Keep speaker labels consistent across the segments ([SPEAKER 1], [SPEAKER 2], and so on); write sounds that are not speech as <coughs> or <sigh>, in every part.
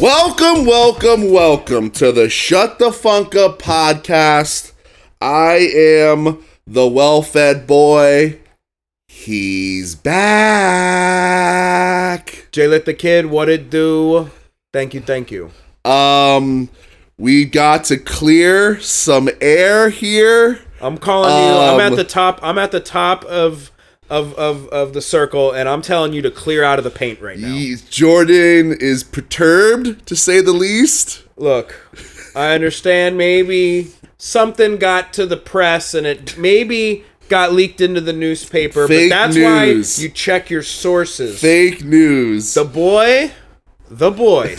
[SPEAKER 1] Welcome, welcome, welcome to the Shut the Funk Up podcast. I am the well fed boy. He's back.
[SPEAKER 2] Jay Lit the Kid, what it do? Thank you, thank you.
[SPEAKER 1] Um, we got to clear some air here.
[SPEAKER 2] I'm calling you. I'm
[SPEAKER 1] Um,
[SPEAKER 2] at the top. I'm at the top of of of of the circle, and I'm telling you to clear out of the paint right now.
[SPEAKER 1] Ye- Jordan is perturbed, to say the least.
[SPEAKER 2] Look, I understand. Maybe something got to the press, and it maybe got leaked into the newspaper.
[SPEAKER 1] Fake
[SPEAKER 2] but that's
[SPEAKER 1] news.
[SPEAKER 2] why you check your sources.
[SPEAKER 1] Fake news.
[SPEAKER 2] the boy, the boy,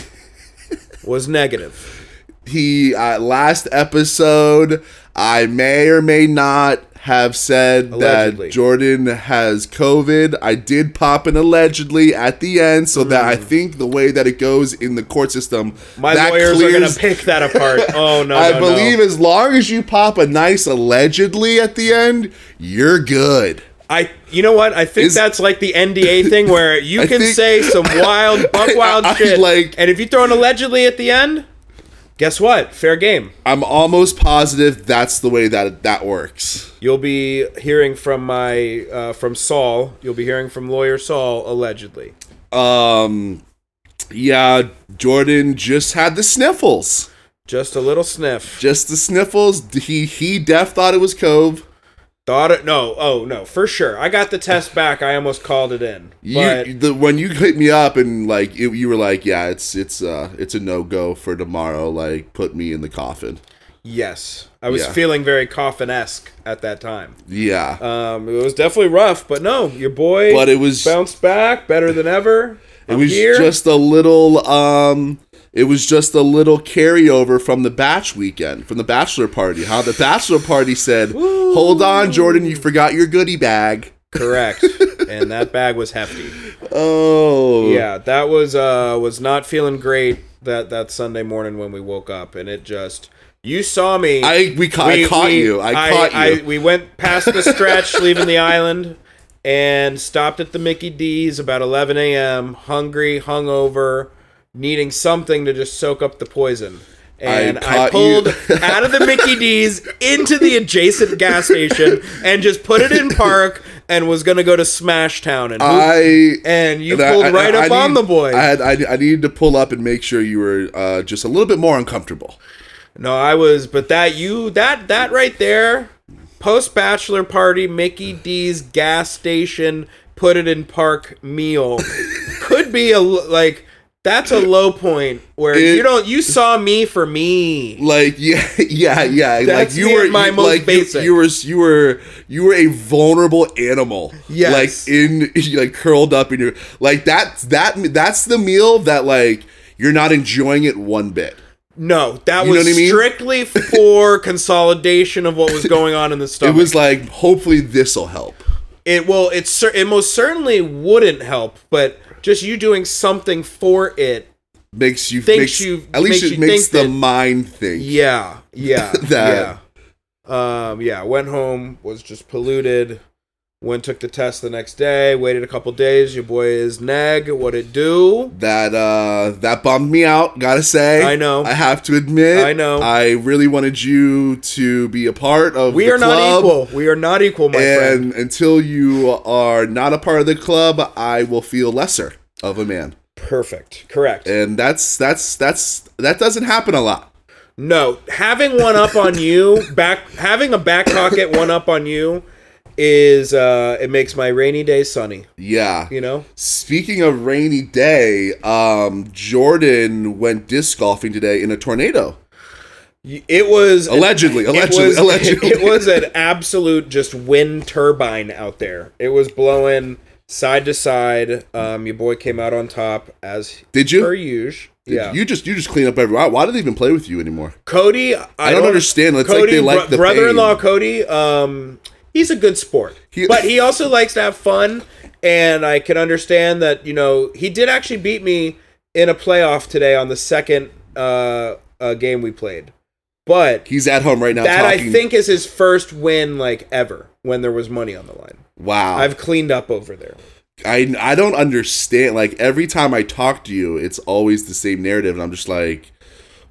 [SPEAKER 2] was negative.
[SPEAKER 1] he uh, last episode i may or may not have said
[SPEAKER 2] Allegedly.
[SPEAKER 1] that jordan has covid i did pop in allegedly at the end so that i think the way that it goes in the court system
[SPEAKER 2] Hmm. My
[SPEAKER 1] that
[SPEAKER 2] lawyers are gonna
[SPEAKER 1] clears-
[SPEAKER 2] pick that apart. Oh no!
[SPEAKER 1] <laughs> i
[SPEAKER 2] no, no.
[SPEAKER 1] believe as long as you pop a nice allegedly at the end you're good
[SPEAKER 2] I, you know what? I think
[SPEAKER 1] Is-
[SPEAKER 2] that's like the
[SPEAKER 1] <laughs>
[SPEAKER 2] NDA thing where you
[SPEAKER 1] I
[SPEAKER 2] can
[SPEAKER 1] think-
[SPEAKER 2] say some wild, buck wild
[SPEAKER 1] I- I-
[SPEAKER 2] shit,
[SPEAKER 1] like-
[SPEAKER 2] and if you throw an allegedly at the end, guess what? Fair game.
[SPEAKER 1] i'm almost positive that's the way that that works
[SPEAKER 2] You'll be hearing from my uh, from Saul. You'll be hearing from lawyer Saul allegedly.
[SPEAKER 1] um yeah jordan just had the sniffles
[SPEAKER 2] Just a little sniff.
[SPEAKER 1] just the sniffles. He he def thought it was Cove.
[SPEAKER 2] Thought it? No. Oh no, for sure. I got the
[SPEAKER 1] <laughs>
[SPEAKER 2] test back. I almost called it in. But
[SPEAKER 1] You, the, when you hit me up and like it, you were like, yeah, it's it's uh it's a no go for tomorrow. Like put me in the coffin.
[SPEAKER 2] yes, I was
[SPEAKER 1] Yeah.
[SPEAKER 2] feeling very coffin esque at that time.
[SPEAKER 1] Yeah,
[SPEAKER 2] Um, it was definitely rough, but no, your boy.
[SPEAKER 1] but it was it
[SPEAKER 2] bounced back better than ever. I'm
[SPEAKER 1] was
[SPEAKER 2] Um, here.
[SPEAKER 1] just a little um it was just a little carryover from the batch weekend from the bachelor party. How the bachelor party said, hold on, Jordan, you forgot your goodie bag.
[SPEAKER 2] <laughs> correct, and that bag was hefty.
[SPEAKER 1] Oh
[SPEAKER 2] Yeah, that was uh was not feeling great that that Sunday morning when we woke up, and it just you saw me.
[SPEAKER 1] I we ca-
[SPEAKER 2] we-
[SPEAKER 1] I caught
[SPEAKER 2] we-
[SPEAKER 1] you. I, caught you.
[SPEAKER 2] I- we went past the
[SPEAKER 1] <laughs>
[SPEAKER 2] stretch, leaving the island, and stopped at the Mickey D's about 11 a.m. Hungry, hungover, needing something to just soak up the poison. And I,
[SPEAKER 1] caught <laughs>
[SPEAKER 2] pulled
[SPEAKER 1] you.
[SPEAKER 2] out of the Mickey D's into the adjacent gas station and just put it
[SPEAKER 1] <laughs>
[SPEAKER 2] in park and was gonna go to Smash Town and hoop.
[SPEAKER 1] I
[SPEAKER 2] and you
[SPEAKER 1] And I-
[SPEAKER 2] pulled
[SPEAKER 1] I-
[SPEAKER 2] right
[SPEAKER 1] I
[SPEAKER 2] up on
[SPEAKER 1] need-
[SPEAKER 2] the boy.
[SPEAKER 1] I had I, I needed to pull up and make sure you were uh, just a little bit more uncomfortable.
[SPEAKER 2] No, I was, but that you that that right there, post bachelor party, Mickey D's gas station, put it in
[SPEAKER 1] <laughs>
[SPEAKER 2] park meal, could be a l- like that's a low point where
[SPEAKER 1] It-
[SPEAKER 2] you don't you saw me for me.
[SPEAKER 1] Like yeah, <laughs> yeah, yeah.
[SPEAKER 2] That's
[SPEAKER 1] like you
[SPEAKER 2] me
[SPEAKER 1] were
[SPEAKER 2] at my
[SPEAKER 1] you-
[SPEAKER 2] most
[SPEAKER 1] like you-
[SPEAKER 2] basic.
[SPEAKER 1] You, were you were you were a vulnerable animal.
[SPEAKER 2] Yes.
[SPEAKER 1] Like in <laughs> like curled up in your like that's that that's the meal that like you're not enjoying it one bit.
[SPEAKER 2] No, that
[SPEAKER 1] You know
[SPEAKER 2] was
[SPEAKER 1] what I mean? <laughs>
[SPEAKER 2] strictly for consolidation of what was going on in the
[SPEAKER 1] It
[SPEAKER 2] stomach.
[SPEAKER 1] was like hopefully this'll help.
[SPEAKER 2] It well, it cer- it most certainly wouldn't help, but just you doing something for it.
[SPEAKER 1] Makes you
[SPEAKER 2] Thinks
[SPEAKER 1] makes
[SPEAKER 2] you-
[SPEAKER 1] at least
[SPEAKER 2] makes
[SPEAKER 1] it
[SPEAKER 2] you
[SPEAKER 1] makes
[SPEAKER 2] think
[SPEAKER 1] the
[SPEAKER 2] that-
[SPEAKER 1] mind think.
[SPEAKER 2] Yeah, yeah,
[SPEAKER 1] <laughs> That-
[SPEAKER 2] yeah. Um, yeah, went home, was just polluted. Went took the test the next day. Waited a couple days. Your boy is neg. What it do?
[SPEAKER 1] That uh that bummed me out, gotta say.
[SPEAKER 2] I know.
[SPEAKER 1] I have to admit.
[SPEAKER 2] I know.
[SPEAKER 1] I really wanted you to be a part of
[SPEAKER 2] We
[SPEAKER 1] the
[SPEAKER 2] are not
[SPEAKER 1] club,
[SPEAKER 2] equal. We are not equal, my friend.
[SPEAKER 1] And until you are not a part of the club, I will feel lesser of a man.
[SPEAKER 2] Perfect. Correct.
[SPEAKER 1] And that's that's that's that doesn't happen a lot.
[SPEAKER 2] No, having one up on you, back having a back pocket one up on you is uh it makes my rainy day sunny,
[SPEAKER 1] Yeah.
[SPEAKER 2] you know?
[SPEAKER 1] Speaking of rainy day, um Jordan went disc golfing today in a tornado.
[SPEAKER 2] Y- It was
[SPEAKER 1] Allegedly, allegedly,
[SPEAKER 2] it was, <laughs>
[SPEAKER 1] allegedly.
[SPEAKER 2] It was an absolute just wind turbine out there. It was blowing side to side. Um, your boy came out on top as
[SPEAKER 1] Did you?
[SPEAKER 2] per usual. Yeah,
[SPEAKER 1] You just you just clean up every why, why do they even play with you anymore?
[SPEAKER 2] Cody. I,
[SPEAKER 1] don't understand. It's like they like the
[SPEAKER 2] brother-in-law Cody. Um, he's a good sport,
[SPEAKER 1] He-
[SPEAKER 2] but he also likes to have fun. And I can understand that you know he did actually beat me in a playoff today on the second uh, uh game we played, but
[SPEAKER 1] He's at home right now
[SPEAKER 2] that
[SPEAKER 1] talking.
[SPEAKER 2] I think is his first win like ever when there was money on the line.
[SPEAKER 1] wow.
[SPEAKER 2] I've cleaned up over there.
[SPEAKER 1] I I don't understand. Like every time I talk to you, it's always the same narrative, and I'm just like,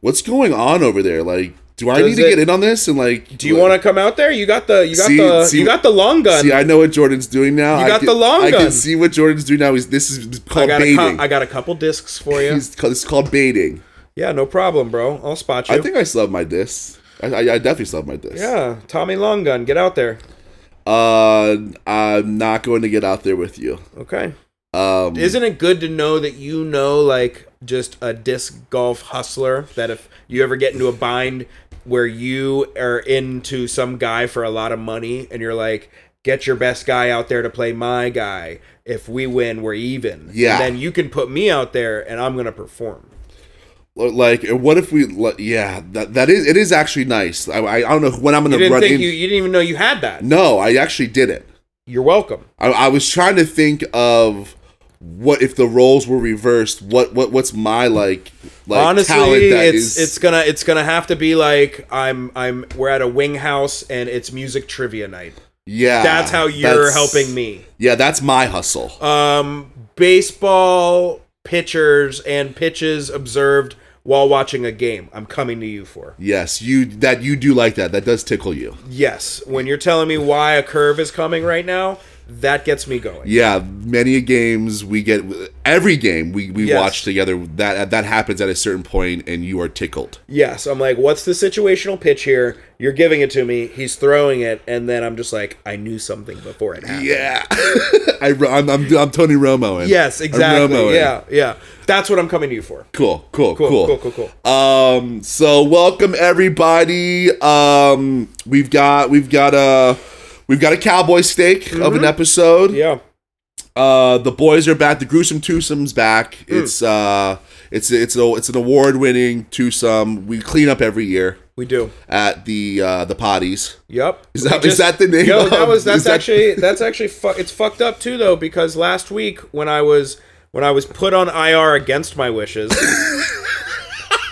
[SPEAKER 1] what's going on over there? Like, do I
[SPEAKER 2] Does
[SPEAKER 1] need to
[SPEAKER 2] it-
[SPEAKER 1] get in on this? And like,
[SPEAKER 2] Do you want to come out there? You got the you got
[SPEAKER 1] See-
[SPEAKER 2] the
[SPEAKER 1] see-
[SPEAKER 2] you got the long gun.
[SPEAKER 1] See, I know what Jordan's doing now.
[SPEAKER 2] You
[SPEAKER 1] I
[SPEAKER 2] got
[SPEAKER 1] can-
[SPEAKER 2] the long
[SPEAKER 1] I can
[SPEAKER 2] gun.
[SPEAKER 1] see what Jordan's doing now. Is this is
[SPEAKER 2] I
[SPEAKER 1] called
[SPEAKER 2] got a
[SPEAKER 1] baiting?
[SPEAKER 2] cou- I got a couple discs for you.
[SPEAKER 1] He's called, it's called baiting.
[SPEAKER 2] Yeah, no problem, bro. I'll spot you.
[SPEAKER 1] I think I still have my disc. I, I, I definitely still have my disc.
[SPEAKER 2] yeah, Tommy Long Gun, get out there.
[SPEAKER 1] Uh, I'm not going to get out there with you.
[SPEAKER 2] Okay.
[SPEAKER 1] Um,
[SPEAKER 2] Isn't it good to know that you know like just a disc golf hustler that if you ever get into a bind where you are into some guy for a lot of money and you're like get your best guy out there to play my guy. If we win, we're even.
[SPEAKER 1] Yeah.
[SPEAKER 2] And then you can put me out there and I'm going to perform.
[SPEAKER 1] like, what if we? li- Yeah, that that is it is actually nice. I, I, I don't know when I'm
[SPEAKER 2] You
[SPEAKER 1] going to
[SPEAKER 2] didn't
[SPEAKER 1] run
[SPEAKER 2] think
[SPEAKER 1] in.
[SPEAKER 2] you you didn't even know you had that.
[SPEAKER 1] no, I actually did it.
[SPEAKER 2] You're welcome.
[SPEAKER 1] I, I was trying to think of what if the roles were reversed. What what what's my like like
[SPEAKER 2] Honestly,
[SPEAKER 1] talent that
[SPEAKER 2] it's
[SPEAKER 1] is
[SPEAKER 2] it's gonna it's gonna have to be like I'm I'm we're at a wing house and it's music trivia night.
[SPEAKER 1] yeah.
[SPEAKER 2] That's how you're
[SPEAKER 1] that's-
[SPEAKER 2] helping me.
[SPEAKER 1] Yeah, that's my hustle.
[SPEAKER 2] Um, baseball pitchers and pitches observed while watching a game. I'm coming to you for
[SPEAKER 1] yes, you that you do like that. That does tickle you.
[SPEAKER 2] yes. When you're telling me why a curve is coming right now, that gets me going.
[SPEAKER 1] Yeah, many games we get every game we, we
[SPEAKER 2] Yes.
[SPEAKER 1] watch together that that happens at a certain point and you are tickled.
[SPEAKER 2] Yes, I'm like, what's the situational pitch here? You're giving it to me. He's throwing it, and then I'm just like, I knew something before it happened.
[SPEAKER 1] Yeah. <laughs> I am I'm, I'm Tony Romo and
[SPEAKER 2] Yes,
[SPEAKER 1] Romo
[SPEAKER 2] exactly.
[SPEAKER 1] in.
[SPEAKER 2] Yeah, yeah. That's what I'm coming to you for.
[SPEAKER 1] Cool, cool, cool.
[SPEAKER 2] Cool, cool, cool, cool.
[SPEAKER 1] Um, so welcome everybody. Um, we've got we've got a we've got a cowboy steak of an episode.
[SPEAKER 2] Mm-hmm. Yeah.
[SPEAKER 1] Uh, the boys are back. The gruesome twosome's back.
[SPEAKER 2] Hmm.
[SPEAKER 1] It's uh, it's it's a, it's an award winning twosome. We clean up every year
[SPEAKER 2] We do.
[SPEAKER 1] at the uh, the potties.
[SPEAKER 2] Yep. Is
[SPEAKER 1] that- is that the name
[SPEAKER 2] Yo, that
[SPEAKER 1] of-
[SPEAKER 2] was that's
[SPEAKER 1] is that-
[SPEAKER 2] actually that's actually fu- it's fucked up too though because last week when I was when I was put on IR against
[SPEAKER 1] <laughs>
[SPEAKER 2] my wishes.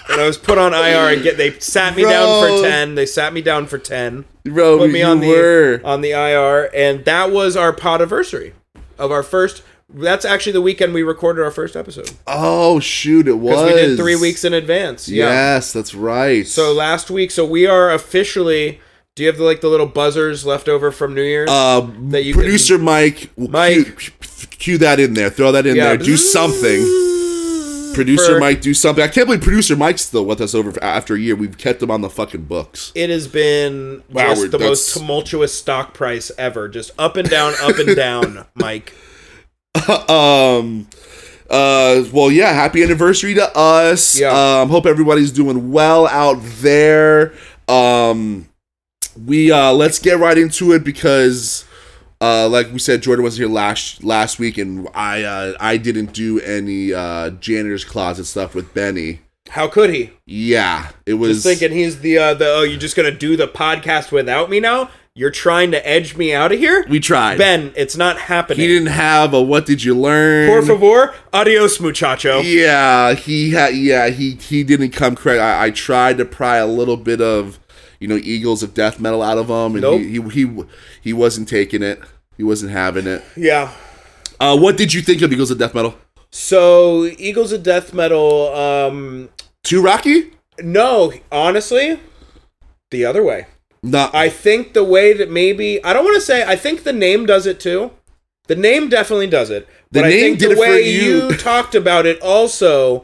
[SPEAKER 2] when I was put on IR again, they sat me down
[SPEAKER 1] Bro.
[SPEAKER 2] for ten. They sat me down for ten.
[SPEAKER 1] Bro,
[SPEAKER 2] Put me
[SPEAKER 1] you
[SPEAKER 2] on the
[SPEAKER 1] were.
[SPEAKER 2] on the IR, and that was our podiversary of our first. That's actually the weekend we recorded our first episode
[SPEAKER 1] oh shoot, it was.
[SPEAKER 2] because we did three weeks in advance. yeah.
[SPEAKER 1] Yes, that's right.
[SPEAKER 2] So last week, so we are officially. Do you have the, like the little buzzers left over from New Year's?
[SPEAKER 1] um,
[SPEAKER 2] that you
[SPEAKER 1] producer Mike, will
[SPEAKER 2] Mike.
[SPEAKER 1] cue, cue that in there. Throw that in
[SPEAKER 2] Yeah.
[SPEAKER 1] there. Do something. Producer
[SPEAKER 2] For-
[SPEAKER 1] Mike, do something. I can't believe producer Mike's still with us over f- after a year. We've kept him on the fucking books.
[SPEAKER 2] It has been
[SPEAKER 1] Wow,
[SPEAKER 2] just
[SPEAKER 1] we're-
[SPEAKER 2] the most
[SPEAKER 1] that's-
[SPEAKER 2] tumultuous stock price ever. Just up and down, up
[SPEAKER 1] <laughs>
[SPEAKER 2] and down, Mike.
[SPEAKER 1] um uh well yeah happy anniversary to us
[SPEAKER 2] Yeah.
[SPEAKER 1] um hope everybody's doing well out there um we uh let's get right into it because uh like we said jordan was here last last week and i uh i didn't do any uh janitor's closet stuff with benny
[SPEAKER 2] How could he?
[SPEAKER 1] yeah it was
[SPEAKER 2] Just thinking he's the uh, the oh, you're just gonna do the podcast without me now? You're trying to edge me out of here,
[SPEAKER 1] we tried
[SPEAKER 2] Ben? It's not
[SPEAKER 1] he
[SPEAKER 2] happening.
[SPEAKER 1] didn't have a what did you learn
[SPEAKER 2] Por favor, adios, muchacho.
[SPEAKER 1] Yeah, he had. Yeah, he he didn't come correct. I, I tried to pry a little bit of, you know, Eagles of Death metal out of him, and
[SPEAKER 2] Nope.
[SPEAKER 1] he, he he he wasn't taking it. He wasn't having it.
[SPEAKER 2] yeah.
[SPEAKER 1] Uh, what did you think of Eagles of Death metal?
[SPEAKER 2] So Eagles of Death Metal. Um,
[SPEAKER 1] Too rocky?
[SPEAKER 2] no, honestly, the other way.
[SPEAKER 1] Not.
[SPEAKER 2] I think the way that maybe I don't want to say I think the name does it too. The name definitely does it.
[SPEAKER 1] The
[SPEAKER 2] but I
[SPEAKER 1] name
[SPEAKER 2] think
[SPEAKER 1] did it
[SPEAKER 2] the
[SPEAKER 1] for
[SPEAKER 2] way
[SPEAKER 1] you. <laughs>
[SPEAKER 2] talked about it also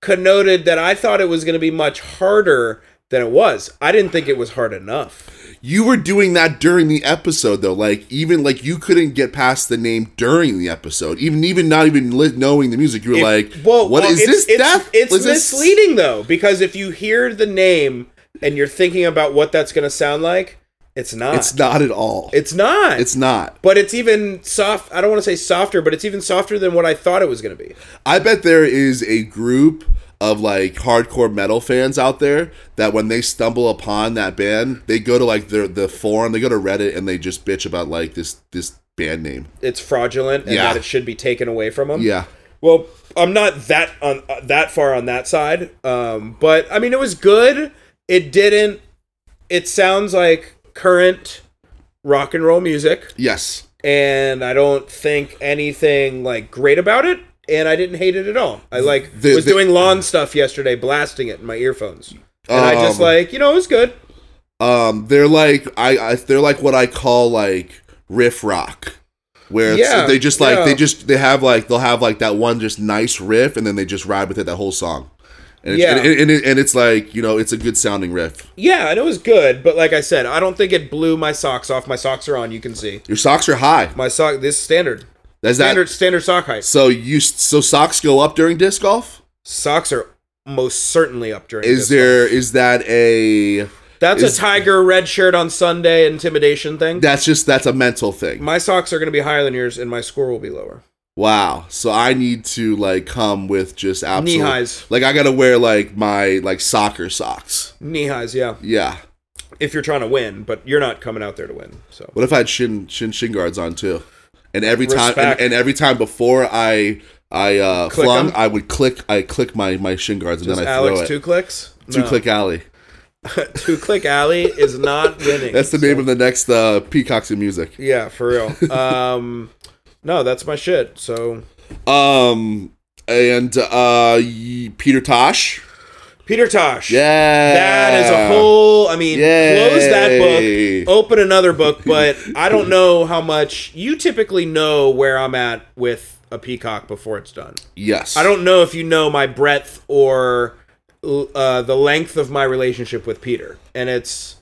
[SPEAKER 2] connoted that I thought it was going to be much harder than it was. I didn't think it was hard enough.
[SPEAKER 1] you were doing that during the episode though. Like even like you couldn't get past the name during the episode. Even even not even li- knowing the music, you were like,
[SPEAKER 2] well,
[SPEAKER 1] what
[SPEAKER 2] well,
[SPEAKER 1] is
[SPEAKER 2] it's-
[SPEAKER 1] this
[SPEAKER 2] It's,
[SPEAKER 1] death?
[SPEAKER 2] It's
[SPEAKER 1] Was this-
[SPEAKER 2] misleading though because if you hear the name and you're thinking about what that's going to sound like, it's not.
[SPEAKER 1] It's not at all.
[SPEAKER 2] It's not.
[SPEAKER 1] it's not.
[SPEAKER 2] but it's even soft. I don't want to say softer, but it's even softer than what I thought it was going to be.
[SPEAKER 1] I bet there is a group of like hardcore metal fans out there that when they stumble upon that band, they go to like their the forum, they go to Reddit, and they just bitch about like this this band name.
[SPEAKER 2] it's fraudulent and
[SPEAKER 1] Yeah.
[SPEAKER 2] that it should be taken away from them.
[SPEAKER 1] Yeah,
[SPEAKER 2] Well, I'm not that on uh, that far on that side, um, but I mean it was good. It didn't. It sounds like current rock and roll music.
[SPEAKER 1] yes,
[SPEAKER 2] and I don't think anything like great about it. And I didn't hate it at all. I like
[SPEAKER 1] The-
[SPEAKER 2] was
[SPEAKER 1] the-
[SPEAKER 2] doing lawn stuff yesterday, blasting it in my earphones, and I just
[SPEAKER 1] Um,
[SPEAKER 2] like you know it was good.
[SPEAKER 1] um they're like I, I they're like what I call like riff rock where it's-
[SPEAKER 2] Yeah,
[SPEAKER 1] they just like
[SPEAKER 2] yeah.
[SPEAKER 1] they just they have like they'll have like that one just nice riff and then they just ride with it that whole song and it's,
[SPEAKER 2] Yeah.
[SPEAKER 1] and, and, it, and it's like you know it's a good sounding riff
[SPEAKER 2] Yeah, and it was good, but like I said, I don't think it blew my socks off. My socks are on. You can see
[SPEAKER 1] your socks are high
[SPEAKER 2] my sock. This is standard,
[SPEAKER 1] that's that
[SPEAKER 2] standard, standard sock height.
[SPEAKER 1] so you s- so socks go up during disc golf
[SPEAKER 2] Socks are most certainly up during.
[SPEAKER 1] is
[SPEAKER 2] this
[SPEAKER 1] there is that a
[SPEAKER 2] That's
[SPEAKER 1] is-
[SPEAKER 2] a tiger red shirt on Sunday intimidation thing.
[SPEAKER 1] that's just that's a mental thing
[SPEAKER 2] my socks are going to be higher than yours, and my score will be lower.
[SPEAKER 1] Wow. So I need to like come with just absolute
[SPEAKER 2] highs.
[SPEAKER 1] Like I gotta wear like my like soccer socks.
[SPEAKER 2] Knee highs, yeah.
[SPEAKER 1] Yeah.
[SPEAKER 2] If you're trying to win, but you're not coming out there to win. So
[SPEAKER 1] What if I had shin shin shin guards on too? And every time and,
[SPEAKER 2] Respect.
[SPEAKER 1] and every time before I I uh
[SPEAKER 2] Click
[SPEAKER 1] flung
[SPEAKER 2] 'em?
[SPEAKER 1] I would click I click my my shin guards and
[SPEAKER 2] Is
[SPEAKER 1] then I throw
[SPEAKER 2] Alex
[SPEAKER 1] it.
[SPEAKER 2] two clicks.
[SPEAKER 1] Two click alley.
[SPEAKER 2] <laughs> two click alley
[SPEAKER 1] <laughs>
[SPEAKER 2] is not winning.
[SPEAKER 1] That's the name of the next uh Peacocks in music.
[SPEAKER 2] yeah, for
[SPEAKER 1] <laughs>
[SPEAKER 2] real. Um, no, that's my shit. So
[SPEAKER 1] Um and uh y- Peter Tosh.
[SPEAKER 2] Peter Tosh.
[SPEAKER 1] Yeah.
[SPEAKER 2] That is a whole. I mean, close that
[SPEAKER 1] Yay.
[SPEAKER 2] book, open another book. But I don't know how much you typically know where I'm at with a peacock before it's done.
[SPEAKER 1] Yes.
[SPEAKER 2] I don't know if you know my breadth or uh, the length of my relationship with Peter, and it's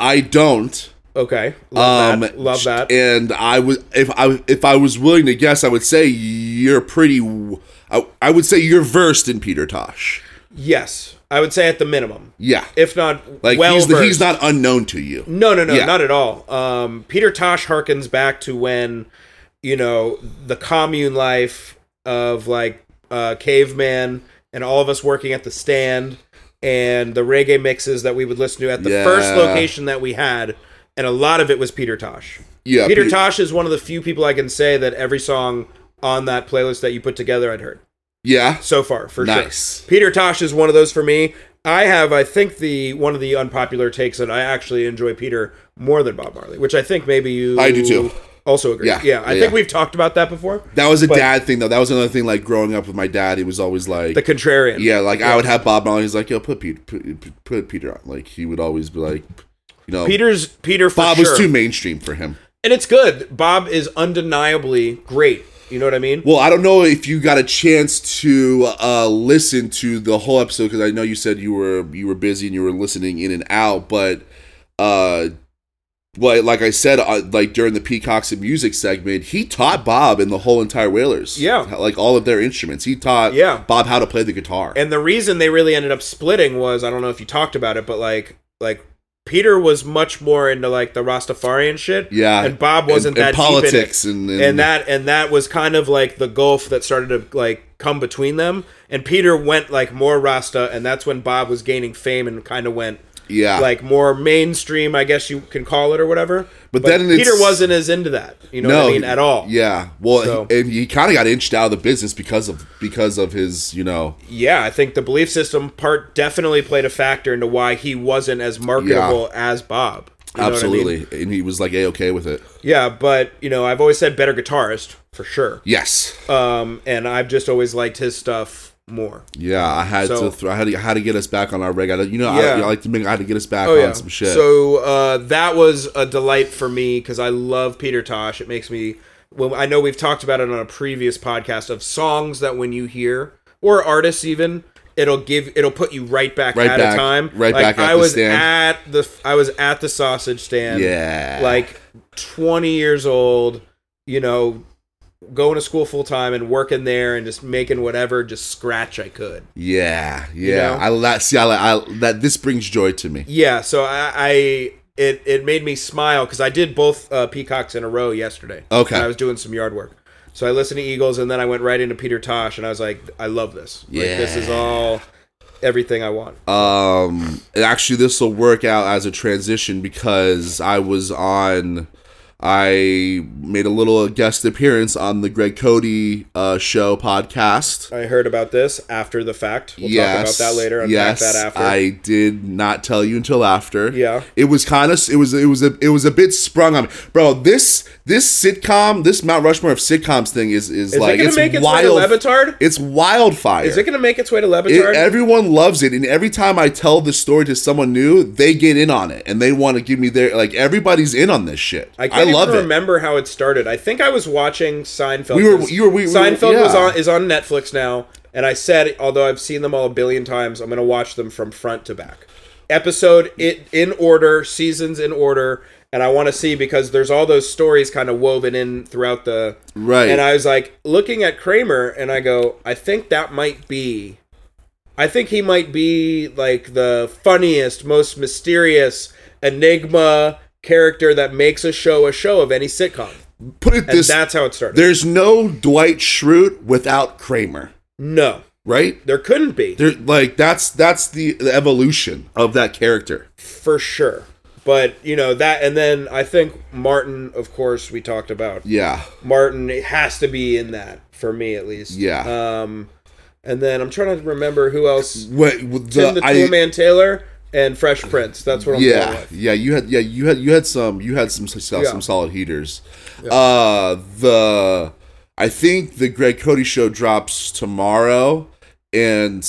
[SPEAKER 1] I don't.
[SPEAKER 2] okay. Love
[SPEAKER 1] Um,
[SPEAKER 2] that. Love that.
[SPEAKER 1] And I would, if I if I was willing to guess, I would say you're pretty. w- I, I would say you're versed in Peter Tosh.
[SPEAKER 2] yes, I would say at the minimum,
[SPEAKER 1] Yeah,
[SPEAKER 2] if not
[SPEAKER 1] like
[SPEAKER 2] well
[SPEAKER 1] he's the, he's
[SPEAKER 2] versed.
[SPEAKER 1] not unknown to you.
[SPEAKER 2] No, no, no,
[SPEAKER 1] Yeah.
[SPEAKER 2] not at all. Um, Peter Tosh harkens back to when, you know, the commune life of like uh, caveman and all of us working at the stand and the reggae mixes that we would listen to at the first
[SPEAKER 1] Yeah.
[SPEAKER 2] location that we had, and a lot of it was Peter Tosh.
[SPEAKER 1] Yeah,
[SPEAKER 2] Peter
[SPEAKER 1] Pe-
[SPEAKER 2] Tosh is one of the few people I can say that every song on that playlist that you put together I'd heard
[SPEAKER 1] Yeah,
[SPEAKER 2] so far for sure.
[SPEAKER 1] nice.
[SPEAKER 2] Peter Tosh is one of those for me. I have, I think, the one of the unpopular takes that I actually enjoy Peter more than Bob Marley, which I think maybe you
[SPEAKER 1] I do too.
[SPEAKER 2] Also agree.
[SPEAKER 1] Yeah.
[SPEAKER 2] Yeah, I
[SPEAKER 1] Yeah,
[SPEAKER 2] think
[SPEAKER 1] yeah.
[SPEAKER 2] we've talked about that before.
[SPEAKER 1] That was a
[SPEAKER 2] But-
[SPEAKER 1] dad thing though. That was another thing. Like growing up with my dad, he was always like,
[SPEAKER 2] The contrarian.
[SPEAKER 1] yeah, like I would have Bob Marley. He's like, yo, put Peter, put, put Peter on. Like he would always be like, you know,
[SPEAKER 2] Peter's Peter for
[SPEAKER 1] Bob
[SPEAKER 2] sure.
[SPEAKER 1] was too mainstream for him.
[SPEAKER 2] and it's good. Bob is undeniably great. You know what I mean?
[SPEAKER 1] Well, I don't know if you got a chance to uh, listen to the whole episode because I know you said you were you were busy and you were listening in and out. But, uh, well, like I said, uh, like during the Peacocks and Music segment, he taught Bob and the whole entire Whalers,
[SPEAKER 2] Yeah.
[SPEAKER 1] like all of their instruments. He taught
[SPEAKER 2] Yeah.
[SPEAKER 1] Bob how to play the guitar.
[SPEAKER 2] and the reason they really ended up splitting was I don't know if you talked about it, but like like Peter was much more into like the Rastafarian shit.
[SPEAKER 1] Yeah.
[SPEAKER 2] And Bob
[SPEAKER 1] And-
[SPEAKER 2] wasn't
[SPEAKER 1] and
[SPEAKER 2] that deep in it.
[SPEAKER 1] politics and, and,
[SPEAKER 2] and that and that was kind of like the gulf that started to like come between them and peter went like more rasta and that's when bob was gaining fame and kind of went
[SPEAKER 1] yeah,
[SPEAKER 2] like more mainstream i guess you can call it or whatever
[SPEAKER 1] But then it's-
[SPEAKER 2] peter wasn't as into that you know what i mean at all
[SPEAKER 1] Yeah, well,
[SPEAKER 2] So-
[SPEAKER 1] and he kind of got inched out of the business because of because of his you know
[SPEAKER 2] yeah i think the belief system part definitely played a factor into why he wasn't as marketable as bob You know what I mean?
[SPEAKER 1] absolutely, and he was like a okay with it.
[SPEAKER 2] yeah but you know i've always said better guitarist for sure
[SPEAKER 1] Yes.
[SPEAKER 2] um and i've just always liked his stuff more
[SPEAKER 1] Yeah, I had to.
[SPEAKER 2] So-
[SPEAKER 1] Th- I had to, I had to get us back on our reg. I, you know, I,
[SPEAKER 2] Yeah. Oh,
[SPEAKER 1] I like to make. I had to get us back on some shit.
[SPEAKER 2] So uh, that was a delight for me because I love Peter Tosh. It makes me. Well, I know we've talked about it on a previous podcast of songs that when you hear or artists even. It'll give. It'll put you right back
[SPEAKER 1] Right
[SPEAKER 2] at
[SPEAKER 1] back-
[SPEAKER 2] a time.
[SPEAKER 1] right
[SPEAKER 2] like,
[SPEAKER 1] back at
[SPEAKER 2] I
[SPEAKER 1] the
[SPEAKER 2] was
[SPEAKER 1] stand.
[SPEAKER 2] at the. I was at the sausage stand.
[SPEAKER 1] yeah,
[SPEAKER 2] Like twenty years old. You know, going to school full time and working there and just making whatever just scratch I could.
[SPEAKER 1] yeah, yeah.
[SPEAKER 2] know?
[SPEAKER 1] I la- see. I, la- I that this brings joy to me.
[SPEAKER 2] Yeah, so I, I it it made me smile because I did both uh, peacocks in a row yesterday.
[SPEAKER 1] Okay.
[SPEAKER 2] when I was doing some yard work, so I listened to Eagles and then I went right into Peter Tosh and I was like, I love this. like, this is
[SPEAKER 1] Yeah. Uh,
[SPEAKER 2] all everything I want.
[SPEAKER 1] Um, and actually, this will work out as a transition because I was on. I made a little guest appearance on the Greg Cody uh, show podcast.
[SPEAKER 2] I heard about this after the fact. We'll talk about that later. Unpack
[SPEAKER 1] yes,
[SPEAKER 2] that after.
[SPEAKER 1] I did not tell you until after.
[SPEAKER 2] Yeah.
[SPEAKER 1] it was kind of it was it was a it was a bit sprung on me, bro. This this sitcom, this Mount Rushmore of sitcoms thing is is,
[SPEAKER 2] Is
[SPEAKER 1] like
[SPEAKER 2] it gonna
[SPEAKER 1] it's
[SPEAKER 2] make its way
[SPEAKER 1] wild.
[SPEAKER 2] to Levitard?
[SPEAKER 1] It's wildfire.
[SPEAKER 2] Is it gonna make its way to
[SPEAKER 1] It-
[SPEAKER 2] Levitard?
[SPEAKER 1] everyone loves it, and every time I tell the story to someone new, they get in on it and they want to give me their like. Everybody's in on this shit. I,
[SPEAKER 2] I can't
[SPEAKER 1] love
[SPEAKER 2] even
[SPEAKER 1] it.
[SPEAKER 2] remember how it started. I think I was watching Seinfeld.
[SPEAKER 1] We were-
[SPEAKER 2] 'cause
[SPEAKER 1] you were- we- we-
[SPEAKER 2] Seinfeld was
[SPEAKER 1] yeah.
[SPEAKER 2] on is on Netflix now, and I said, although I've seen them all a billion times, I'm going to watch them from front to back, episode it in order, seasons in order, and I want to see because there's all those stories kind of woven in throughout the
[SPEAKER 1] Right.
[SPEAKER 2] And I was like looking at Kramer, and I go, I think that might be. I think he might be like the funniest, most mysterious enigma character that makes a show a show of any sitcom.
[SPEAKER 1] Put it
[SPEAKER 2] And
[SPEAKER 1] this:
[SPEAKER 2] that's how it started.
[SPEAKER 1] There's no Dwight Schrute without Kramer,
[SPEAKER 2] no,
[SPEAKER 1] right?
[SPEAKER 2] there couldn't be
[SPEAKER 1] There, like that's that's the, the evolution of that character.
[SPEAKER 2] for sure. But you know that, and then I think Martin, of course, we talked about.
[SPEAKER 1] Yeah,
[SPEAKER 2] Martin it has to be in that for me at least.
[SPEAKER 1] Yeah.
[SPEAKER 2] Um, and then I'm trying to remember who else.
[SPEAKER 1] what what
[SPEAKER 2] Tim the
[SPEAKER 1] the, I,
[SPEAKER 2] Tool Man Taylor and Fresh Prince. That's what I'm going
[SPEAKER 1] yeah,
[SPEAKER 2] with.
[SPEAKER 1] yeah. You had yeah you had you had some you had some s- uh,
[SPEAKER 2] Yeah.
[SPEAKER 1] some solid heaters. Uh, the I think the Greg Cody show drops tomorrow, and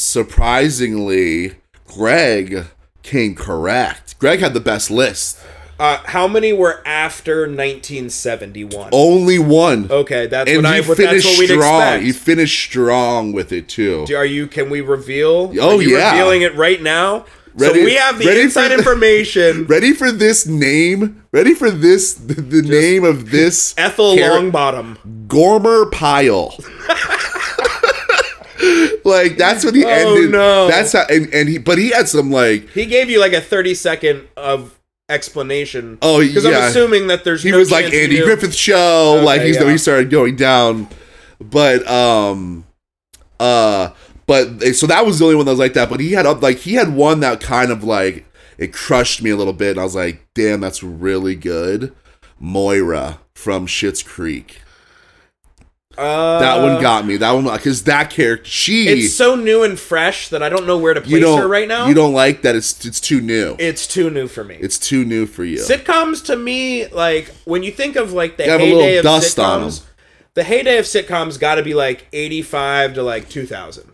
[SPEAKER 1] surprisingly, Greg came correct. Greg had the best list.
[SPEAKER 2] Uh, how many were after 1971?
[SPEAKER 1] Only one.
[SPEAKER 2] Okay, that's
[SPEAKER 1] Oh, And
[SPEAKER 2] what Oh,
[SPEAKER 1] he
[SPEAKER 2] I. What, that's
[SPEAKER 1] finished
[SPEAKER 2] what we'd
[SPEAKER 1] strong. He
[SPEAKER 2] expect.
[SPEAKER 1] finished strong with it too.
[SPEAKER 2] Do- Are you? Can we reveal?
[SPEAKER 1] Oh,
[SPEAKER 2] Are you
[SPEAKER 1] yeah.
[SPEAKER 2] revealing it right now.
[SPEAKER 1] Ready-
[SPEAKER 2] so we have the
[SPEAKER 1] ready for
[SPEAKER 2] inside
[SPEAKER 1] the- <laughs>
[SPEAKER 2] information.
[SPEAKER 1] Ready for this name? Ready for this? The, the name
[SPEAKER 2] <laughs>
[SPEAKER 1] of this
[SPEAKER 2] Ethel
[SPEAKER 1] char-
[SPEAKER 2] Longbottom.
[SPEAKER 1] Gormer
[SPEAKER 2] <laughs>
[SPEAKER 1] Pyle. like that's what he
[SPEAKER 2] Oh,
[SPEAKER 1] ended.
[SPEAKER 2] no.
[SPEAKER 1] That's how and, and he but he had some like
[SPEAKER 2] He gave you like a 30 second of explanation.
[SPEAKER 1] Oh,
[SPEAKER 2] because
[SPEAKER 1] yeah.
[SPEAKER 2] I'm assuming that there's
[SPEAKER 1] he
[SPEAKER 2] no
[SPEAKER 1] was like
[SPEAKER 2] chance you
[SPEAKER 1] Andy
[SPEAKER 2] knew.
[SPEAKER 1] Griffith show. like he's
[SPEAKER 2] yeah.
[SPEAKER 1] he started going down, but um, uh, but so that was the only one that was like that. But he had up like he had one that kind of like it crushed me a little bit, and I was like, damn, that's really good. Moira from Schitt's Creek.
[SPEAKER 2] Uh,
[SPEAKER 1] That one got me. That one because that character she.
[SPEAKER 2] It's so new and fresh that I don't know where to place
[SPEAKER 1] you don't
[SPEAKER 2] her right now.
[SPEAKER 1] You don't like that. It's it's too new.
[SPEAKER 2] It's too new for me.
[SPEAKER 1] It's too new for you.
[SPEAKER 2] Sitcoms to me, like when you think of like the
[SPEAKER 1] have a
[SPEAKER 2] heyday
[SPEAKER 1] little
[SPEAKER 2] of
[SPEAKER 1] dust on
[SPEAKER 2] sitcoms,
[SPEAKER 1] them.
[SPEAKER 2] the heyday of sitcoms got to be like eighty-five to like two thousand.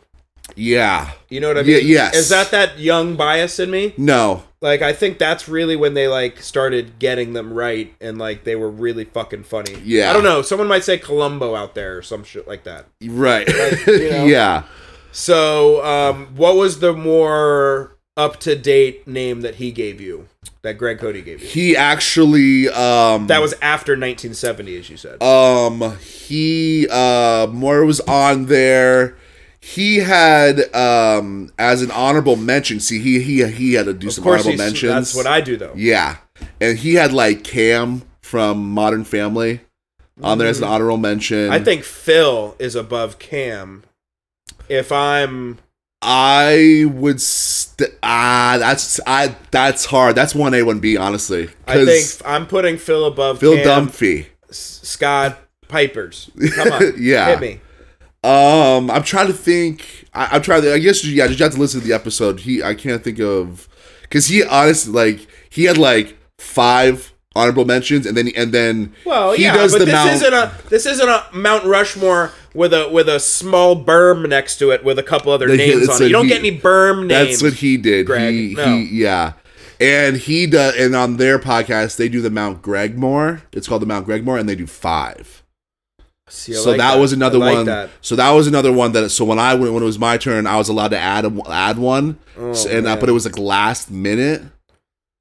[SPEAKER 1] yeah.
[SPEAKER 2] You know what I
[SPEAKER 1] Yeah,
[SPEAKER 2] mean?
[SPEAKER 1] yes.
[SPEAKER 2] Is that that young bias in me?
[SPEAKER 1] No.
[SPEAKER 2] Like I think that's really when they like started getting them right and like they were really fucking funny.
[SPEAKER 1] Yeah.
[SPEAKER 2] I don't know. Someone might say Columbo out there or some shit like that.
[SPEAKER 1] Right. <laughs>
[SPEAKER 2] you know.
[SPEAKER 1] yeah.
[SPEAKER 2] So, um, what was the more up to date name that he gave you? That Greg Cody gave you?
[SPEAKER 1] He actually um
[SPEAKER 2] That was after 1970, as you said.
[SPEAKER 1] um he uh Moore was on there. He had um as an honorable mention. See, he he he had to do some honorable
[SPEAKER 2] he's-
[SPEAKER 1] mentions.
[SPEAKER 2] That's what I do though.
[SPEAKER 1] Yeah. And he had like Cam from Modern Family on there as an honorable mention.
[SPEAKER 2] Mm. I think Phil is above Cam. If I'm
[SPEAKER 1] I would st- ah that's I that's hard. That's one A one B honestly.
[SPEAKER 2] I
[SPEAKER 1] 'Cause
[SPEAKER 2] think I'm putting Phil above
[SPEAKER 1] Phil
[SPEAKER 2] Cam,
[SPEAKER 1] Dumphy.
[SPEAKER 2] S- Scott Pipers. Come on.
[SPEAKER 1] <laughs> Yeah.
[SPEAKER 2] Hit me.
[SPEAKER 1] Um, I'm trying to think. I, I'm trying to. I guess yeah. Just you have to listen to the episode. He I can't think of because he honestly like he had like five honorable mentions and then and then
[SPEAKER 2] Well,
[SPEAKER 1] he
[SPEAKER 2] yeah, but this isn't a this isn't a Mount Rushmore with a with a small berm next to it with a couple other
[SPEAKER 1] The-
[SPEAKER 2] names
[SPEAKER 1] that's
[SPEAKER 2] on it. You
[SPEAKER 1] what
[SPEAKER 2] don't
[SPEAKER 1] he-
[SPEAKER 2] get any berm names.
[SPEAKER 1] That's what he did.
[SPEAKER 2] Greg.
[SPEAKER 1] he,
[SPEAKER 2] No.
[SPEAKER 1] he yeah. And he does, and on their podcast, they do the Mount Gregmore. It's called the Mount Gregmore, and they do five.
[SPEAKER 2] See, I
[SPEAKER 1] so
[SPEAKER 2] like
[SPEAKER 1] that, was
[SPEAKER 2] I
[SPEAKER 1] another
[SPEAKER 2] like
[SPEAKER 1] one.
[SPEAKER 2] that.
[SPEAKER 1] So that was another one that. So when I when it was my turn, I was allowed to add a, add one, so, and I,
[SPEAKER 2] Oh, man.
[SPEAKER 1] but it was like last minute.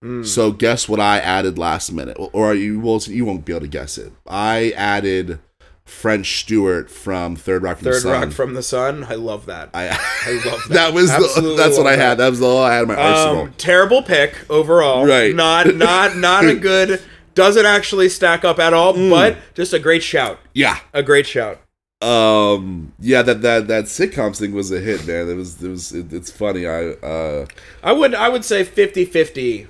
[SPEAKER 2] Mm.
[SPEAKER 1] So guess what I added last minute, or you will you won't be able to guess it. I added French Stewart from Third Rock from the
[SPEAKER 2] Third
[SPEAKER 1] Sun.
[SPEAKER 2] Rock from the Sun. I love that. I,
[SPEAKER 1] I,
[SPEAKER 2] love
[SPEAKER 1] <laughs>
[SPEAKER 2] that.
[SPEAKER 1] that was the,
[SPEAKER 2] Absolutely
[SPEAKER 1] that's what
[SPEAKER 2] love
[SPEAKER 1] I had. That was all I had in my arsenal.
[SPEAKER 2] Um, terrible pick overall.
[SPEAKER 1] Right.
[SPEAKER 2] Not not not
[SPEAKER 1] <laughs>
[SPEAKER 2] a good. Doesn't actually stack up at all.
[SPEAKER 1] Mm.
[SPEAKER 2] But just a great shout.
[SPEAKER 1] yeah,
[SPEAKER 2] A great shout.
[SPEAKER 1] um, yeah. That that that sitcoms thing was a hit, man. It was it was it, it's funny. I uh,
[SPEAKER 2] I would I would say 50-50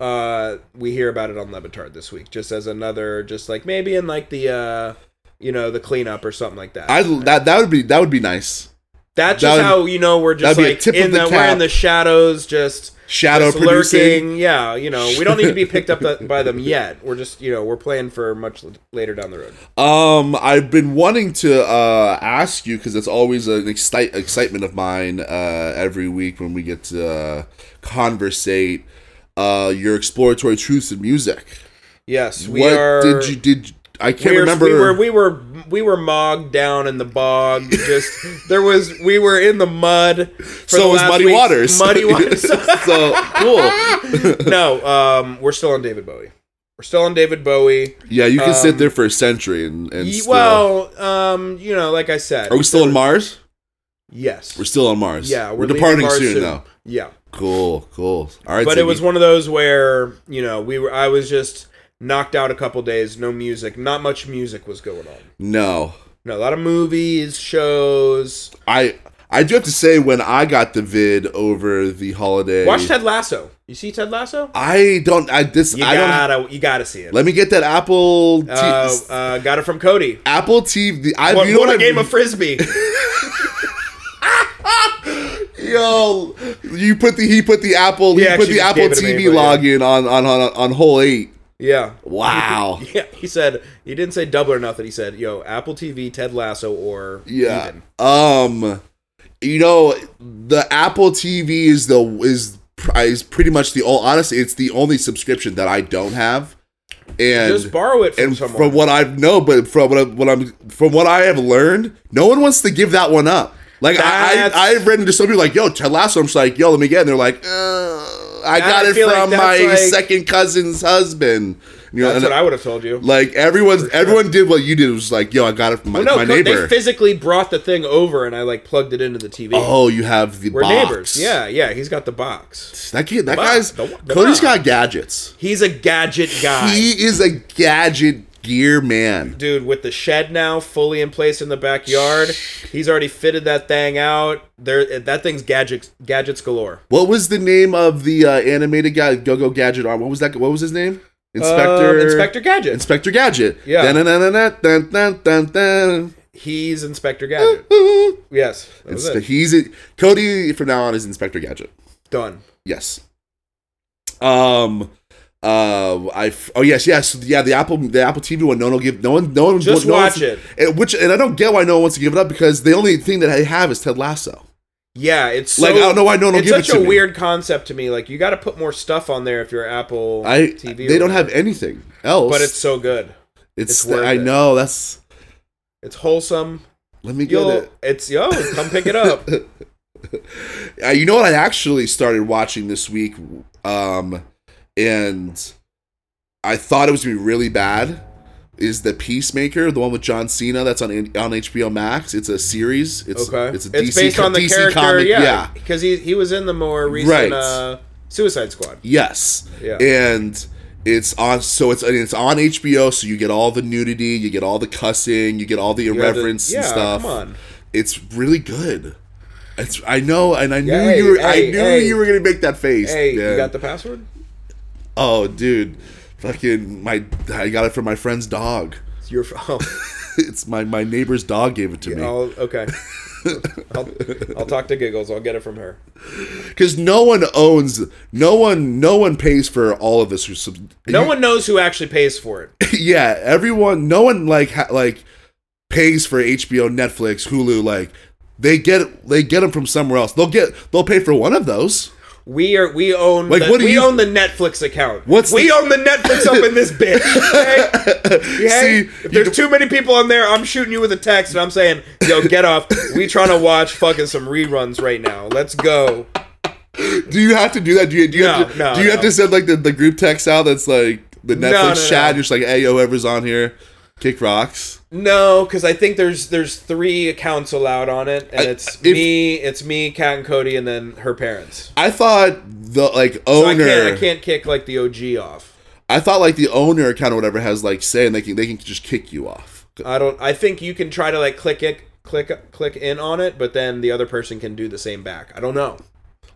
[SPEAKER 2] uh we hear about it on Levitard this week, just as another, just like maybe in like the uh you know the cleanup or something like that.
[SPEAKER 1] I that that would be that would be nice.
[SPEAKER 2] that's just
[SPEAKER 1] that would-
[SPEAKER 2] how you know we're
[SPEAKER 1] that'd
[SPEAKER 2] just
[SPEAKER 1] be a
[SPEAKER 2] like
[SPEAKER 1] tip of
[SPEAKER 2] in
[SPEAKER 1] the
[SPEAKER 2] the, we're
[SPEAKER 1] cap.
[SPEAKER 2] in the shadows, just
[SPEAKER 1] Shadow
[SPEAKER 2] just
[SPEAKER 1] producing.
[SPEAKER 2] lurking. Yeah, you know we don't need to
[SPEAKER 1] <laughs>
[SPEAKER 2] be picked up th- by them yet. We're just you know we're playing for much l- later down the road.
[SPEAKER 1] Um, I've been wanting to uh, ask you because it's always an excite- excitement of mine uh, every week when we get to uh, conversate uh, your exploratory truths in music.
[SPEAKER 2] Yes, we
[SPEAKER 1] what
[SPEAKER 2] are.
[SPEAKER 1] did you did? you- I can't
[SPEAKER 2] we were,
[SPEAKER 1] remember.
[SPEAKER 2] We were we were we were mogged down in the bog. Just <laughs> there was we were in the mud. For
[SPEAKER 1] so
[SPEAKER 2] the
[SPEAKER 1] it was
[SPEAKER 2] last
[SPEAKER 1] Muddy
[SPEAKER 2] week's-
[SPEAKER 1] Waters. <laughs>
[SPEAKER 2] Muddy waters.
[SPEAKER 1] so cool.
[SPEAKER 2] no, um, we're still on David Bowie. We're still on David Bowie.
[SPEAKER 1] Yeah, you can
[SPEAKER 2] Um,
[SPEAKER 1] sit there for a century and and
[SPEAKER 2] Ye-
[SPEAKER 1] still-
[SPEAKER 2] well, um, you know, like I said,
[SPEAKER 1] Are we still on Mars?
[SPEAKER 2] yes,
[SPEAKER 1] We're still on Mars.
[SPEAKER 2] yeah,
[SPEAKER 1] we're,
[SPEAKER 2] leaving
[SPEAKER 1] departing
[SPEAKER 2] Mars
[SPEAKER 1] soon, though.
[SPEAKER 2] Yeah,
[SPEAKER 1] Cool, cool. All right,
[SPEAKER 2] but it
[SPEAKER 1] Ziggy.
[SPEAKER 2] was one of those where you know we were. I was just knocked out a couple days. No music. Not much music was going on.
[SPEAKER 1] no.
[SPEAKER 2] No, a lot of movies, shows.
[SPEAKER 1] I I do have to say when I got the vid over the holiday.
[SPEAKER 2] Watch Ted Lasso. You see Ted Lasso?
[SPEAKER 1] I don't. I this.
[SPEAKER 2] You
[SPEAKER 1] I don't.
[SPEAKER 2] gotta, you gotta see it.
[SPEAKER 1] Let me get that Apple. T-
[SPEAKER 2] Uh, uh, got it from Cody.
[SPEAKER 1] Apple TV. I,
[SPEAKER 2] What,
[SPEAKER 1] you know
[SPEAKER 2] what
[SPEAKER 1] what
[SPEAKER 2] a
[SPEAKER 1] I-
[SPEAKER 2] game
[SPEAKER 1] <laughs>
[SPEAKER 2] of frisbee!
[SPEAKER 1] Yo, you put the he put the Apple.
[SPEAKER 2] He
[SPEAKER 1] He put
[SPEAKER 2] actually
[SPEAKER 1] the
[SPEAKER 2] just
[SPEAKER 1] Apple
[SPEAKER 2] gave it to me,
[SPEAKER 1] TV
[SPEAKER 2] but yeah.
[SPEAKER 1] login on, on on on hole eight.
[SPEAKER 2] yeah,
[SPEAKER 1] Wow.
[SPEAKER 2] <laughs> yeah. He said he didn't say double or nothing. He said, "Yo, Apple TV, Ted Lasso, or
[SPEAKER 1] Yeah.
[SPEAKER 2] Eden."
[SPEAKER 1] Um, you know, the Apple TV is the is pr- is pretty much the all. Honestly, it's the only subscription that I don't have, and
[SPEAKER 2] Just borrow it from
[SPEAKER 1] and
[SPEAKER 2] someone.
[SPEAKER 1] from what I know, but from what, I, what I'm from what I have learned, no one wants to give that one up. Like I,
[SPEAKER 2] That's-
[SPEAKER 1] I I've read into some people like, yo, Ted Lasso. I'm just like, yo, let me get. It. And they're like, uh, I
[SPEAKER 2] That
[SPEAKER 1] got
[SPEAKER 2] I
[SPEAKER 1] it
[SPEAKER 2] feel like
[SPEAKER 1] from
[SPEAKER 2] that's
[SPEAKER 1] my
[SPEAKER 2] like-
[SPEAKER 1] second cousin's husband. You know,
[SPEAKER 2] That's
[SPEAKER 1] and,
[SPEAKER 2] what I would have told you.
[SPEAKER 1] like everyone's everyone did what you did. It was like, yo, I got it from my,
[SPEAKER 2] no,
[SPEAKER 1] my
[SPEAKER 2] co-
[SPEAKER 1] neighbor.
[SPEAKER 2] they physically brought the thing over, and I like plugged it into the TV.
[SPEAKER 1] Oh, you have the
[SPEAKER 2] We're
[SPEAKER 1] box.
[SPEAKER 2] neighbors. Yeah, yeah. He's got the box.
[SPEAKER 1] That kid, that
[SPEAKER 2] Wow.
[SPEAKER 1] guy's
[SPEAKER 2] The-
[SPEAKER 1] Cody's
[SPEAKER 2] the wow.
[SPEAKER 1] got gadgets.
[SPEAKER 2] He's a gadget guy.
[SPEAKER 1] He is a gadget gear man.
[SPEAKER 2] dude with the shed now fully in place in the backyard he's already fitted that thing out there that thing's gadgets gadgets galore
[SPEAKER 1] What was the name of the uh, animated guy? Go Go Gadget Arm. What was that? What was his name? Uh, Inspector.
[SPEAKER 2] Um, inspector gadget
[SPEAKER 1] Inspector Gadget.
[SPEAKER 2] Yeah.
[SPEAKER 1] Dun-dun-dun-dun-dun, dun-dun-dun-dun.
[SPEAKER 2] he's
[SPEAKER 1] <laughs>
[SPEAKER 2] inspector gadget
[SPEAKER 1] Ooh.
[SPEAKER 2] yes that was
[SPEAKER 1] Inspe-
[SPEAKER 2] it.
[SPEAKER 1] He's a- Cody from now on is Inspector Gadget.
[SPEAKER 2] done
[SPEAKER 1] Yes. Um. Uh. I. f- Oh yes. Yes. Yeah. The Apple. The Apple TV one. No one will give. No one. No one.
[SPEAKER 2] Just
[SPEAKER 1] no one wants-
[SPEAKER 2] watch it.
[SPEAKER 1] And which and I don't get why no one wants to give it up because the only thing that I have is Ted Lasso.
[SPEAKER 2] yeah it's so,
[SPEAKER 1] Like I don't know why no one will
[SPEAKER 2] it's
[SPEAKER 1] give it
[SPEAKER 2] such
[SPEAKER 1] to
[SPEAKER 2] a
[SPEAKER 1] me.
[SPEAKER 2] weird concept to me like you got to put more stuff on there if you're apple
[SPEAKER 1] I
[SPEAKER 2] tv or
[SPEAKER 1] they don't have
[SPEAKER 2] whatever.
[SPEAKER 1] anything else.
[SPEAKER 2] but it's so good
[SPEAKER 1] it's,
[SPEAKER 2] it's
[SPEAKER 1] the-
[SPEAKER 2] worth
[SPEAKER 1] I
[SPEAKER 2] it.
[SPEAKER 1] know that's
[SPEAKER 2] it's wholesome
[SPEAKER 1] let me get
[SPEAKER 2] you'll
[SPEAKER 1] it.
[SPEAKER 2] it's yo come pick
[SPEAKER 1] <laughs>
[SPEAKER 2] it up
[SPEAKER 1] Uh, you know what I actually started watching this week, um, and I thought it was gonna be really bad. Is the Peacemaker the one with John Cena that's on on HBO Max? It's a series. It's
[SPEAKER 2] okay
[SPEAKER 1] It's a DC,
[SPEAKER 2] based on the
[SPEAKER 1] DC
[SPEAKER 2] character
[SPEAKER 1] comic.
[SPEAKER 2] yeah because he, he was in the more recent
[SPEAKER 1] Right.
[SPEAKER 2] uh suicide squad
[SPEAKER 1] Yes.
[SPEAKER 2] Yeah.
[SPEAKER 1] And it's on so it's and it's on HBO so you get all the nudity, you get all the cussing, you get all the
[SPEAKER 2] You had to-
[SPEAKER 1] irreverence and stuff.
[SPEAKER 2] Come on.
[SPEAKER 1] It's really good. It's I know and I knew
[SPEAKER 2] hey,
[SPEAKER 1] you were
[SPEAKER 2] hey,
[SPEAKER 1] I knew
[SPEAKER 2] hey.
[SPEAKER 1] you were going to make that face.
[SPEAKER 2] Hey, you
[SPEAKER 1] man.
[SPEAKER 2] got the password?
[SPEAKER 1] Oh, dude. Fucking my I got it from my friend's dog. <laughs>
[SPEAKER 2] It's your <laughs> oh, phone.
[SPEAKER 1] it's my my neighbor's dog gave it to me.
[SPEAKER 2] I'll, oh, okay. I'll, I'll talk to Giggles. I'll get it from her.
[SPEAKER 1] Cuz no one owns no one no one pays for all of this. <laughs>
[SPEAKER 2] No one knows who actually pays for it.
[SPEAKER 1] yeah, everyone, no one like ha- like pays for HBO, Netflix, Hulu. Like they get they get them from somewhere else. They'll get they'll pay for one of those.
[SPEAKER 2] We are we own
[SPEAKER 1] Like,
[SPEAKER 2] the,
[SPEAKER 1] what do
[SPEAKER 2] we
[SPEAKER 1] you-
[SPEAKER 2] own the Netflix account.
[SPEAKER 1] What's
[SPEAKER 2] we
[SPEAKER 1] the-
[SPEAKER 2] own the Netflix up in this
[SPEAKER 1] <laughs>
[SPEAKER 2] bitch. Okay? Okay?
[SPEAKER 1] See,
[SPEAKER 2] if there's too many people on there, I'm shooting you with a text and I'm saying, "Yo, get off. We trying to watch fucking some reruns right now. Let's go."
[SPEAKER 1] Do you have to do that? Do you do you, have, to,
[SPEAKER 2] No, no,
[SPEAKER 1] do you have
[SPEAKER 2] no.
[SPEAKER 1] to send like the, the group text out that's like the Netflix
[SPEAKER 2] no, no.
[SPEAKER 1] chat? You're just like, hey, yo, whoever's on here, kick rocks.
[SPEAKER 2] No, because I think there's there's three accounts allowed on it, and it's
[SPEAKER 1] if-
[SPEAKER 2] me, it's me, Kat and Cody, and then her parents.
[SPEAKER 1] I thought the like
[SPEAKER 2] So I
[SPEAKER 1] owner, I,
[SPEAKER 2] can't I can't kick like the OG off.
[SPEAKER 1] thought like the owner account or whatever has like say, and they can they can just kick you off.
[SPEAKER 2] I don't. I think you can try to like click it, click click in on it, but then the other person can do the same back. I don't know.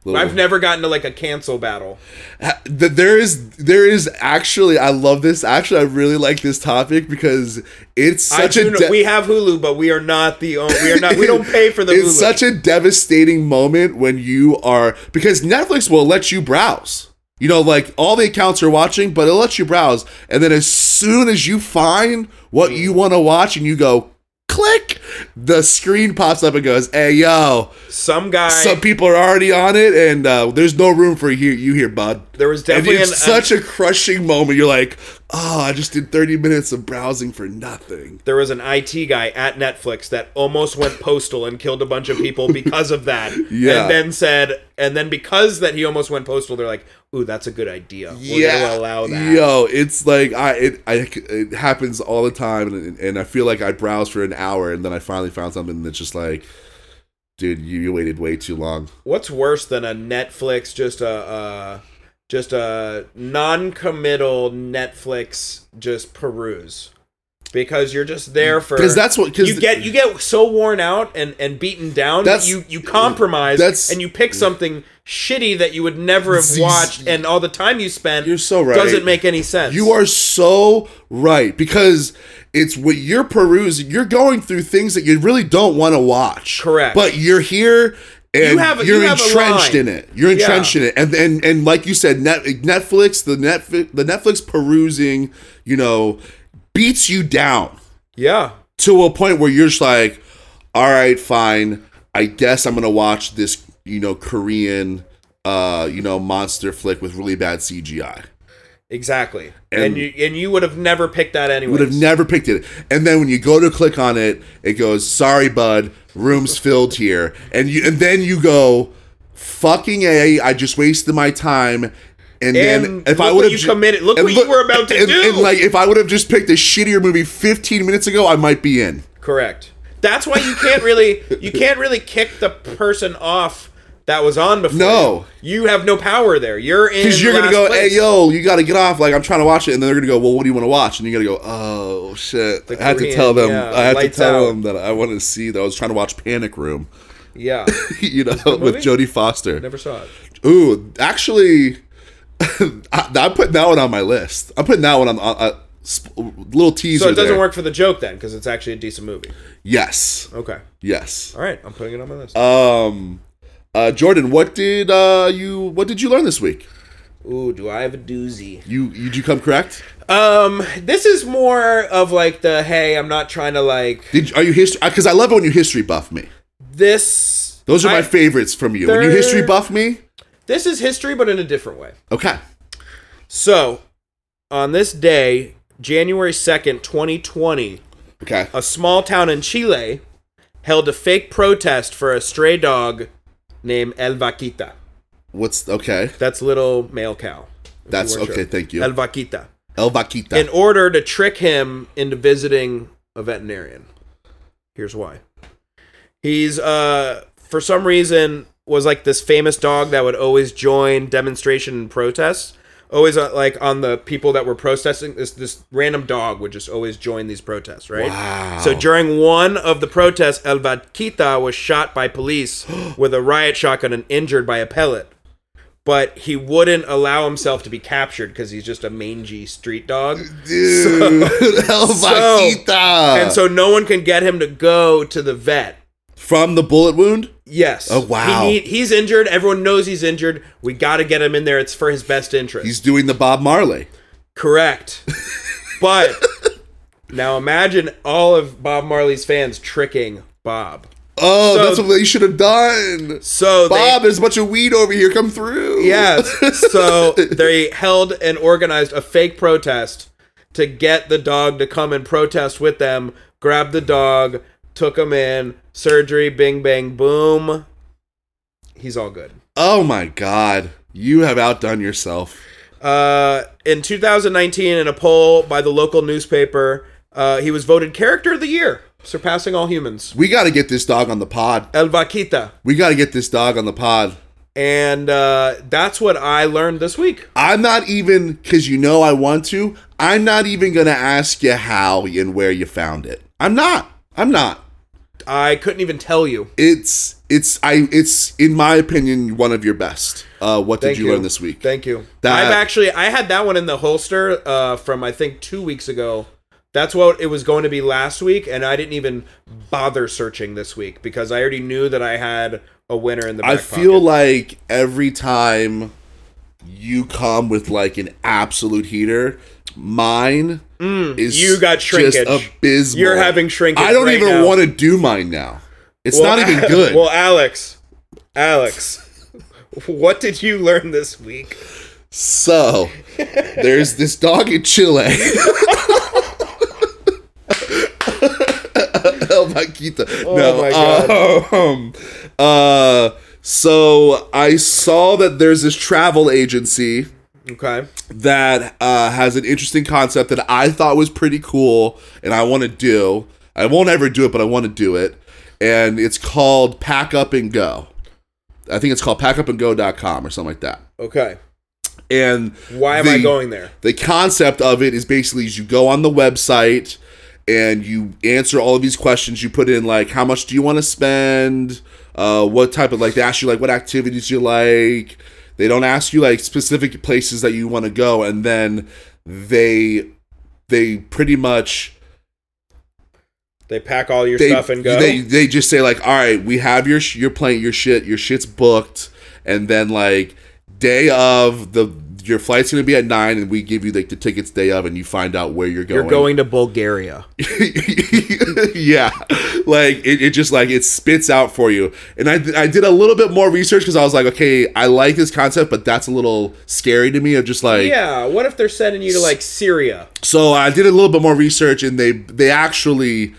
[SPEAKER 1] Little,
[SPEAKER 2] I've never gotten to like a cancel battle.
[SPEAKER 1] Ha- th- there is there is actually I love this. Actually, I really like this topic because it's
[SPEAKER 2] I
[SPEAKER 1] such
[SPEAKER 2] do
[SPEAKER 1] a
[SPEAKER 2] know,
[SPEAKER 1] de-
[SPEAKER 2] we have Hulu, but we are not the own, we are not we don't pay for the
[SPEAKER 1] it's
[SPEAKER 2] Hulu.
[SPEAKER 1] such a devastating moment when you are because Netflix will let you browse. You know, like all the accounts are watching, but it lets you browse. And then as soon as you find what you want to watch and you go click, the screen pops up and goes, "Hey yo,
[SPEAKER 2] Some guy
[SPEAKER 1] some people are already on it, and uh, there's no room for you, you here, bud."
[SPEAKER 2] there was
[SPEAKER 1] And
[SPEAKER 2] definitely
[SPEAKER 1] it's
[SPEAKER 2] an, uh,
[SPEAKER 1] such a crushing moment. You're like, "Oh, I just did 30 minutes of browsing for nothing."
[SPEAKER 2] there was an IT guy at Netflix that almost went postal and killed a bunch of people because of that.
[SPEAKER 1] <laughs> Yeah.
[SPEAKER 2] And then said, and then because that he almost went postal, they're like, "Ooh, that's a good idea. We're gonna allow that."
[SPEAKER 1] Yo, it's like I it I, it happens all the time, and, and I feel like I browse for an hour, and then I finally found something that's just like, dude, you, you waited way too long.
[SPEAKER 2] What's worse than a Netflix just a uh, just a non-committal Netflix just peruse? Because you're just there for
[SPEAKER 1] Because that's what because
[SPEAKER 2] you get you get so worn out and, and beaten down that
[SPEAKER 1] That's-
[SPEAKER 2] you, you compromise
[SPEAKER 1] that's-
[SPEAKER 2] and you pick something shitty that you would never have
[SPEAKER 1] Zs-
[SPEAKER 2] watched and all the time you spent
[SPEAKER 1] You're so right.
[SPEAKER 2] doesn't make any sense.
[SPEAKER 1] You are so right because it's what you're perusing. You're going through things that you really don't want to watch.
[SPEAKER 2] Correct.
[SPEAKER 1] But you're here and you
[SPEAKER 2] have a-
[SPEAKER 1] are
[SPEAKER 2] you have a
[SPEAKER 1] entrenched in
[SPEAKER 2] line.
[SPEAKER 1] it. You're
[SPEAKER 2] Yeah.
[SPEAKER 1] entrenched in it, and and and like you said, Net, Netflix, the Netflix, the Netflix perusing, you know, beats you down
[SPEAKER 2] yeah.
[SPEAKER 1] to a point where you're just like, all right, fine. I guess I'm gonna watch this, you know, Korean, uh, you know, monster flick with really bad CGI.
[SPEAKER 2] Exactly. And, you and you would have never picked that anyway.
[SPEAKER 1] would have never picked it. And then when you go to click on it, it goes, "Sorry, bud, room's filled here." And you and then you go, "Fucking a, I just wasted my time." And, then
[SPEAKER 2] And
[SPEAKER 1] if I
[SPEAKER 2] look
[SPEAKER 1] would
[SPEAKER 2] what
[SPEAKER 1] have
[SPEAKER 2] you committed- look what you were about to do.
[SPEAKER 1] And like if I would have just picked a shittier movie 15 minutes ago, I might be in.
[SPEAKER 2] Correct. That's why you can't really you can't really kick the person off that was on before.
[SPEAKER 1] No.
[SPEAKER 2] You have no power there. You're in
[SPEAKER 1] Because you're gonna
[SPEAKER 2] last
[SPEAKER 1] go,
[SPEAKER 2] place.
[SPEAKER 1] hey yo, you gotta get off. Like I'm trying to watch it, and then they're gonna go, well, what do you want to watch? And you gotta go, oh shit, I had to
[SPEAKER 2] Korean,
[SPEAKER 1] tell them,
[SPEAKER 2] yeah,
[SPEAKER 1] I had to
[SPEAKER 2] lights
[SPEAKER 1] tell
[SPEAKER 2] out.
[SPEAKER 1] them that I wanted to see that I was trying to watch Panic Room, <laughs>
[SPEAKER 2] Yeah.
[SPEAKER 1] you know, with
[SPEAKER 2] movie?
[SPEAKER 1] Jodie Foster.
[SPEAKER 2] Never
[SPEAKER 1] <laughs>
[SPEAKER 2] saw it.
[SPEAKER 1] Ooh, actually, <laughs> I, I'm putting that one on my list. I'm putting that one on a little teaser.
[SPEAKER 2] So it doesn't
[SPEAKER 1] there.
[SPEAKER 2] work for the joke then, because it's actually a decent movie.
[SPEAKER 1] Yes,
[SPEAKER 2] Okay.
[SPEAKER 1] yes.
[SPEAKER 2] All right, I'm putting it on my list.
[SPEAKER 1] Um, uh, Jordan, what did uh, you what did you learn this week?
[SPEAKER 2] Ooh, do I have a doozy?
[SPEAKER 1] You you- did you come correct?
[SPEAKER 2] Um, this is more of like the hey, I'm not trying to like
[SPEAKER 1] Did are you history? Because I love it when you history buff me.
[SPEAKER 2] this.
[SPEAKER 1] Those are my
[SPEAKER 2] I-
[SPEAKER 1] favorites from you. When you
[SPEAKER 2] They're-
[SPEAKER 1] history buff me,
[SPEAKER 2] This is history, but in a different way.
[SPEAKER 1] okay.
[SPEAKER 2] So, on this day, January second, 2020,
[SPEAKER 1] Okay.
[SPEAKER 2] a small town in Chile held a fake protest for a stray dog named El Vaquita.
[SPEAKER 1] What's okay?
[SPEAKER 2] That's little male cow. if
[SPEAKER 1] That's
[SPEAKER 2] you weren't
[SPEAKER 1] okay.
[SPEAKER 2] sure.
[SPEAKER 1] Thank you.
[SPEAKER 2] El
[SPEAKER 1] El,
[SPEAKER 2] Vaquita.
[SPEAKER 1] Vaquita. <laughs>
[SPEAKER 2] in order to trick him into visiting a veterinarian. Here's why. He's uh for some reason was like this famous dog that would always join demonstration and protests. Always uh, like on the people that were protesting this this random dog would just always join these protests, right?
[SPEAKER 1] Wow.
[SPEAKER 2] So during one of the protests, El Vaquita was shot by police with a riot shotgun and injured by a pellet but he wouldn't allow himself to be captured because he's just a mangy street dog.
[SPEAKER 1] Dude, El Vaquita.
[SPEAKER 2] and so no one can get him to go to the vet.
[SPEAKER 1] from the bullet wound.
[SPEAKER 2] Yes.
[SPEAKER 1] Oh, wow.
[SPEAKER 2] He need, he's injured. Everyone knows he's injured. We got to get him in there. It's for his best interest.
[SPEAKER 1] He's doing the Bob Marley. <laughs>
[SPEAKER 2] Correct. but now imagine all of Bob Marley's fans tricking Bob.
[SPEAKER 1] Oh,
[SPEAKER 2] So-
[SPEAKER 1] that's what they should have done.
[SPEAKER 2] So they,
[SPEAKER 1] Bob, there's a bunch of weed over here. Come through. <laughs>
[SPEAKER 2] Yes. So they held and organized a fake protest to get the dog to come and protest with them. Grabbed the dog, took him in, surgery, bing bang boom. He's all good.
[SPEAKER 1] Oh my God, you have outdone yourself.
[SPEAKER 2] Uh, in 2019, in a poll by the local newspaper, uh, he was voted Character of the Year, surpassing all humans.
[SPEAKER 1] We got to get this dog on the pod.
[SPEAKER 2] El Vaquita.
[SPEAKER 1] We got to get this dog on the pod.
[SPEAKER 2] And uh, that's what I learned this week.
[SPEAKER 1] I'm not even because you know I want to. I'm not even gonna ask you how and where you found it. I'm not. I'm not.
[SPEAKER 2] I couldn't even tell you.
[SPEAKER 1] It's it's I it's in my opinion one of your best. Uh, what did
[SPEAKER 2] Thank
[SPEAKER 1] you,
[SPEAKER 2] you.
[SPEAKER 1] learn this week?
[SPEAKER 2] Thank you.
[SPEAKER 1] That-
[SPEAKER 2] I've actually I had that one in the holster uh, from I think two weeks ago. That's what it was going to be last week, and I didn't even bother searching this week because I already knew that I had a winner in the. Back
[SPEAKER 1] I feel
[SPEAKER 2] pocket.
[SPEAKER 1] like every time you come with like an absolute heater, mine is
[SPEAKER 2] Mm, you got shrinkage.
[SPEAKER 1] Just abysmal.
[SPEAKER 2] You're having shrinkage
[SPEAKER 1] I don't
[SPEAKER 2] right
[SPEAKER 1] even
[SPEAKER 2] now.
[SPEAKER 1] want to do mine now. It's
[SPEAKER 2] Well,
[SPEAKER 1] not
[SPEAKER 2] <laughs>
[SPEAKER 1] even
[SPEAKER 2] Al-
[SPEAKER 1] good.
[SPEAKER 2] Well, Alex, Alex, what did you learn this week?
[SPEAKER 1] so there's this dog in Chile. <laughs> El Vaquita. no,
[SPEAKER 2] Oh my God.
[SPEAKER 1] um, uh, so I saw that there's this travel agency
[SPEAKER 2] Okay.
[SPEAKER 1] that uh, has an interesting concept that I thought was pretty cool and I want to do. I won't ever do it, but I want to do it. And it's called Pack Up and Go. I think it's called packupandgo.com or something like that.
[SPEAKER 2] Okay.
[SPEAKER 1] And
[SPEAKER 2] Why am I
[SPEAKER 1] the-
[SPEAKER 2] going there?
[SPEAKER 1] the concept of it is basically is you go on the website and you answer all of these questions you put in like how much do you want to spend uh, what type of like they ask you like what activities you like they don't ask you like specific places that you want to go and then they they pretty much
[SPEAKER 2] They pack all your
[SPEAKER 1] they,
[SPEAKER 2] stuff and go.
[SPEAKER 1] They they just say like, all right, we have your sh- your plane, your shit, your shit's booked, and then like day of the your flight's gonna be at nine, and we give you like the tickets day of, and you find out where you're going.
[SPEAKER 2] You're going to Bulgaria.
[SPEAKER 1] <laughs> yeah, like it, it just like it spits out for you. And I I did a little bit more research because I was like, okay, I like this concept, but that's a little scary to me. Of just like
[SPEAKER 2] Yeah. What if they're sending you to like Syria?
[SPEAKER 1] so I did a little bit more research, and they they actually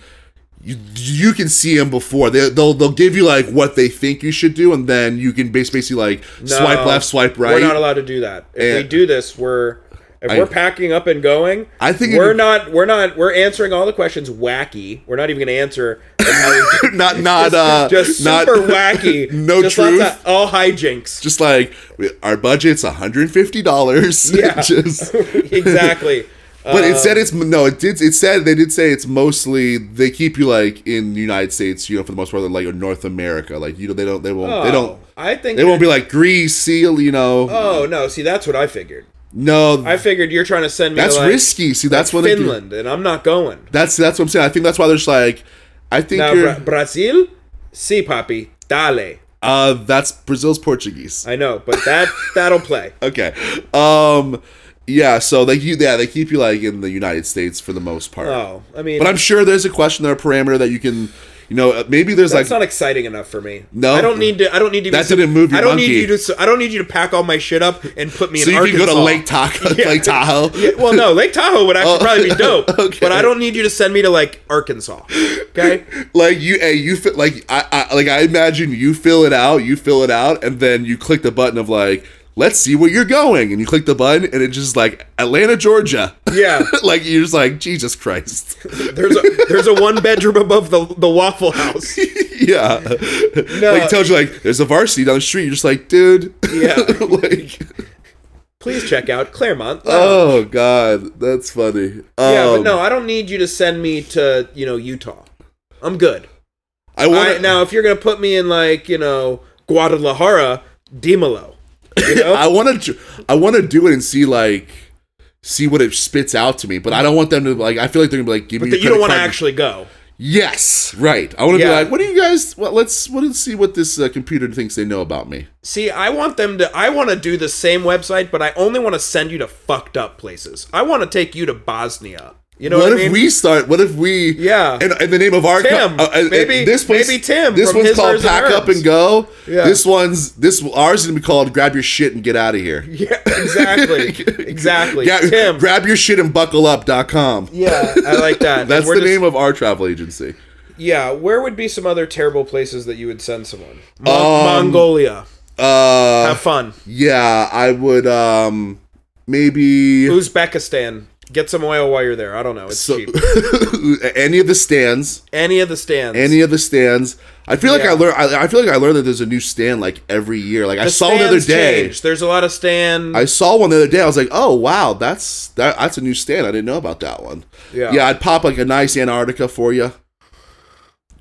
[SPEAKER 1] you, you can see them before they they'll they'll give you like what they think you should do, and then you can bas- basically like swipe
[SPEAKER 2] No,
[SPEAKER 1] left, swipe
[SPEAKER 2] We're not
[SPEAKER 1] right.
[SPEAKER 2] allowed to do that. If we
[SPEAKER 1] And-
[SPEAKER 2] do this, we're if we're packing up and going,
[SPEAKER 1] I think it
[SPEAKER 2] we're
[SPEAKER 1] would-
[SPEAKER 2] not. We're not. We're answering all the questions wacky. We're not even going to answer.
[SPEAKER 1] <laughs> Not <laughs> not uh
[SPEAKER 2] just
[SPEAKER 1] not
[SPEAKER 2] super wacky.
[SPEAKER 1] No
[SPEAKER 2] just
[SPEAKER 1] truth.
[SPEAKER 2] Lots of, all
[SPEAKER 1] <laughs>
[SPEAKER 2] hijinks.
[SPEAKER 1] just like we- our budget's one hundred and fifty dollars. <laughs>
[SPEAKER 2] Yeah. <laughs> Um.
[SPEAKER 1] just.
[SPEAKER 2] exactly.
[SPEAKER 1] <laughs> But it said it's no. It did. It said they did say it's mostly they keep you like in the United States, you know, for the most part, like in North America. Like you know, they don't, they won't, they don't,
[SPEAKER 2] Oh, I think
[SPEAKER 1] they won't be like Greece, seal, you know.
[SPEAKER 2] Oh no! See, that's what I figured.
[SPEAKER 1] no,
[SPEAKER 2] I figured you're trying to send me
[SPEAKER 1] That's
[SPEAKER 2] to, like,
[SPEAKER 1] risky. See, that's what It,
[SPEAKER 2] Finland, and I'm not going.
[SPEAKER 1] that's that's what I'm saying. I think that's why there's like, I think
[SPEAKER 2] Now,
[SPEAKER 1] you're,
[SPEAKER 2] Bra- Brazil, si papi, dale.
[SPEAKER 1] uh, that's Brazil's Portuguese.
[SPEAKER 2] I know, but
[SPEAKER 1] <laughs>
[SPEAKER 2] that that'll play.
[SPEAKER 1] Okay, um, yeah. So like you, yeah, they keep you like in the United States for the most part.
[SPEAKER 2] Oh, I mean,
[SPEAKER 1] But I'm sure there's a question or a parameter that you can, you know, uh, maybe there's
[SPEAKER 2] that's
[SPEAKER 1] like
[SPEAKER 2] not exciting enough for me.
[SPEAKER 1] No?
[SPEAKER 2] I don't need to. I don't need to.
[SPEAKER 1] That
[SPEAKER 2] be,
[SPEAKER 1] didn't move your
[SPEAKER 2] I don't
[SPEAKER 1] monkey.
[SPEAKER 2] need you to. s- I don't need you to pack all my shit up and put me
[SPEAKER 1] so
[SPEAKER 2] in
[SPEAKER 1] you
[SPEAKER 2] Arkansas.
[SPEAKER 1] can go to Lake Tahoe, Lake Tahoe.
[SPEAKER 2] <laughs> Yeah, well, no, Lake Tahoe would actually
[SPEAKER 1] <laughs> Oh,
[SPEAKER 2] probably be dope.
[SPEAKER 1] okay.
[SPEAKER 2] But I don't need you to send me to like Arkansas.
[SPEAKER 1] <laughs>
[SPEAKER 2] Okay.
[SPEAKER 1] Like you, hey, you fit like I, I, like I imagine you fill it out, you fill it out, and then you click the button of like, let's see where you're going, and you click the button, and it just like Atlanta, Georgia. <laughs>
[SPEAKER 2] Yeah.
[SPEAKER 1] like you're just like Jesus Christ. <laughs>
[SPEAKER 2] There's a there's a one bedroom above the the Waffle House.
[SPEAKER 1] yeah. Like it tells you like there's a varsity down the street. You're just like, dude.
[SPEAKER 2] <laughs> Yeah.
[SPEAKER 1] <laughs> like
[SPEAKER 2] Please check out Claremont. Um,
[SPEAKER 1] oh god, that's funny.
[SPEAKER 2] yeah, but
[SPEAKER 1] Um,
[SPEAKER 2] no, I don't need you to send me to you know Utah. I'm good.
[SPEAKER 1] I
[SPEAKER 2] All
[SPEAKER 1] want
[SPEAKER 2] right, now if you're gonna put me in like you know Guadalajara, Dimelo. You know?
[SPEAKER 1] I want to. I want to do it and see like see what it spits out to me. But I don't want them to like. I feel like they're gonna be like, give me.
[SPEAKER 2] that
[SPEAKER 1] your
[SPEAKER 2] you don't
[SPEAKER 1] credit
[SPEAKER 2] want to
[SPEAKER 1] card.
[SPEAKER 2] actually go.
[SPEAKER 1] Yes, right. I want to
[SPEAKER 2] Yeah.
[SPEAKER 1] be like, what do you guys? Well, let's well, let's see what this uh, computer thinks they know about me.
[SPEAKER 2] See, I want them to. I want to do the same website, but I only want to send you to fucked up places. I want to take you to Bosnia. You know
[SPEAKER 1] what
[SPEAKER 2] what, I
[SPEAKER 1] if
[SPEAKER 2] mean?
[SPEAKER 1] we start? What if we?
[SPEAKER 2] Yeah.
[SPEAKER 1] And in the name of our co-
[SPEAKER 2] Tim,
[SPEAKER 1] uh, and
[SPEAKER 2] maybe- maybe Tim
[SPEAKER 1] This
[SPEAKER 2] from
[SPEAKER 1] one's
[SPEAKER 2] His,
[SPEAKER 1] called
[SPEAKER 2] Hers, and
[SPEAKER 1] Pack Up
[SPEAKER 2] Hers.
[SPEAKER 1] and Go.
[SPEAKER 2] Yeah.
[SPEAKER 1] This one's this ours is gonna be called Grab Your Shit and Get Out of Here.
[SPEAKER 2] <laughs> yeah,
[SPEAKER 1] <laughs>
[SPEAKER 2] exactly, exactly.
[SPEAKER 1] Yeah,
[SPEAKER 2] Tim.
[SPEAKER 1] grab your shit and buckle up.com.
[SPEAKER 2] yeah, I
[SPEAKER 1] <laughs>
[SPEAKER 2] like that.
[SPEAKER 1] That's
[SPEAKER 2] We're
[SPEAKER 1] the
[SPEAKER 2] just-
[SPEAKER 1] name of our travel agency.
[SPEAKER 2] Yeah, where would be some other terrible places that you would send someone? Mon-
[SPEAKER 1] Um,
[SPEAKER 2] Mongolia.
[SPEAKER 1] Uh,
[SPEAKER 2] Have fun.
[SPEAKER 1] Yeah, I would um maybe
[SPEAKER 2] Uzbekistan. Get some oil while you're there. I don't know. It's
[SPEAKER 1] so,
[SPEAKER 2] cheap.
[SPEAKER 1] <laughs> any of the stands,
[SPEAKER 2] Any of the stands.
[SPEAKER 1] any of the stands. I feel like
[SPEAKER 2] Yeah.
[SPEAKER 1] I learned. I, I feel like I learned that there's a new stand like every year. Like I
[SPEAKER 2] The
[SPEAKER 1] saw the other
[SPEAKER 2] stands
[SPEAKER 1] day.
[SPEAKER 2] change. There's a lot of stand.
[SPEAKER 1] I saw one the other day. I was like, "Oh wow, that's that, that's a new stand. I didn't know about that one."
[SPEAKER 2] Yeah.
[SPEAKER 1] yeah. I'd pop like a nice Antarctica for you.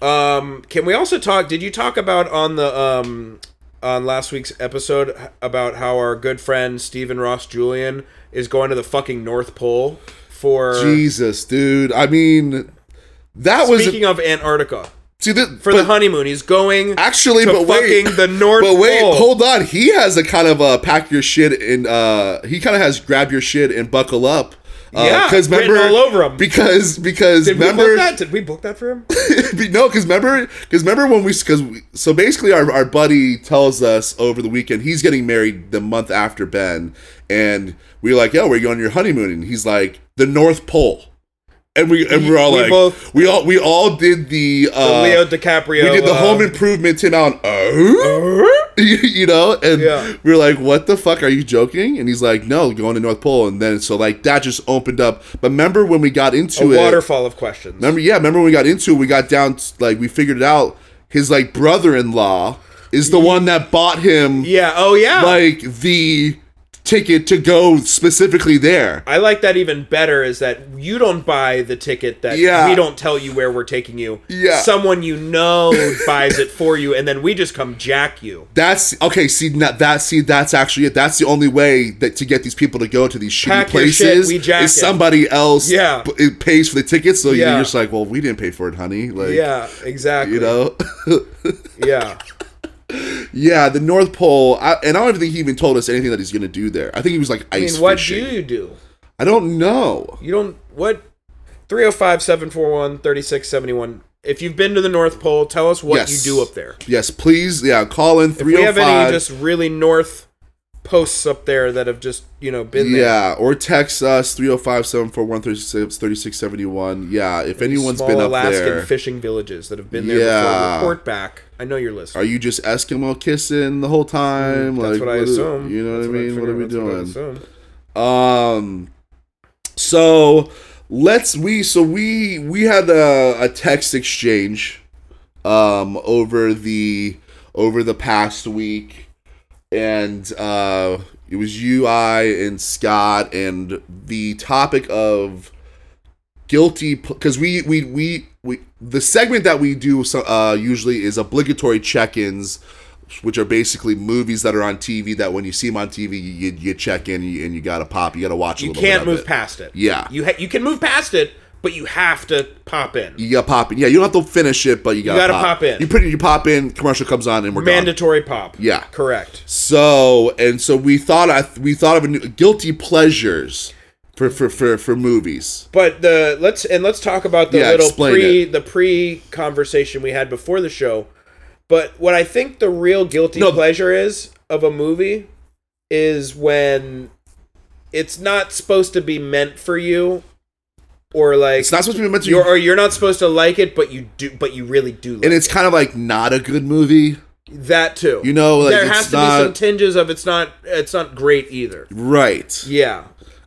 [SPEAKER 2] Um, can we also talk? Did you talk about on the um on last week's episode h- about how our good friend Stephen Ross Julian is going to the fucking North Pole for
[SPEAKER 1] Jesus, dude. I mean, that was
[SPEAKER 2] speaking of Antarctica
[SPEAKER 1] see the,
[SPEAKER 2] for the honeymoon? He's going
[SPEAKER 1] actually,
[SPEAKER 2] to
[SPEAKER 1] but
[SPEAKER 2] fucking
[SPEAKER 1] wait,
[SPEAKER 2] the North
[SPEAKER 1] but wait,
[SPEAKER 2] Pole.
[SPEAKER 1] hold on. He has a kind of a pack your shit and uh, he kind of has grab your shit and buckle up. Uh,
[SPEAKER 2] Yeah,
[SPEAKER 1] because
[SPEAKER 2] written
[SPEAKER 1] remember,
[SPEAKER 2] all over him.
[SPEAKER 1] because because
[SPEAKER 2] Did we
[SPEAKER 1] remember
[SPEAKER 2] book that? Did we book that for him?
[SPEAKER 1] <laughs> Be- no, because remember, because remember when we, because so basically, our, our buddy tells us over the weekend he's getting married the month after Ben, and we were like, "Yo, where you on your honeymoon?" And he's like, "The North Pole," and we and we're all
[SPEAKER 2] We
[SPEAKER 1] like,
[SPEAKER 2] both-
[SPEAKER 1] "We all we all did the, uh,
[SPEAKER 2] Leo DiCaprio.
[SPEAKER 1] we did the
[SPEAKER 2] uh,
[SPEAKER 1] home improvement Tim Allen, oh, <laughs> you know, and
[SPEAKER 2] Yeah.
[SPEAKER 1] we we're like, "What the fuck are you joking?" And he's like, "No, going to North Pole," and then so like that just opened up. But remember when we got
[SPEAKER 2] a
[SPEAKER 1] into it,
[SPEAKER 2] waterfall of questions.
[SPEAKER 1] Remember, yeah, remember when we got into it, we got down, t- like, we figured it out. His, like, brother in law is the one that bought him,
[SPEAKER 2] Yeah. Oh yeah.
[SPEAKER 1] like, the ticket to go specifically there.
[SPEAKER 2] I like that even better is that you don't buy the ticket that
[SPEAKER 1] Yeah.
[SPEAKER 2] we don't tell you where we're taking you.
[SPEAKER 1] Yeah.
[SPEAKER 2] Someone you
[SPEAKER 1] <laughs>
[SPEAKER 2] know buys it for you and then we just come jack you.
[SPEAKER 1] That's okay. See that, that see that's actually it. That's the only way that to get these people to go to these shitty
[SPEAKER 2] Pack your shit,
[SPEAKER 1] places
[SPEAKER 2] we jack
[SPEAKER 1] is
[SPEAKER 2] it.
[SPEAKER 1] somebody else.
[SPEAKER 2] Yeah.
[SPEAKER 1] p- it pays for the tickets, so
[SPEAKER 2] Yeah.
[SPEAKER 1] you're just like, well, we didn't pay for it, honey. Like,
[SPEAKER 2] Yeah, exactly.
[SPEAKER 1] you know. <laughs>
[SPEAKER 2] Yeah.
[SPEAKER 1] yeah, the North Pole, I, and I don't even think he even told us anything that he's gonna do there. I think he was like
[SPEAKER 2] I
[SPEAKER 1] ice
[SPEAKER 2] mean, what
[SPEAKER 1] fishing.
[SPEAKER 2] do you do?
[SPEAKER 1] I don't know.
[SPEAKER 2] You don't what 305-741-3671. If you've been to the North Pole, tell us what
[SPEAKER 1] Yes.
[SPEAKER 2] you do up there.
[SPEAKER 1] Yes, please. Yeah, call in
[SPEAKER 2] If we have any
[SPEAKER 1] 305.
[SPEAKER 2] just really north posts up there that have just, you know, been there.
[SPEAKER 1] yeah, or text us 305 741 3671. Yeah, if anyone's
[SPEAKER 2] small
[SPEAKER 1] been up
[SPEAKER 2] Alaskan
[SPEAKER 1] there.
[SPEAKER 2] fishing villages that have been there
[SPEAKER 1] Yeah.
[SPEAKER 2] before. Report back. I know you're listening.
[SPEAKER 1] Are you just Eskimo kissing the whole time?
[SPEAKER 2] Mm, That's
[SPEAKER 1] like,
[SPEAKER 2] what I
[SPEAKER 1] is-
[SPEAKER 2] assume.
[SPEAKER 1] You know what
[SPEAKER 2] That's
[SPEAKER 1] I mean? What
[SPEAKER 2] figured-
[SPEAKER 1] are we
[SPEAKER 2] that's what I
[SPEAKER 1] doing? Um,
[SPEAKER 2] assume.
[SPEAKER 1] so let's we so we we had a, a text exchange, um, over the over the past week, and uh, it was you, I, and Scott, and the topic of guilty because we we we we the segment that we do so, uh, usually is obligatory check-ins which are basically movies that are on TV that when you see them on TV you, you, you check in and you, and you gotta pop you gotta watch a
[SPEAKER 2] You
[SPEAKER 1] little
[SPEAKER 2] can't
[SPEAKER 1] bit
[SPEAKER 2] move
[SPEAKER 1] of it.
[SPEAKER 2] past it.
[SPEAKER 1] Yeah.
[SPEAKER 2] You ha- you can move past it, but you have to pop in.
[SPEAKER 1] you gotta pop in yeah you don't have to finish it but you gotta,
[SPEAKER 2] gotta pop in.
[SPEAKER 1] you pretty you pop in commercial comes on and we're done
[SPEAKER 2] Mandatory pop.
[SPEAKER 1] Yeah.
[SPEAKER 2] Correct.
[SPEAKER 1] so and so we thought I, we thought of a new, guilty pleasures for for for, for movies
[SPEAKER 2] But the let's and let's talk about the
[SPEAKER 1] Yeah,
[SPEAKER 2] little
[SPEAKER 1] explain
[SPEAKER 2] pre the pre conversation we had before the show. But what I think the real guilty
[SPEAKER 1] No.
[SPEAKER 2] pleasure is of a movie is when it's not supposed to be meant for you or like
[SPEAKER 1] it's not supposed to be meant to
[SPEAKER 2] you're or you're not supposed to like it, but you do, but you really do. Like
[SPEAKER 1] and it's kind of like not a good movie
[SPEAKER 2] it. that too.
[SPEAKER 1] you know like
[SPEAKER 2] there
[SPEAKER 1] it's
[SPEAKER 2] has to
[SPEAKER 1] not
[SPEAKER 2] be some tinges of it's not it's not great either.
[SPEAKER 1] right
[SPEAKER 2] Yeah,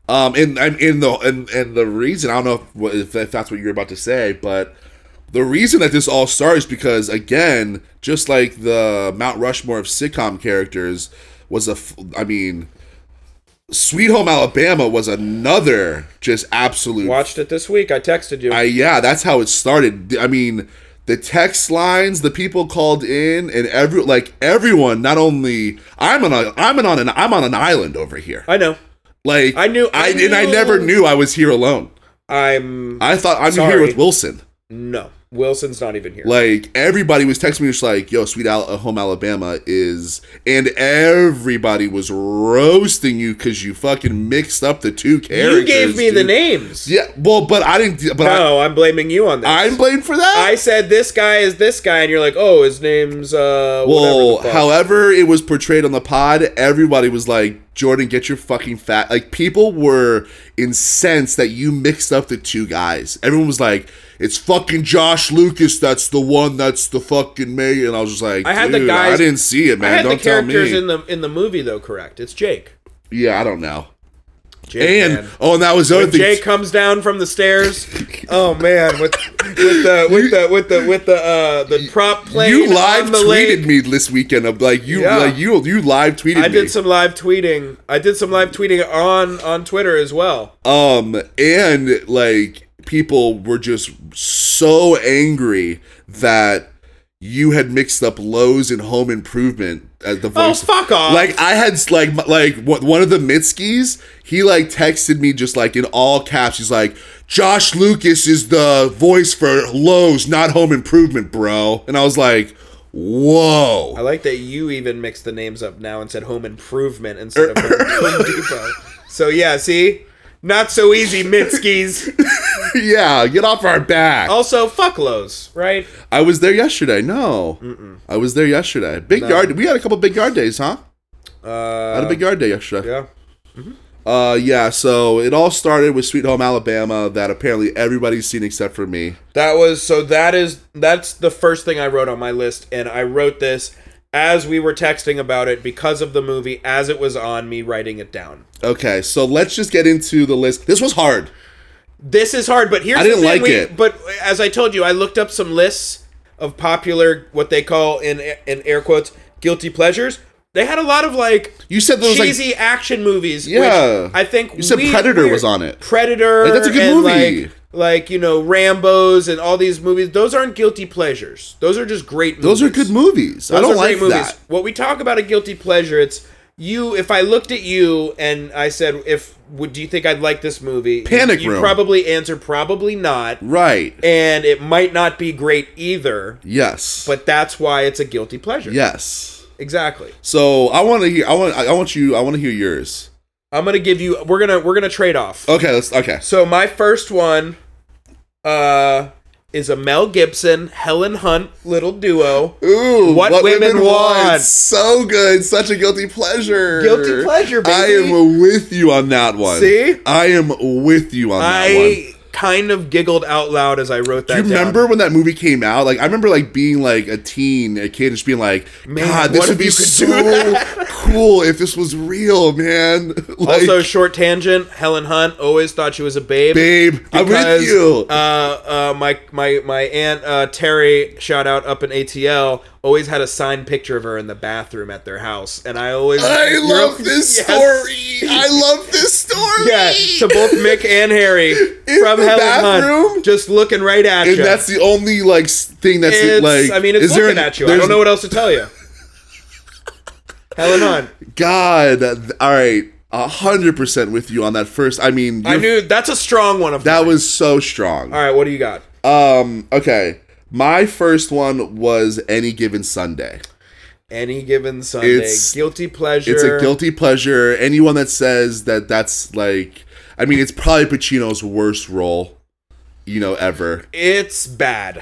[SPEAKER 1] Um, and and and the and, and the reason I don't know if, what- if, if that's what you're about to say, but the reason that this all starts because again, just like the Mount Rushmore of sitcom characters was a, f- I mean, Sweet Home Alabama was another just absolute.
[SPEAKER 2] watched it this week. I texted you.
[SPEAKER 1] I, yeah, that's how it started. I mean, the text lines, the people called in, and every like everyone. Not only I'm on a I'm on an I'm on an island over here.
[SPEAKER 2] I know.
[SPEAKER 1] Like
[SPEAKER 2] I knew- I
[SPEAKER 1] I, and I
[SPEAKER 2] knew-
[SPEAKER 1] never knew I was here alone.
[SPEAKER 2] I'm
[SPEAKER 1] I thought I'm
[SPEAKER 2] Sorry.
[SPEAKER 1] here with Wilson.
[SPEAKER 2] no. Wilson's not even here.
[SPEAKER 1] Like everybody was texting me, just like, "Yo, Sweet Al- uh, Home Alabama is," and everybody was roasting you because you fucking mixed up the two characters.
[SPEAKER 2] you gave me the
[SPEAKER 1] dude.
[SPEAKER 2] names.
[SPEAKER 1] Yeah, well, but I didn't. But
[SPEAKER 2] No, I'm blaming you on this.
[SPEAKER 1] I, I'm blamed for that.
[SPEAKER 2] I said this guy is this guy, and you're like, oh, his name's uh.
[SPEAKER 1] Well,
[SPEAKER 2] whatever the fuck.
[SPEAKER 1] however it was portrayed on the pod, everybody was like, "Jordan, get your fucking fat!" Like people were incensed that you mixed up the two guys. Everyone was like, "It's fucking Josh Lucas. That's the one. That's the fucking me." And I was just like,
[SPEAKER 2] I
[SPEAKER 1] "I
[SPEAKER 2] had
[SPEAKER 1] had
[SPEAKER 2] the guys-
[SPEAKER 1] I didn't see it,
[SPEAKER 2] I
[SPEAKER 1] man.
[SPEAKER 2] had the
[SPEAKER 1] Don't tell
[SPEAKER 2] characters
[SPEAKER 1] me."
[SPEAKER 2] in the in the movie though. Correct. It's Jake.
[SPEAKER 1] yeah, I don't know.
[SPEAKER 2] Jake
[SPEAKER 1] and
[SPEAKER 2] man.
[SPEAKER 1] oh, and that was the other
[SPEAKER 2] When
[SPEAKER 1] thing.
[SPEAKER 2] Jay comes down from the stairs. oh man, with with the with the with the with the uh, the prop plane.
[SPEAKER 1] you live
[SPEAKER 2] on the
[SPEAKER 1] tweeted
[SPEAKER 2] lake.
[SPEAKER 1] me this weekend. Of like you,
[SPEAKER 2] Yeah.
[SPEAKER 1] like you, you live tweeted me.
[SPEAKER 2] I did some live tweeting. I did some live tweeting on on Twitter as well.
[SPEAKER 1] Um, and like people were just so angry that you had mixed up Lowe's and Home Improvement as the
[SPEAKER 2] Oh,
[SPEAKER 1] voice.
[SPEAKER 2] fuck off.
[SPEAKER 1] Like I had like m- like what one of the Mitskys, he like texted me just like in all caps. He's like, "Josh Lucas is the voice for Lowe's, not Home Improvement, bro." And I was like, "Whoa."
[SPEAKER 2] I like that you even mixed the names up now and said Home Improvement instead
[SPEAKER 1] <laughs>
[SPEAKER 2] of Home Depot. So yeah, see, not so easy, Mitskys.
[SPEAKER 1] <laughs> yeah, get off our back.
[SPEAKER 2] Also, fuck Lowe's, right?
[SPEAKER 1] I was there yesterday. No, I was there yesterday. Big yard. We had a couple big yard days, huh? I had
[SPEAKER 2] Uh,
[SPEAKER 1] a big yard day yesterday.
[SPEAKER 2] yeah.
[SPEAKER 1] Uh, yeah. So it all started with Sweet Home Alabama that apparently everybody's seen except for me.
[SPEAKER 2] That was so that is that's the first thing I wrote on my list and I wrote this as we were texting about it because of the movie as it was on me writing it down.
[SPEAKER 1] Okay, so let's just get into the list. This was hard.
[SPEAKER 2] This is hard, but here's
[SPEAKER 1] I didn't
[SPEAKER 2] the thing
[SPEAKER 1] like
[SPEAKER 2] we-
[SPEAKER 1] it.
[SPEAKER 2] but as I told you, I looked up some lists of popular what they call in in air quotes guilty pleasures. They had a lot of like
[SPEAKER 1] You said there was like-
[SPEAKER 2] cheesy action movies.
[SPEAKER 1] Yeah.
[SPEAKER 2] which I think
[SPEAKER 1] You said Predator was on it.
[SPEAKER 2] Predator.
[SPEAKER 1] Like, that's a good
[SPEAKER 2] and,
[SPEAKER 1] movie.
[SPEAKER 2] Like, like, you know Rambo's and all these movies. Those aren't guilty pleasures. Those are just great. movies.
[SPEAKER 1] Those are good movies. I
[SPEAKER 2] Those
[SPEAKER 1] don't
[SPEAKER 2] are
[SPEAKER 1] like
[SPEAKER 2] great movies.
[SPEAKER 1] that.
[SPEAKER 2] What we talk about a guilty pleasure, it's you. If I looked at you and I said, "If would do you think I'd like this movie?"
[SPEAKER 1] Panic
[SPEAKER 2] you,
[SPEAKER 1] Room.
[SPEAKER 2] probably answer probably not,
[SPEAKER 1] Right.
[SPEAKER 2] and it might not be great either.
[SPEAKER 1] Yes.
[SPEAKER 2] But that's why it's a guilty pleasure.
[SPEAKER 1] yes.
[SPEAKER 2] exactly.
[SPEAKER 1] So I want to hear. I want. I I want you. I want to hear yours.
[SPEAKER 2] I'm gonna give you. We're gonna we're gonna trade off.
[SPEAKER 1] Okay. Let's. Okay.
[SPEAKER 2] So my first one, uh, is a Mel Gibson Helen Hunt little duo.
[SPEAKER 1] Ooh,
[SPEAKER 2] What Women Want.
[SPEAKER 1] So good. Such a guilty pleasure.
[SPEAKER 2] Guilty pleasure,
[SPEAKER 1] I
[SPEAKER 2] baby.
[SPEAKER 1] am with you on that one.
[SPEAKER 2] See?
[SPEAKER 1] I am with you on that one.
[SPEAKER 2] I kind of giggled out loud as I wrote that.
[SPEAKER 1] Do you
[SPEAKER 2] down.
[SPEAKER 1] remember when that movie came out? Like I remember like being like a teen, a kid, and just being like,
[SPEAKER 2] Man,
[SPEAKER 1] God, this
[SPEAKER 2] what
[SPEAKER 1] would
[SPEAKER 2] if
[SPEAKER 1] be
[SPEAKER 2] you could
[SPEAKER 1] so
[SPEAKER 2] do
[SPEAKER 1] <laughs>
[SPEAKER 2] that?"
[SPEAKER 1] cool if this was real, man. <laughs> like,
[SPEAKER 2] Also, short tangent. Helen Hunt always thought she was a babe.
[SPEAKER 1] babe, I'm with
[SPEAKER 2] because,
[SPEAKER 1] you.
[SPEAKER 2] Uh, uh, my my my aunt uh, Terry, shout out up in ATL, always had a signed picture of her in the bathroom at their house, and I always <laughs>
[SPEAKER 1] I
[SPEAKER 2] You're-
[SPEAKER 1] love this
[SPEAKER 2] Yes.
[SPEAKER 1] story. I love this story.
[SPEAKER 2] <laughs> Yeah, to both Mick
[SPEAKER 1] <laughs>
[SPEAKER 2] and Harry from
[SPEAKER 1] the
[SPEAKER 2] Helen
[SPEAKER 1] bathroom?
[SPEAKER 2] Hunt, just looking right at
[SPEAKER 1] and
[SPEAKER 2] you.
[SPEAKER 1] that's the only like s- thing that's
[SPEAKER 2] It's-
[SPEAKER 1] like.
[SPEAKER 2] I mean, it's looking at you. I
[SPEAKER 1] there's-
[SPEAKER 2] don't know what else to
[SPEAKER 1] <laughs>
[SPEAKER 2] tell you. Helen Hunt.
[SPEAKER 1] God, that- all right, a hundred percent with you on that first. I mean,
[SPEAKER 2] I
[SPEAKER 1] you're-
[SPEAKER 2] knew that's a strong one of
[SPEAKER 1] that
[SPEAKER 2] mine.
[SPEAKER 1] was so strong.
[SPEAKER 2] All right, what do you got?
[SPEAKER 1] Um, okay, my first one was any given Sunday.
[SPEAKER 2] Any given Sunday,
[SPEAKER 1] It's-
[SPEAKER 2] guilty pleasure.
[SPEAKER 1] It's a guilty pleasure. Anyone that says that that's like, I mean, it's probably Pacino's worst role, you know, ever.
[SPEAKER 2] It's bad.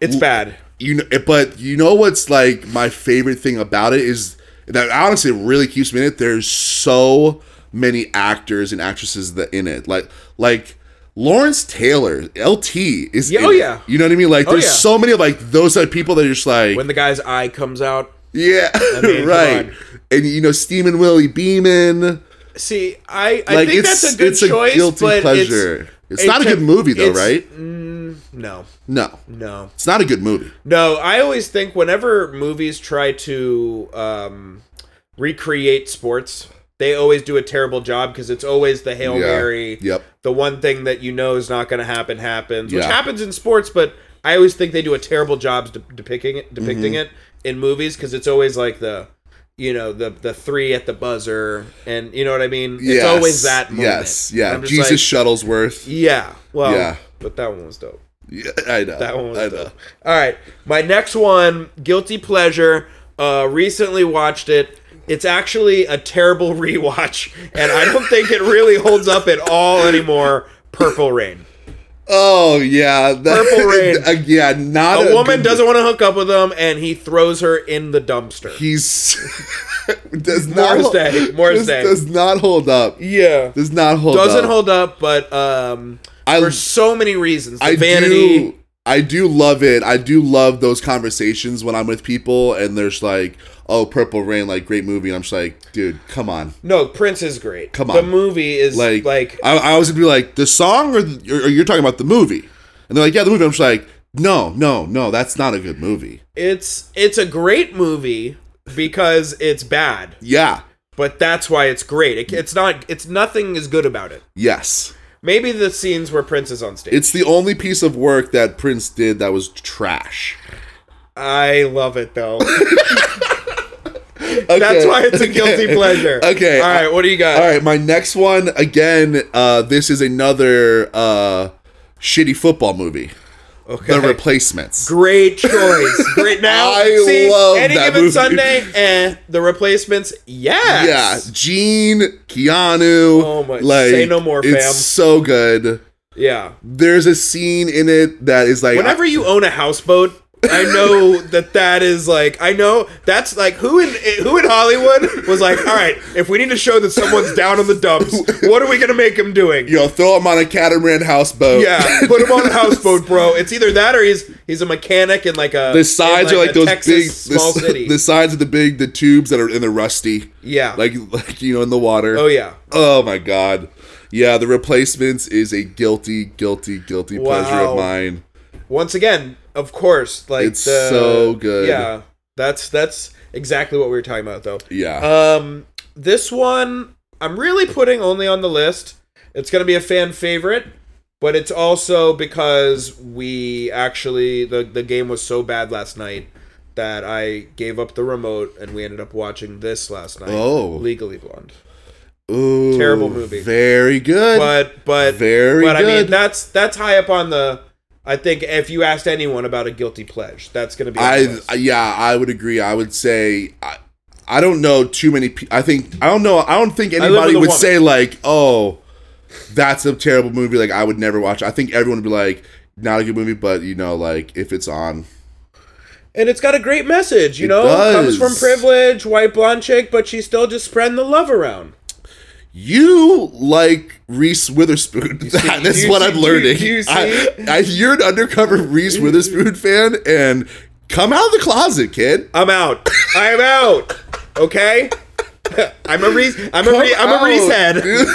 [SPEAKER 2] It's bad.
[SPEAKER 1] You know, eh, but you know what's like my favorite thing about it is that honestly it really keeps me in it. There's so many actors and actresses that in it, like like Lawrence Taylor, LT is.
[SPEAKER 2] Yeah,
[SPEAKER 1] in
[SPEAKER 2] oh
[SPEAKER 1] it.
[SPEAKER 2] yeah.
[SPEAKER 1] you know what I mean. Like there's
[SPEAKER 2] yeah.
[SPEAKER 1] so many of like those type of people that are just like
[SPEAKER 2] When the guy's eye comes out.
[SPEAKER 1] <laughs> yeah,
[SPEAKER 2] mean, come
[SPEAKER 1] right.
[SPEAKER 2] on.
[SPEAKER 1] And you know, Steam and Willie Beeman.
[SPEAKER 2] See, I, I think
[SPEAKER 1] it's,
[SPEAKER 2] that's a good
[SPEAKER 1] it's
[SPEAKER 2] choice,
[SPEAKER 1] a guilty
[SPEAKER 2] but
[SPEAKER 1] pleasure. It's,
[SPEAKER 2] it
[SPEAKER 1] not a
[SPEAKER 2] took-
[SPEAKER 1] good movie though,
[SPEAKER 2] it's-
[SPEAKER 1] right?
[SPEAKER 2] it's no,
[SPEAKER 1] No,
[SPEAKER 2] no,
[SPEAKER 1] it's not a good movie.
[SPEAKER 2] no. I always think whenever movies try to um, recreate sports, they always do a terrible job because it's always the hail
[SPEAKER 1] Yeah.
[SPEAKER 2] mary.
[SPEAKER 1] Yep.
[SPEAKER 2] The one thing that you know is not going to happen happens, which
[SPEAKER 1] Yeah.
[SPEAKER 2] happens in sports, but I always think they do a terrible job de- depicting it, depicting it
[SPEAKER 1] Mm-hmm.
[SPEAKER 2] in movies because it's always like the, you know, the the three at the buzzer, and you know what I mean. It's always that. Moment.
[SPEAKER 1] Yes, yeah.
[SPEAKER 2] I'm just
[SPEAKER 1] Jesus
[SPEAKER 2] like,
[SPEAKER 1] Shuttlesworth.
[SPEAKER 2] yeah. Well.
[SPEAKER 1] Yeah.
[SPEAKER 2] But that one was dope.
[SPEAKER 1] Yeah, <laughs> I know.
[SPEAKER 2] That one
[SPEAKER 1] I
[SPEAKER 2] was
[SPEAKER 1] know.
[SPEAKER 2] dope. All right. My next one, guilty pleasure. Uh, recently watched it. It's actually a terrible <laughs> rewatch, and I don't think it really holds up at all anymore. Purple Rain.
[SPEAKER 1] Oh yeah, that, <laughs>
[SPEAKER 2] Purple Rain.
[SPEAKER 1] uh, yeah, not
[SPEAKER 2] A woman
[SPEAKER 1] good-
[SPEAKER 2] doesn't want to hook up with him, and he throws her in the dumpster.
[SPEAKER 1] He's <laughs> does not
[SPEAKER 2] Morris
[SPEAKER 1] hol-
[SPEAKER 2] Day, Morris
[SPEAKER 1] does,
[SPEAKER 2] Day.
[SPEAKER 1] does not hold up.
[SPEAKER 2] Yeah.
[SPEAKER 1] Does not hold.
[SPEAKER 2] Doesn't
[SPEAKER 1] up.
[SPEAKER 2] hold up, but um,
[SPEAKER 1] I-
[SPEAKER 2] for so many reasons. The
[SPEAKER 1] I
[SPEAKER 2] vanity.
[SPEAKER 1] do. I do love it. I do love those conversations when I'm with people and there's like, "Oh, Purple Rain, like great movie," and I'm just like, "Dude, come on."
[SPEAKER 2] No, Prince is great.
[SPEAKER 1] Come
[SPEAKER 2] The
[SPEAKER 1] on.
[SPEAKER 2] movie is
[SPEAKER 1] like
[SPEAKER 2] like,
[SPEAKER 1] I, I always be like the song or, the, or you're talking about the movie and they're like yeah the movie i'm just like no no no that's not a good movie
[SPEAKER 2] it's it's a great movie because it's bad.
[SPEAKER 1] yeah
[SPEAKER 2] but that's why it's great. It, it's not. It's nothing is good about it.
[SPEAKER 1] yes
[SPEAKER 2] Maybe the scenes where Prince is on stage.
[SPEAKER 1] It's the only piece of work that Prince did that was trash.
[SPEAKER 2] I love it
[SPEAKER 1] <laughs>
[SPEAKER 2] though.
[SPEAKER 1] Okay,
[SPEAKER 2] That's why it's a guilty
[SPEAKER 1] okay,
[SPEAKER 2] pleasure.
[SPEAKER 1] Okay.
[SPEAKER 2] All right. What do you got?
[SPEAKER 1] All right, my next one again. Uh, this is another uh, shitty football movie,
[SPEAKER 2] Okay.
[SPEAKER 1] The Replacements.
[SPEAKER 2] Great choice. Great now.
[SPEAKER 1] <laughs> I
[SPEAKER 2] see,
[SPEAKER 1] love
[SPEAKER 2] any
[SPEAKER 1] that
[SPEAKER 2] given
[SPEAKER 1] movie.
[SPEAKER 2] Sunday. Eh, the replacements.
[SPEAKER 1] Yeah,
[SPEAKER 2] Yes.
[SPEAKER 1] Gene, Keanu.
[SPEAKER 2] Oh my- say no more,
[SPEAKER 1] It's
[SPEAKER 2] fam.
[SPEAKER 1] so good.
[SPEAKER 2] Yeah. Yeah.
[SPEAKER 1] There's a scene in it that is like
[SPEAKER 2] Whenever you own a houseboat. I know that that is like I know that's like who in who in Hollywood was like all right if we need to show that someone's down in
[SPEAKER 1] <laughs>
[SPEAKER 2] the dumps what are we gonna make him doing
[SPEAKER 1] you know, throw him on a catamaran houseboat. <laughs>
[SPEAKER 2] Yeah, put him on a houseboat, bro. It's either that or he's he's a mechanic in like a
[SPEAKER 1] the sides
[SPEAKER 2] in
[SPEAKER 1] are like
[SPEAKER 2] a
[SPEAKER 1] those
[SPEAKER 2] Texas
[SPEAKER 1] big
[SPEAKER 2] small
[SPEAKER 1] the, <laughs>
[SPEAKER 2] city.
[SPEAKER 1] the sides of the big the tubes that are in the rusty,
[SPEAKER 2] yeah,
[SPEAKER 1] like <laughs> like you know in the water.
[SPEAKER 2] oh yeah.
[SPEAKER 1] Oh my god. Yeah, the replacements is a guilty, guilty, guilty pleasure
[SPEAKER 2] Wow.
[SPEAKER 1] of mine.
[SPEAKER 2] Once again, of course, like
[SPEAKER 1] It's so good.
[SPEAKER 2] Yeah, that's that's exactly what we were talking about though.
[SPEAKER 1] Yeah.
[SPEAKER 2] Um, this one I'm really putting only on the list. It's gonna be a fan favorite, but it's also because we actually the the game was so bad last night that I gave up the remote and we ended up watching this last night.
[SPEAKER 1] Oh.
[SPEAKER 2] Legally Blonde.
[SPEAKER 1] Ooh,
[SPEAKER 2] Uh, terrible movie.
[SPEAKER 1] Very good.
[SPEAKER 2] But but
[SPEAKER 1] Very
[SPEAKER 2] but I mean
[SPEAKER 1] good.
[SPEAKER 2] that's that's high up on the. I think if you asked anyone about a guilty pledge, that's gonna be. on the
[SPEAKER 1] I
[SPEAKER 2] list.
[SPEAKER 1] yeah, I would agree. I would say I, I don't know too many pe- I think I don't know. I don't think
[SPEAKER 2] live with
[SPEAKER 1] anybody
[SPEAKER 2] a
[SPEAKER 1] would
[SPEAKER 2] woman.
[SPEAKER 1] say like, "Oh, that's a terrible movie like I would never watch." it." I think everyone would be like, "Not a good movie, but you know, like if it's on."
[SPEAKER 2] and it's got a great message, you know.
[SPEAKER 1] does.
[SPEAKER 2] Comes from privilege, white blonde chick, but she's still just spreading the love around.
[SPEAKER 1] You like Reese Witherspoon. That- <laughs> That's
[SPEAKER 2] you
[SPEAKER 1] what
[SPEAKER 2] see-
[SPEAKER 1] I'm learning.
[SPEAKER 2] you- you see?
[SPEAKER 1] I, I- you're an undercover Reese Witherspoon fan, and come out of the closet, kid.
[SPEAKER 2] I'm out. I'm out. Okay. <laughs> I'm a Reese. I'm a
[SPEAKER 1] Come
[SPEAKER 2] Reese. I'm a
[SPEAKER 1] out,
[SPEAKER 2] Reese head.
[SPEAKER 1] dude.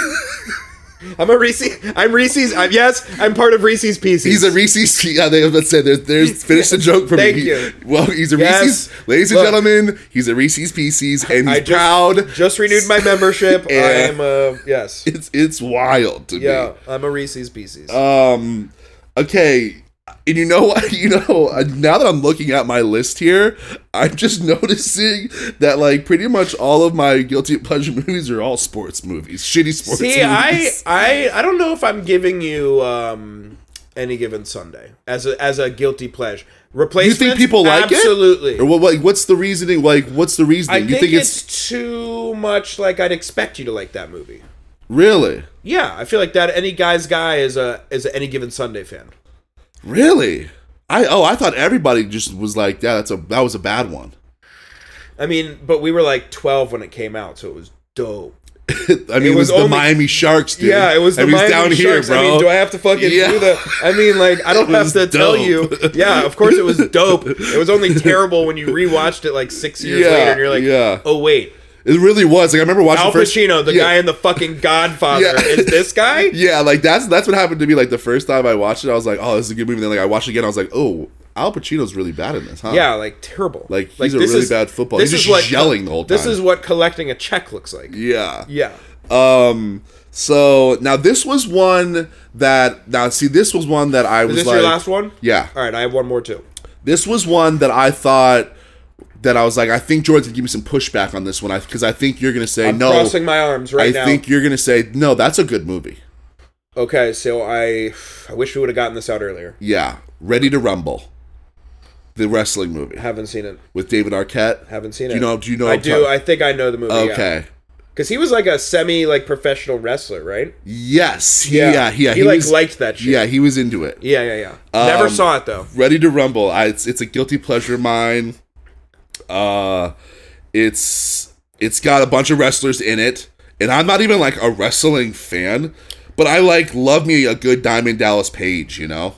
[SPEAKER 2] I'm a Reese. I'm Reese's. I'm, yes, I'm part of Reese's pieces.
[SPEAKER 1] He's a Reese's. Yeah, they, let's say there's, there's finish the joke for
[SPEAKER 2] Thank
[SPEAKER 1] me. He-
[SPEAKER 2] you.
[SPEAKER 1] Well, he's a
[SPEAKER 2] Yes.
[SPEAKER 1] Reese's, ladies
[SPEAKER 2] Look.
[SPEAKER 1] and gentlemen. He's a Reese's Pieces, and he's
[SPEAKER 2] I just-
[SPEAKER 1] proud.
[SPEAKER 2] Just renewed my membership.
[SPEAKER 1] <laughs> Yeah.
[SPEAKER 2] I'm a yes.
[SPEAKER 1] It's it's wild to
[SPEAKER 2] Yeah, I'm a Reese's pieces.
[SPEAKER 1] me. Um, okay. And you know what? <laughs> You know, uh, now that I'm looking at my list here, I'm just <laughs> noticing that like pretty much all of my guilty <laughs> pleasure movies are all sports movies, shitty sports
[SPEAKER 2] See, I,
[SPEAKER 1] movies.
[SPEAKER 2] I, I don't know if I'm giving you um, any given Sunday as a, as a guilty pleasure. Replacement.
[SPEAKER 1] people like it? <laughs>
[SPEAKER 2] absolutely.
[SPEAKER 1] or what? Like, what's the reasoning? Like, what's the reasoning?
[SPEAKER 2] I
[SPEAKER 1] you
[SPEAKER 2] think, it's, too much. Like I'd expect you to like that movie.
[SPEAKER 1] really,
[SPEAKER 2] Yeah, I feel like that any guy's guy is a is a any given Sunday fan.
[SPEAKER 1] really? I oh, I thought everybody just was like, yeah, that's a that was a bad one.
[SPEAKER 2] I mean, but we were like 12 when it came out, so it was dope.
[SPEAKER 1] I mean, it was,
[SPEAKER 2] was
[SPEAKER 1] the
[SPEAKER 2] only-
[SPEAKER 1] Miami Sharks, dude.
[SPEAKER 2] Yeah, it was the
[SPEAKER 1] I mean, it's
[SPEAKER 2] Miami
[SPEAKER 1] down
[SPEAKER 2] Sharks.
[SPEAKER 1] here, bro.
[SPEAKER 2] I mean, do I have to fucking
[SPEAKER 1] Yeah.
[SPEAKER 2] do the? I mean,
[SPEAKER 1] <laughs>
[SPEAKER 2] like, I don't have
[SPEAKER 1] was
[SPEAKER 2] to tell
[SPEAKER 1] dope.
[SPEAKER 2] you. Yeah, of course
[SPEAKER 1] <laughs>
[SPEAKER 2] it was dope. It was only terrible when you rewatched it like six years
[SPEAKER 1] Yeah,
[SPEAKER 2] later, and you're like,
[SPEAKER 1] yeah.
[SPEAKER 2] oh wait,
[SPEAKER 1] it really was. Like, I remember watching
[SPEAKER 2] Al
[SPEAKER 1] first-
[SPEAKER 2] Pacino, the
[SPEAKER 1] Yeah.
[SPEAKER 2] guy in the fucking Godfather,
[SPEAKER 1] Yeah.
[SPEAKER 2] is this guy?
[SPEAKER 1] <laughs> Yeah, like that's that's what happened to me. Like the first time I watched it, I was like, "Oh, this is a good movie." Then like I watched it again, I was like, "Oh, Al Pacino's really bad in this, huh?"
[SPEAKER 2] Yeah, like terrible.
[SPEAKER 1] like he's a really bad football.
[SPEAKER 2] this
[SPEAKER 1] He's just
[SPEAKER 2] is what-
[SPEAKER 1] yelling the whole time.
[SPEAKER 2] This is what collecting a check looks like.
[SPEAKER 1] yeah.
[SPEAKER 2] Yeah.
[SPEAKER 1] Um. So now this was one that now see this was one that I was
[SPEAKER 2] Is this
[SPEAKER 1] like,
[SPEAKER 2] your last one?
[SPEAKER 1] yeah,
[SPEAKER 2] All right, I have one more too.
[SPEAKER 1] this was one that I thought that I was like, I think Jordan's gonna give me some pushback on this one, because I, think you're gonna say
[SPEAKER 2] I'm
[SPEAKER 1] no.
[SPEAKER 2] crossing my arms right
[SPEAKER 1] I
[SPEAKER 2] now.
[SPEAKER 1] think you're gonna say no. That's a good movie.
[SPEAKER 2] Okay, so I I wish we would have gotten this out earlier.
[SPEAKER 1] Yeah, Ready to Rumble, the wrestling movie
[SPEAKER 2] Haven't seen it.
[SPEAKER 1] with David Arquette.
[SPEAKER 2] Haven't seen
[SPEAKER 1] Do
[SPEAKER 2] it.
[SPEAKER 1] you know? Do you know?
[SPEAKER 2] I
[SPEAKER 1] I'm
[SPEAKER 2] do.
[SPEAKER 1] talking-
[SPEAKER 2] I think I know the movie. Okay.
[SPEAKER 1] okay.
[SPEAKER 2] Because he was like a semi like professional wrestler, right?
[SPEAKER 1] Yes. he- yeah. Yeah.
[SPEAKER 2] He, like
[SPEAKER 1] was,
[SPEAKER 2] liked that shit.
[SPEAKER 1] Yeah, he was into it.
[SPEAKER 2] Yeah. Yeah. Yeah. Never
[SPEAKER 1] Um,
[SPEAKER 2] saw it though.
[SPEAKER 1] Ready to Rumble. I, it's it's a guilty pleasure of mine. Uh, it's it's got a bunch of wrestlers in it, and I'm not even like a wrestling fan, but I like love me a good Diamond Dallas Page. You
[SPEAKER 2] <laughs>
[SPEAKER 1] know.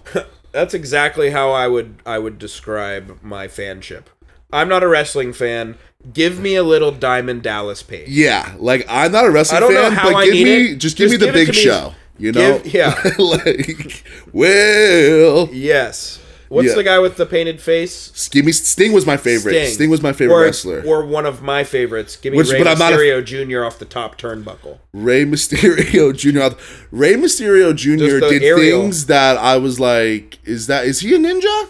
[SPEAKER 2] That's exactly how I would I would describe my fanship. I'm not a wrestling fan. Give me a little Diamond Dallas Page.
[SPEAKER 1] Yeah, like I'm not a wrestling
[SPEAKER 2] I don't know
[SPEAKER 1] fan,
[SPEAKER 2] how
[SPEAKER 1] but
[SPEAKER 2] I
[SPEAKER 1] give
[SPEAKER 2] need
[SPEAKER 1] me
[SPEAKER 2] it.
[SPEAKER 1] just give
[SPEAKER 2] Just
[SPEAKER 1] me the
[SPEAKER 2] give it
[SPEAKER 1] big
[SPEAKER 2] to me.
[SPEAKER 1] <laughs> show. You know,
[SPEAKER 2] Give- yeah.
[SPEAKER 1] like well,
[SPEAKER 2] Yes. What's
[SPEAKER 1] Yeah.
[SPEAKER 2] the guy with the painted face?
[SPEAKER 1] Sting, Sting was my favorite. Sting, was my favorite
[SPEAKER 2] or,
[SPEAKER 1] wrestler.
[SPEAKER 2] Or one of my favorites. Give me
[SPEAKER 1] Which-
[SPEAKER 2] Rey
[SPEAKER 1] but I'm not a-
[SPEAKER 2] Mysterio Jr. off the top turnbuckle.
[SPEAKER 1] Ray Mysterio <laughs> Jr. Ray Mysterio Jr.
[SPEAKER 2] Just the
[SPEAKER 1] did
[SPEAKER 2] aerial.
[SPEAKER 1] things that I was like, is that is he a ninja?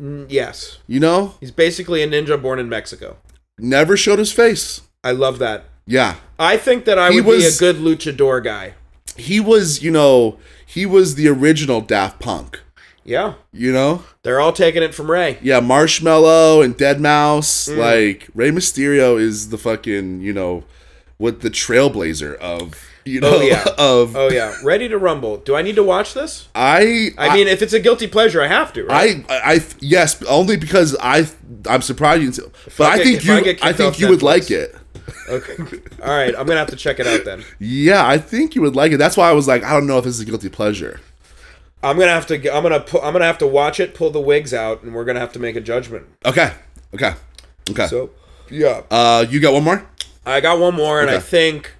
[SPEAKER 2] Mm, yes.
[SPEAKER 1] You know,
[SPEAKER 2] He's basically a ninja born in Mexico.
[SPEAKER 1] never showed his face.
[SPEAKER 2] I love that.
[SPEAKER 1] Yeah,
[SPEAKER 2] I think that I
[SPEAKER 1] He
[SPEAKER 2] would be
[SPEAKER 1] was-
[SPEAKER 2] a good luchador guy.
[SPEAKER 1] he was. You know, he was the original Daft Punk.
[SPEAKER 2] Yeah.
[SPEAKER 1] You know,
[SPEAKER 2] They're all taking it from Ray.
[SPEAKER 1] yeah, Marshmallow and Dead Mouse.
[SPEAKER 2] Mm.
[SPEAKER 1] Like Ray Mysterio is the fucking you know, what the trailblazer of you know
[SPEAKER 2] Oh, yeah.
[SPEAKER 1] <laughs> of
[SPEAKER 2] Oh yeah, Ready to Rumble. Do I need to watch this?
[SPEAKER 1] I
[SPEAKER 2] I, mean, if it's a guilty pleasure, I have to. Right?
[SPEAKER 1] I, I I- yes, only because I I'm surprised you. didn't- But
[SPEAKER 2] I
[SPEAKER 1] I
[SPEAKER 2] get-
[SPEAKER 1] think
[SPEAKER 2] if
[SPEAKER 1] you
[SPEAKER 2] I get
[SPEAKER 1] I,
[SPEAKER 2] kicked
[SPEAKER 1] think
[SPEAKER 2] off
[SPEAKER 1] you would
[SPEAKER 2] Netflix.
[SPEAKER 1] like it.
[SPEAKER 2] okay. All right, I'm gonna have to check it out then.
[SPEAKER 1] Yeah, I think you would like it. That's why I was like, I don't know if this is a guilty pleasure.
[SPEAKER 2] I'm gonna have to. g- I'm gonna. Pu- I'm gonna have to watch it. Pull the wigs out, and we're gonna have to make a judgment.
[SPEAKER 1] Okay, okay, okay.
[SPEAKER 2] So, yeah.
[SPEAKER 1] uh, you got one more?
[SPEAKER 2] I got one more, and I
[SPEAKER 1] Okay.
[SPEAKER 2] think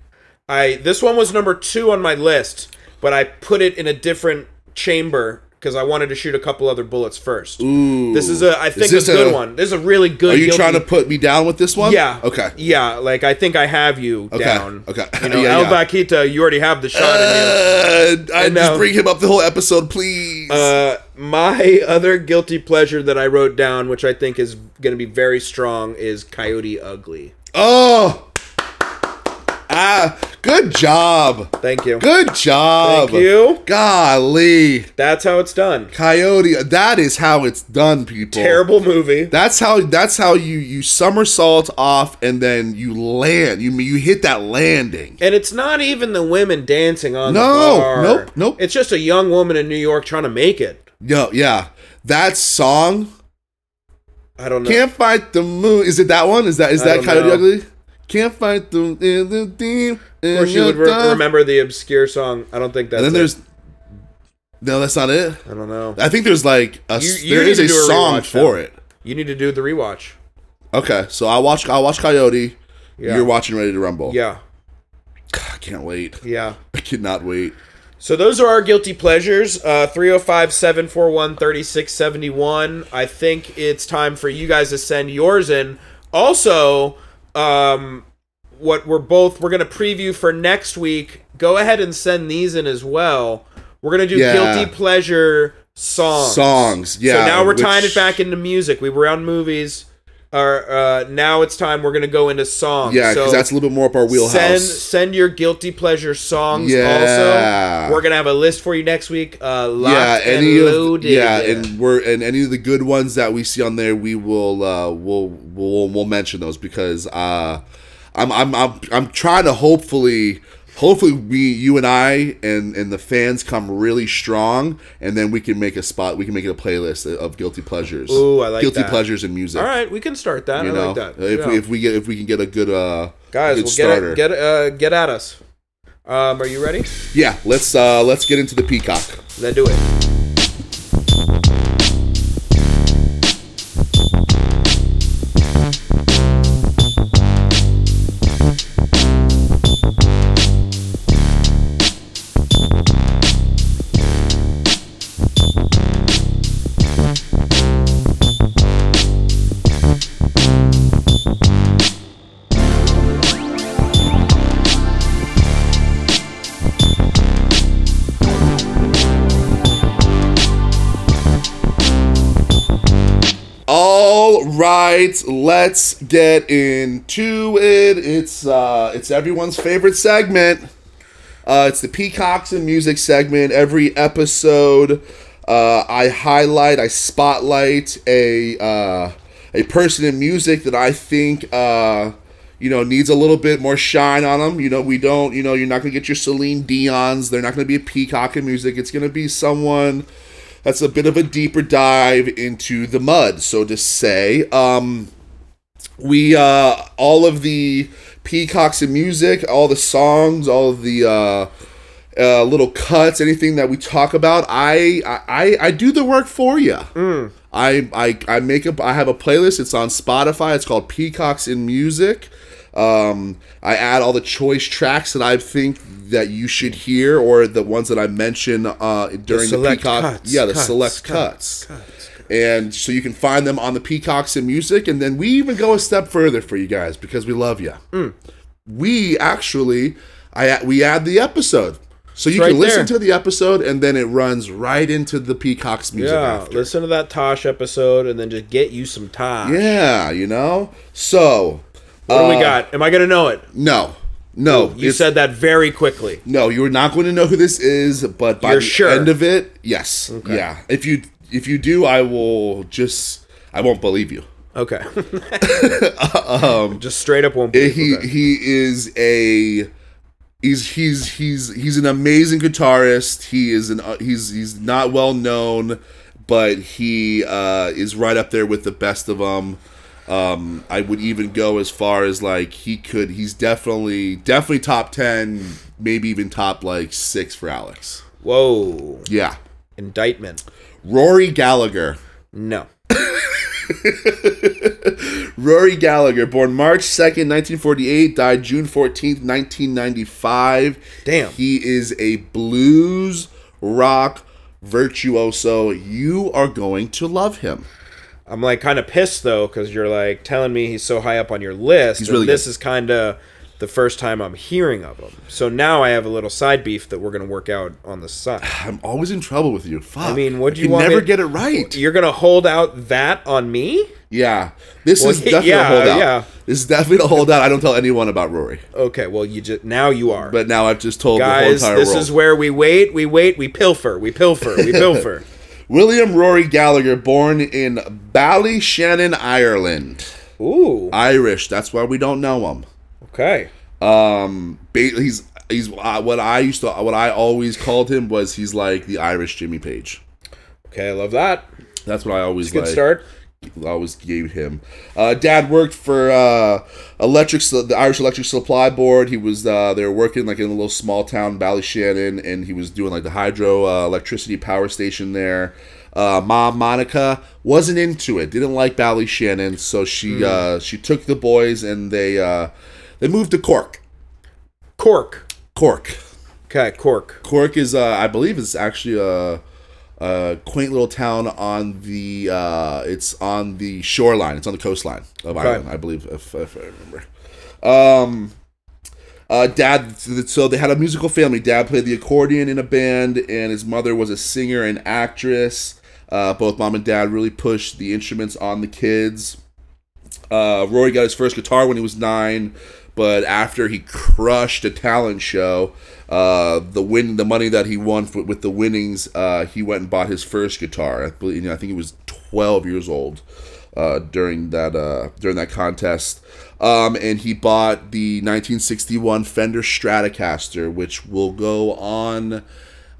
[SPEAKER 2] I this one was number two on my list, but I put it in a different chamber because I wanted to shoot a couple other bullets first.
[SPEAKER 1] Ooh,
[SPEAKER 2] This is a. I think
[SPEAKER 1] this
[SPEAKER 2] a good
[SPEAKER 1] a-
[SPEAKER 2] one. This is a really good.
[SPEAKER 1] Are you
[SPEAKER 2] guilty-
[SPEAKER 1] trying to put me down with this one?
[SPEAKER 2] Yeah.
[SPEAKER 1] Okay.
[SPEAKER 2] Yeah, like I think I have you down.
[SPEAKER 1] Okay. <laughs>
[SPEAKER 2] You know,
[SPEAKER 1] Yeah,
[SPEAKER 2] El
[SPEAKER 1] yeah.
[SPEAKER 2] Vaquita, you already have the shot in you.
[SPEAKER 1] Uh, I
[SPEAKER 2] know.
[SPEAKER 1] just bring him up the whole episode, please.
[SPEAKER 2] Uh, my other guilty pleasure that I wrote down, which I think is going to be very strong, is Coyote Ugly.
[SPEAKER 1] oh, ah, good job,
[SPEAKER 2] Thank you.
[SPEAKER 1] good job.
[SPEAKER 2] Thank you.
[SPEAKER 1] Golly.
[SPEAKER 2] That's how it's done.
[SPEAKER 1] Coyote. That is how it's done, people.
[SPEAKER 2] Terrible movie.
[SPEAKER 1] That's how. That's how you you somersault off and then you land. You you hit that landing.
[SPEAKER 2] and it's not even the women dancing on
[SPEAKER 1] No,
[SPEAKER 2] the bar.
[SPEAKER 1] nope, nope.
[SPEAKER 2] It's just a young woman in New York trying to make it.
[SPEAKER 1] Yo, yeah. That song
[SPEAKER 2] I don't know.
[SPEAKER 1] can't fight the moon. Is it that one? Is that is
[SPEAKER 2] I
[SPEAKER 1] that
[SPEAKER 2] don't
[SPEAKER 1] Coyote
[SPEAKER 2] know.
[SPEAKER 1] Ugly? Can't fight the in the deep.
[SPEAKER 2] of course, you would re- remember the obscure song. I don't think that's.
[SPEAKER 1] And then
[SPEAKER 2] it.
[SPEAKER 1] there's no, that's not it.
[SPEAKER 2] I don't know.
[SPEAKER 1] I think there's like a s-
[SPEAKER 2] You- you
[SPEAKER 1] there
[SPEAKER 2] need
[SPEAKER 1] is
[SPEAKER 2] to
[SPEAKER 1] a
[SPEAKER 2] do a
[SPEAKER 1] song
[SPEAKER 2] rewatch
[SPEAKER 1] for
[SPEAKER 2] now.
[SPEAKER 1] it.
[SPEAKER 2] You need to do the rewatch.
[SPEAKER 1] Okay, so I watch I watch Coyote.
[SPEAKER 2] Yeah.
[SPEAKER 1] You're watching Ready to Rumble.
[SPEAKER 2] Yeah.
[SPEAKER 1] I can't wait.
[SPEAKER 2] Yeah.
[SPEAKER 1] I cannot wait.
[SPEAKER 2] So those are our guilty pleasures. Uh, 305-741-3671. I think it's time for you guys to send yours in. Also, um, what we're both we're gonna preview for next week. Go ahead and send these in as well. We're gonna do
[SPEAKER 1] Yeah.
[SPEAKER 2] guilty pleasure songs.
[SPEAKER 1] Songs, yeah,
[SPEAKER 2] So now we're
[SPEAKER 1] which-
[SPEAKER 2] tying it back into music. We were on movies. Or uh, now it's time we're gonna go into songs.
[SPEAKER 1] Yeah, because
[SPEAKER 2] so
[SPEAKER 1] that's a little bit more up our wheelhouse.
[SPEAKER 2] Send send your guilty pleasure songs.
[SPEAKER 1] Yeah.
[SPEAKER 2] Also, we're gonna have a list for you next week. Uh, locked
[SPEAKER 1] yeah, any
[SPEAKER 2] and
[SPEAKER 1] of,
[SPEAKER 2] loaded.
[SPEAKER 1] yeah, and we're and any of the good ones that we see on there, we will uh, we'll, we'll we'll mention those because uh, I'm I'm I'm I'm trying to hopefully hopefully we you and I and and the fans come really strong, and then we can make a spot we can make it a playlist of guilty pleasures.
[SPEAKER 2] Ooh, I like
[SPEAKER 1] guilty
[SPEAKER 2] that.
[SPEAKER 1] pleasures in music.
[SPEAKER 2] all right, we can start that.
[SPEAKER 1] you
[SPEAKER 2] I
[SPEAKER 1] know,
[SPEAKER 2] like that.
[SPEAKER 1] if,
[SPEAKER 2] Yeah.
[SPEAKER 1] if we get if we can get a good uh
[SPEAKER 2] Guys,
[SPEAKER 1] good
[SPEAKER 2] we'll get get uh, get at us. Um, are you ready?
[SPEAKER 1] yeah let's uh let's get into the peacock.
[SPEAKER 2] Then do it.
[SPEAKER 1] All right, let's get into it. It's uh, it's everyone's favorite segment. Uh, it's the Peacocks and Music segment. Every episode, uh, I highlight, I spotlight a uh, a person in music that I think uh, you know needs a little bit more shine on them. You know, we don't. You know, you're not gonna get your Celine Dion's. They're not gonna be a peacock in music. It's gonna be someone that's a bit of a deeper dive into the mud, so to say. Um, we uh, all of the peacocks and music, all the songs, all of the uh, uh, little cuts, anything that we talk about, I I, I do the work for you.
[SPEAKER 2] Mm.
[SPEAKER 1] I, I I make up. I have a playlist. It's on Spotify. It's called Peacocks in Music. Um, I add all the choice tracks that I think that you should hear, or the ones that I mention uh, during the,
[SPEAKER 2] select
[SPEAKER 1] peacock.
[SPEAKER 2] cuts,
[SPEAKER 1] yeah, the
[SPEAKER 2] cuts,
[SPEAKER 1] select
[SPEAKER 2] cuts,
[SPEAKER 1] cuts. And so you can find them on the Peacocks and Music. And then we even go a step further for you guys because we love you.
[SPEAKER 2] Mm.
[SPEAKER 1] We actually, I we add the episode. So you
[SPEAKER 2] It's
[SPEAKER 1] can
[SPEAKER 2] right
[SPEAKER 1] listen to
[SPEAKER 2] there.
[SPEAKER 1] the episode and then it runs right into the Peacocks Music
[SPEAKER 2] Yeah,
[SPEAKER 1] after.
[SPEAKER 2] listen to that Tosh episode and then just get you some Tosh.
[SPEAKER 1] Yeah, you know? So,
[SPEAKER 2] What do we got? Am I gonna know it?
[SPEAKER 1] no. No.
[SPEAKER 2] You
[SPEAKER 1] it's-
[SPEAKER 2] said that very quickly.
[SPEAKER 1] No, you're not going to know who this is, but by
[SPEAKER 2] You're
[SPEAKER 1] the
[SPEAKER 2] sure?
[SPEAKER 1] end of it, yes. Yeah. If you if you do, I will just I won't believe you. <laughs>
[SPEAKER 2] Okay. <laughs> just straight up won't.
[SPEAKER 1] Uh,
[SPEAKER 2] believe
[SPEAKER 1] um, He
[SPEAKER 2] it.
[SPEAKER 1] he is a he's he's he's he's an amazing guitarist. He is an uh, he's he's not well known, but he uh is right up there with the best of them. Um, I would even go as far as like he could. He's definitely definitely top ten, maybe even top like six for Alex.
[SPEAKER 2] Whoa!
[SPEAKER 1] Yeah.
[SPEAKER 2] Indictment.
[SPEAKER 1] Rory Gallagher.
[SPEAKER 2] No.
[SPEAKER 1] Rory Gallagher, born March 2nd, 1948, died June 14th, 1995.
[SPEAKER 2] Damn.
[SPEAKER 1] He is a blues rock virtuoso. You are going to love him.
[SPEAKER 2] I'm like kind of pissed though because you're like telling me he's so high up on your list. and
[SPEAKER 1] really
[SPEAKER 2] this is kind of the first time I'm hearing of him. So now I have a little side beef that we're gonna work out on the side.
[SPEAKER 1] I'm always in trouble with you. Fuck. I
[SPEAKER 2] mean, what do you
[SPEAKER 1] can
[SPEAKER 2] want me
[SPEAKER 1] never
[SPEAKER 2] to-
[SPEAKER 1] get it <sighs> right.
[SPEAKER 2] You're gonna hold out that on me?
[SPEAKER 1] Yeah. This is
[SPEAKER 2] he-
[SPEAKER 1] definitely
[SPEAKER 2] yeah,
[SPEAKER 1] a holdout.
[SPEAKER 2] yeah.
[SPEAKER 1] This is definitely a holdout. I don't tell anyone about Rory.
[SPEAKER 2] Okay. Well, you just now you are.
[SPEAKER 1] But now I've just told
[SPEAKER 2] Guys,
[SPEAKER 1] the whole entire
[SPEAKER 2] this
[SPEAKER 1] world.
[SPEAKER 2] is where we wait, we wait, we pilfer, we pilfer,
[SPEAKER 1] <laughs>
[SPEAKER 2] we pilfer.
[SPEAKER 1] William Rory Gallagher, born in Ballyshannon, Ireland.
[SPEAKER 2] Ooh.
[SPEAKER 1] Irish. That's why we don't know him.
[SPEAKER 2] Okay.
[SPEAKER 1] Um, ba- he's he's uh, what I used to what I always called him was he's like the Irish Jimmy Page.
[SPEAKER 2] Okay, I love that.
[SPEAKER 1] That's what I always
[SPEAKER 2] Good
[SPEAKER 1] like,
[SPEAKER 2] start.
[SPEAKER 1] always gave him. Uh, Dad worked for uh, electric Su- the Irish Electric Supply Board. He was uh, they were working like in a little small town Ballyshannon, and he was doing like the hydro uh, electricity power station there. Uh, Mom Monica wasn't into it. Didn't like Ballyshannon, so she
[SPEAKER 2] Hmm.
[SPEAKER 1] uh, she took the boys and they uh, they moved to Cork.
[SPEAKER 2] Cork.
[SPEAKER 1] Cork.
[SPEAKER 2] Okay, Cork.
[SPEAKER 1] Cork is, uh, I believe, is actually a, a quaint little town on the. Uh, it's on the shoreline. It's on the coastline of Ireland, I believe, if, if I remember. Um, uh, dad. So they had a musical family. Dad played the accordion in a band, and his mother was a singer and actress. Uh, both mom and dad really pushed the instruments on the kids. Uh, Rory got his first guitar when he was nine, but after he crushed a talent show, uh, the win the money that he won f- with the winnings, uh, he went and bought his first guitar. I believe you know, I think he was twelve years old uh, during that uh, during that contest, um, and he bought the 1961 Fender Stratocaster, which will go on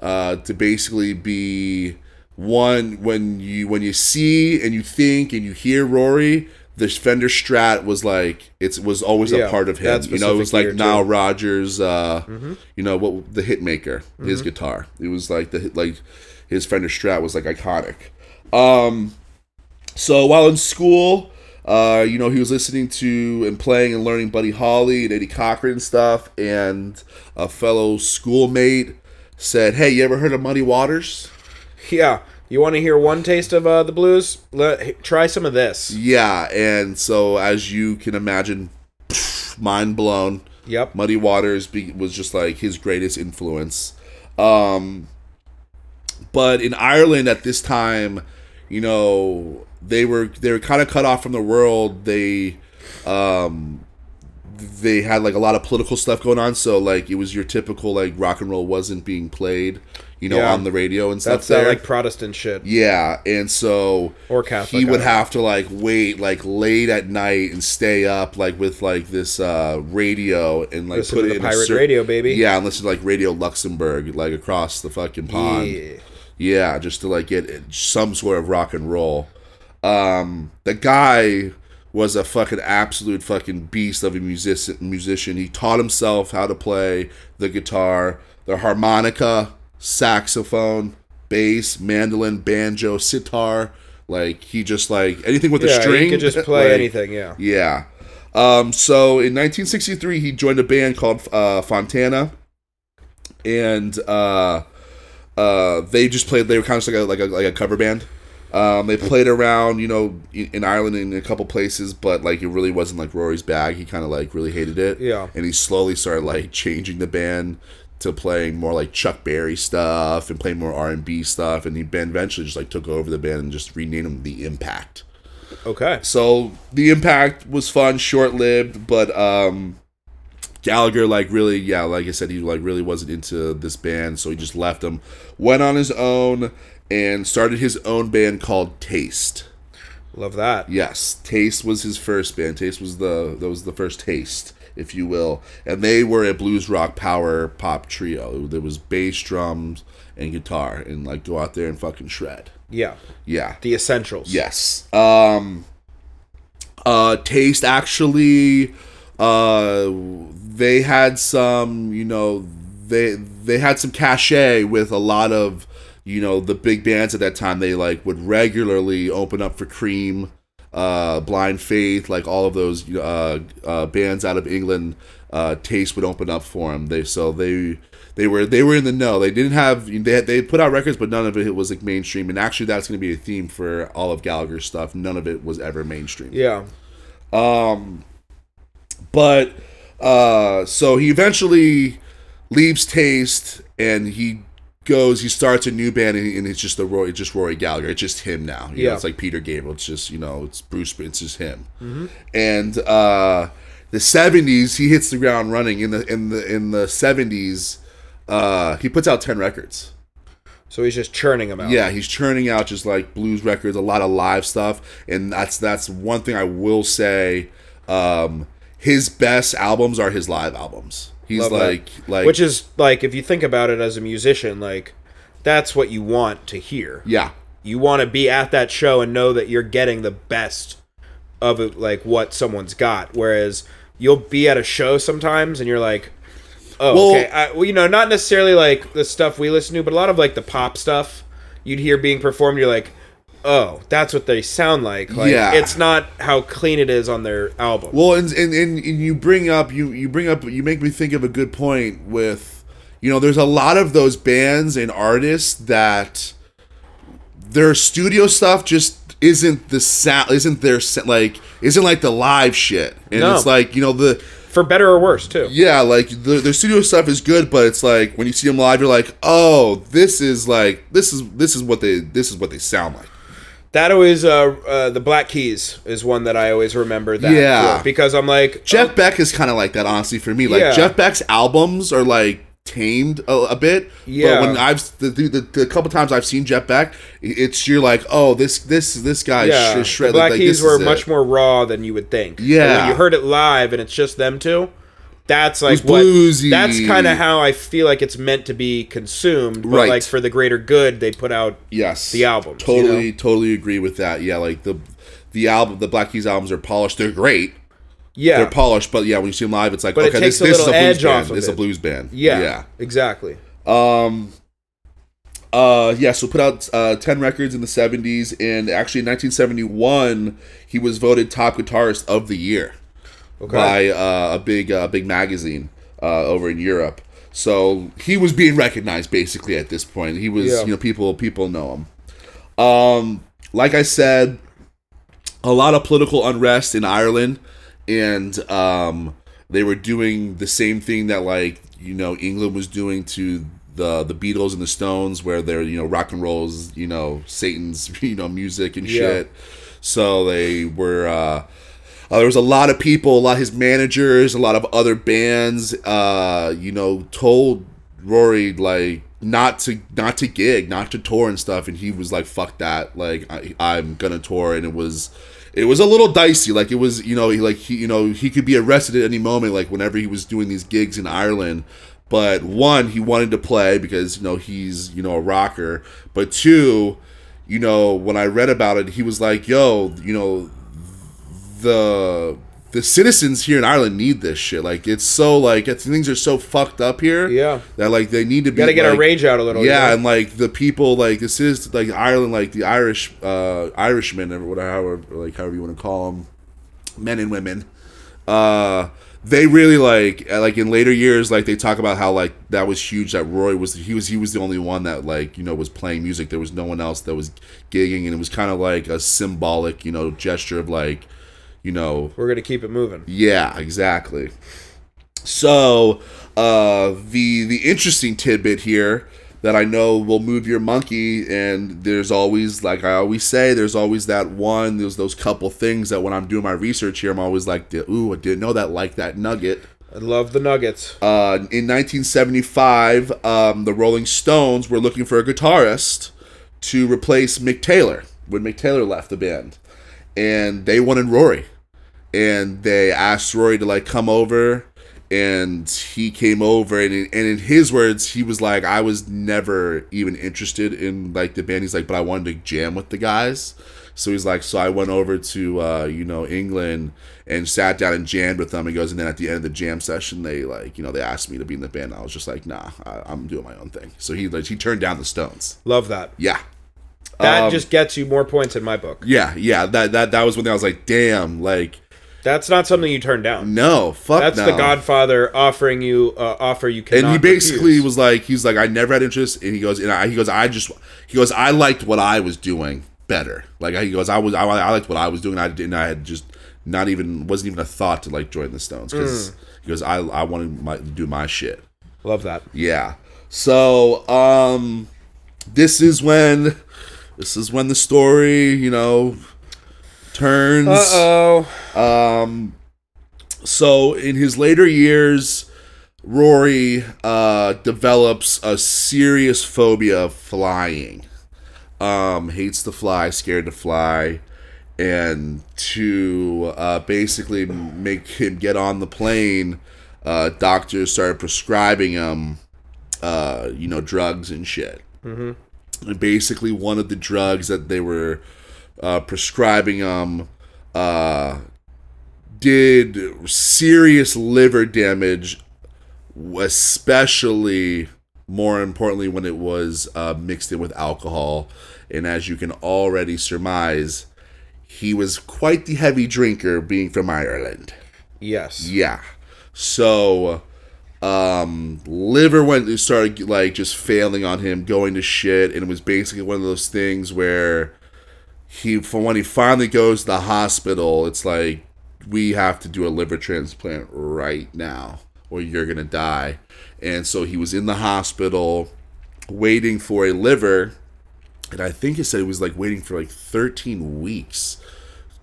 [SPEAKER 1] uh, to basically be one when you when you see and you think and you hear Rory, the Fender Strat was like it was always
[SPEAKER 2] Yeah,
[SPEAKER 1] a part of him.
[SPEAKER 2] that
[SPEAKER 1] You know, it was like
[SPEAKER 2] specific year, too. Mm-hmm.
[SPEAKER 1] Nile Rodgers, uh, you know what the hitmaker, his guitar. It was like the hit- like his Fender Strat was like iconic. Um, so while in school. Uh, you know, he was listening to and playing and learning Buddy Holly and Eddie Cochran and stuff. And a fellow schoolmate said, "Hey, you ever heard of Muddy Waters?"
[SPEAKER 2] Yeah. You want to hear one taste of uh, the blues? Let, h- try some of this.
[SPEAKER 1] Yeah, and so as you can imagine, mind blown.
[SPEAKER 2] Yep.
[SPEAKER 1] Muddy Waters be- was just like his greatest influence. Um, but in Ireland at this time, you know, they were they were kind of cut off from the world. They um they had like a lot of political stuff going on, so like it was your typical like rock and roll wasn't being played, you know,
[SPEAKER 2] Yeah.
[SPEAKER 1] on the radio and stuff.
[SPEAKER 2] That's that
[SPEAKER 1] there.
[SPEAKER 2] like Protestant shit.
[SPEAKER 1] Yeah, and so
[SPEAKER 2] Or Catholic,
[SPEAKER 1] he
[SPEAKER 2] I
[SPEAKER 1] would
[SPEAKER 2] don't
[SPEAKER 1] have to like wait like late at night and stay up like with like this uh radio and like
[SPEAKER 2] Listen to the
[SPEAKER 1] in a
[SPEAKER 2] pirate radio, baby.
[SPEAKER 1] Yeah, and listen to like Radio Luxembourg like across the fucking pond.
[SPEAKER 2] Yeah.
[SPEAKER 1] Yeah, just to like get some sort of rock and roll. Um, the guy was a fucking absolute fucking beast of a musician. Musician. He taught himself how to play the guitar, the harmonica, saxophone, bass, mandolin, banjo, sitar. Like he just like anything with a
[SPEAKER 2] Yeah,
[SPEAKER 1] string.
[SPEAKER 2] you could just
[SPEAKER 1] <laughs>
[SPEAKER 2] play
[SPEAKER 1] like,
[SPEAKER 2] anything, yeah.
[SPEAKER 1] Yeah. Um, so in 1963, he joined a band called uh, Fontana, and uh, uh, they just played. They were kind of like a, like a like a cover band. Um, they played around, you know, i- in Ireland in a couple places, but like it really wasn't like Rory's bag. He kind of like really hated it.
[SPEAKER 2] Yeah.
[SPEAKER 1] And he slowly started like changing the band to playing more like Chuck Berry stuff and playing more R and B stuff. And the band eventually just like took over the band and just renamed them the Impact.
[SPEAKER 2] Okay.
[SPEAKER 1] So the impact was fun, short lived, but um Gallagher like really yeah, like I said, he like really wasn't into this band, so he just left them, went on his own and started his own band called Taste.
[SPEAKER 2] Love that.
[SPEAKER 1] Yes, Taste was his first band. Taste was the that was the first Taste, if you will, and they were a blues rock power pop trio. There was bass, drums, and guitar, and like go out there and fucking shred.
[SPEAKER 2] Yeah.
[SPEAKER 1] Yeah,
[SPEAKER 2] The essentials.
[SPEAKER 1] Yes. Um uh taste actually uh they had some, you know, they they had some cachet with a lot of, you know, the big bands at that time. They like would regularly open up for Cream, uh Blind Faith, like all of those you know, uh uh bands out of England, uh Taste would open up for them. They so they they were they were in the know. They didn't have they had, they put out records, but none of it was like mainstream. And actually, that's going to be a theme for all of Gallagher's stuff. None of it was ever mainstream.
[SPEAKER 2] Yeah.
[SPEAKER 1] But uh, so he eventually leaves Taste, and he goes. He starts a new band, and, and it's just the Roy, it's just Rory Gallagher. It's just him now. You know,
[SPEAKER 2] Yeah.
[SPEAKER 1] it's like Peter Gabriel. It's just you know, it's Bruce. It's just him. And uh, the '70s, he hits the ground running. In the in the in the '70s, uh, he puts out ten records.
[SPEAKER 2] So he's just churning them out.
[SPEAKER 1] Yeah, he's churning out just like blues records, a lot of live stuff, and that's that's one thing I will say. Um, his best albums are his live albums. He's
[SPEAKER 2] Love that.
[SPEAKER 1] like like
[SPEAKER 2] Which is like if you think about it as a musician, like that's what you want to hear.
[SPEAKER 1] yeah
[SPEAKER 2] You want to be at that show and know that you're getting the best of it, like what someone's got. Whereas you'll be at a show sometimes and you're like, oh,
[SPEAKER 1] Well-
[SPEAKER 2] okay. I, well, you know, not necessarily like the stuff we listen to, but a lot of like the pop stuff you'd hear being performed. You're like, oh, that's what they sound like. Like,
[SPEAKER 1] Yeah.
[SPEAKER 2] It's not how clean it is on their album.
[SPEAKER 1] Well, and, and and and you bring up you you bring up you make me think of a good point with you know there's a lot of those bands and artists that their studio stuff just isn't the sound isn't their sa- like isn't like the live shit and
[SPEAKER 2] No.
[SPEAKER 1] it's like you know the
[SPEAKER 2] For better or worse, too.
[SPEAKER 1] yeah, like the, the studio stuff is good, but it's like when you see them live, you're like, oh, this is like this is this is what they this is what they sound like.
[SPEAKER 2] That always, uh, uh, the Black Keys is one that I always remember. That
[SPEAKER 1] Yeah.
[SPEAKER 2] for, because I'm like
[SPEAKER 1] Jeff Beck is kind of like that, honestly, for me. Like
[SPEAKER 2] Um, Yeah.
[SPEAKER 1] Jeff Beck's albums are like tamed a, a bit. But
[SPEAKER 2] Yeah.
[SPEAKER 1] when I've the, the, the, the couple times I've seen Jeff Beck, it's you're like, oh, this this this guy's
[SPEAKER 2] yeah,
[SPEAKER 1] yeah.
[SPEAKER 2] the
[SPEAKER 1] shredded.
[SPEAKER 2] Black
[SPEAKER 1] like,
[SPEAKER 2] Keys
[SPEAKER 1] this
[SPEAKER 2] were
[SPEAKER 1] is it.
[SPEAKER 2] much more raw than you would think. But
[SPEAKER 1] Yeah.
[SPEAKER 2] when you heard it live and it's just them two. That's like
[SPEAKER 1] was
[SPEAKER 2] what.
[SPEAKER 1] bluesy.
[SPEAKER 2] That's kind of how I feel like it's meant to be consumed. But
[SPEAKER 1] Right.
[SPEAKER 2] Like for the greater good, they put out.
[SPEAKER 1] yes
[SPEAKER 2] the albums, you
[SPEAKER 1] Totally,
[SPEAKER 2] know?
[SPEAKER 1] totally agree with that. Yeah, like the the album, the Black Keys albums are polished. They're great.
[SPEAKER 2] Yeah.
[SPEAKER 1] They're polished, but yeah, when you see them live, it's like
[SPEAKER 2] But it
[SPEAKER 1] okay, this,
[SPEAKER 2] takes a
[SPEAKER 1] this is a
[SPEAKER 2] little
[SPEAKER 1] blues
[SPEAKER 2] edge
[SPEAKER 1] band.
[SPEAKER 2] off of
[SPEAKER 1] this is a
[SPEAKER 2] it.
[SPEAKER 1] blues band.
[SPEAKER 2] yeah.
[SPEAKER 1] yeah.
[SPEAKER 2] Exactly.
[SPEAKER 1] Um, uh, yeah, so put out uh, 10 records in the 70s, and actually in 1971, he was voted top guitarist of the year
[SPEAKER 2] Okay.
[SPEAKER 1] by uh, a big uh, big magazine uh, over in Europe. So he was being recognized basically at this point. He was,
[SPEAKER 2] Yeah.
[SPEAKER 1] you know, people people know him. Um, like I said, a lot of political unrest in Ireland, and um, they were doing the same thing that like you know England was doing to the the Beatles and the Stones, where they're you know rock and rolls, you know Satan's <laughs> you know music and
[SPEAKER 2] Yeah.
[SPEAKER 1] shit. So they were. Uh, uh, there was a lot of people, a lot of his managers, a lot of other bands, uh, you know, told Rory like not to not to gig, not to tour and stuff, and he was like, "Fuck that! Like I, I'm gonna tour," and it was. It was a little dicey, like it was, you know, he like he, you know, he could be arrested at any moment, like whenever he was doing these gigs in Ireland. But one, he wanted to play because you know he's you know a rocker. But two, you know, when I read about it, he was like, "Yo, you know, the the citizens here in Ireland need this shit. Like it's so like it's, things are so fucked up here.
[SPEAKER 2] Yeah.
[SPEAKER 1] That like they need to be
[SPEAKER 2] Got to get
[SPEAKER 1] like,
[SPEAKER 2] our rage out a little.
[SPEAKER 1] Yeah,
[SPEAKER 2] you know?
[SPEAKER 1] and like the people like this is like Ireland like the Irish uh Irishmen or whatever however like however you want to call them men and women. Uh they really like uh, like in later years like they talk about how like that was huge that Roy was he was he was the only one that like you know was playing music there was no one else that was gigging and it was kind of like a symbolic you know gesture of like you know
[SPEAKER 2] We're gonna keep it moving.
[SPEAKER 1] yeah, exactly. So uh, the the interesting tidbit here that I know will move your monkey, and there's always like I always say, there's always that one, there's those couple things that when I'm doing my research here, I'm always like, ooh, I didn't know that, like that nugget.
[SPEAKER 2] I love the Nuggets.
[SPEAKER 1] Uh, in 1975, um, the Rolling Stones were looking for a guitarist to replace Mick Taylor when Mick Taylor left the band, and they wanted Rory, and they asked Rory to like come over, and he came over, and in, and in his words, he was like, "I was never even interested in like the band." He's like, "But I wanted to jam with the guys." So he's like, so I went over to uh, you know England and sat down and jammed with them. He goes, and then at the end of the jam session, they like you know they asked me to be in the band. I was just like, nah, I, I'm doing my own thing. So he like he turned down the Stones.
[SPEAKER 2] Love that.
[SPEAKER 1] Yeah,
[SPEAKER 2] That
[SPEAKER 1] Um,
[SPEAKER 2] just gets you more points in my book.
[SPEAKER 1] yeah, yeah. That that that was when I was like, damn, like
[SPEAKER 2] That's not something you turn down.
[SPEAKER 1] no, fuck.
[SPEAKER 2] That's the
[SPEAKER 1] no.
[SPEAKER 2] Godfather offering you uh, offer you cannot.
[SPEAKER 1] And he basically
[SPEAKER 2] refuse.
[SPEAKER 1] was like, he's like, I never had interest. And he goes, and I, he goes, I just, he goes, I liked what I was doing better. Like he goes, I was, I, I liked what I was doing. I didn't, I had just not even, wasn't even a thought to like join the Stones because he goes, I, I wanted my, to do my shit.
[SPEAKER 2] love that.
[SPEAKER 1] Yeah. So, um, this is when, this is when the story, you know, turns.
[SPEAKER 2] Uh oh.
[SPEAKER 1] So in his later years, Rory uh, develops a serious phobia of flying. Um, hates to fly, scared to fly, and to uh, basically make him get on the plane, uh, doctors started prescribing him, uh, you know, drugs and shit. And basically, one of the drugs that they were uh, prescribing him. Uh, did serious liver damage, especially more importantly when it was uh, mixed in with alcohol. And as you can already surmise, he was quite the heavy drinker, being from Ireland.
[SPEAKER 2] Yes.
[SPEAKER 1] Yeah. So, um, liver went it started like just failing on him, going to shit, and it was basically one of those things where he, for when he finally goes to the hospital, it's like we have to do a liver transplant right now, or you're gonna die. And so he was in the hospital, waiting for a liver, and I think he said he was like waiting for like 13 weeks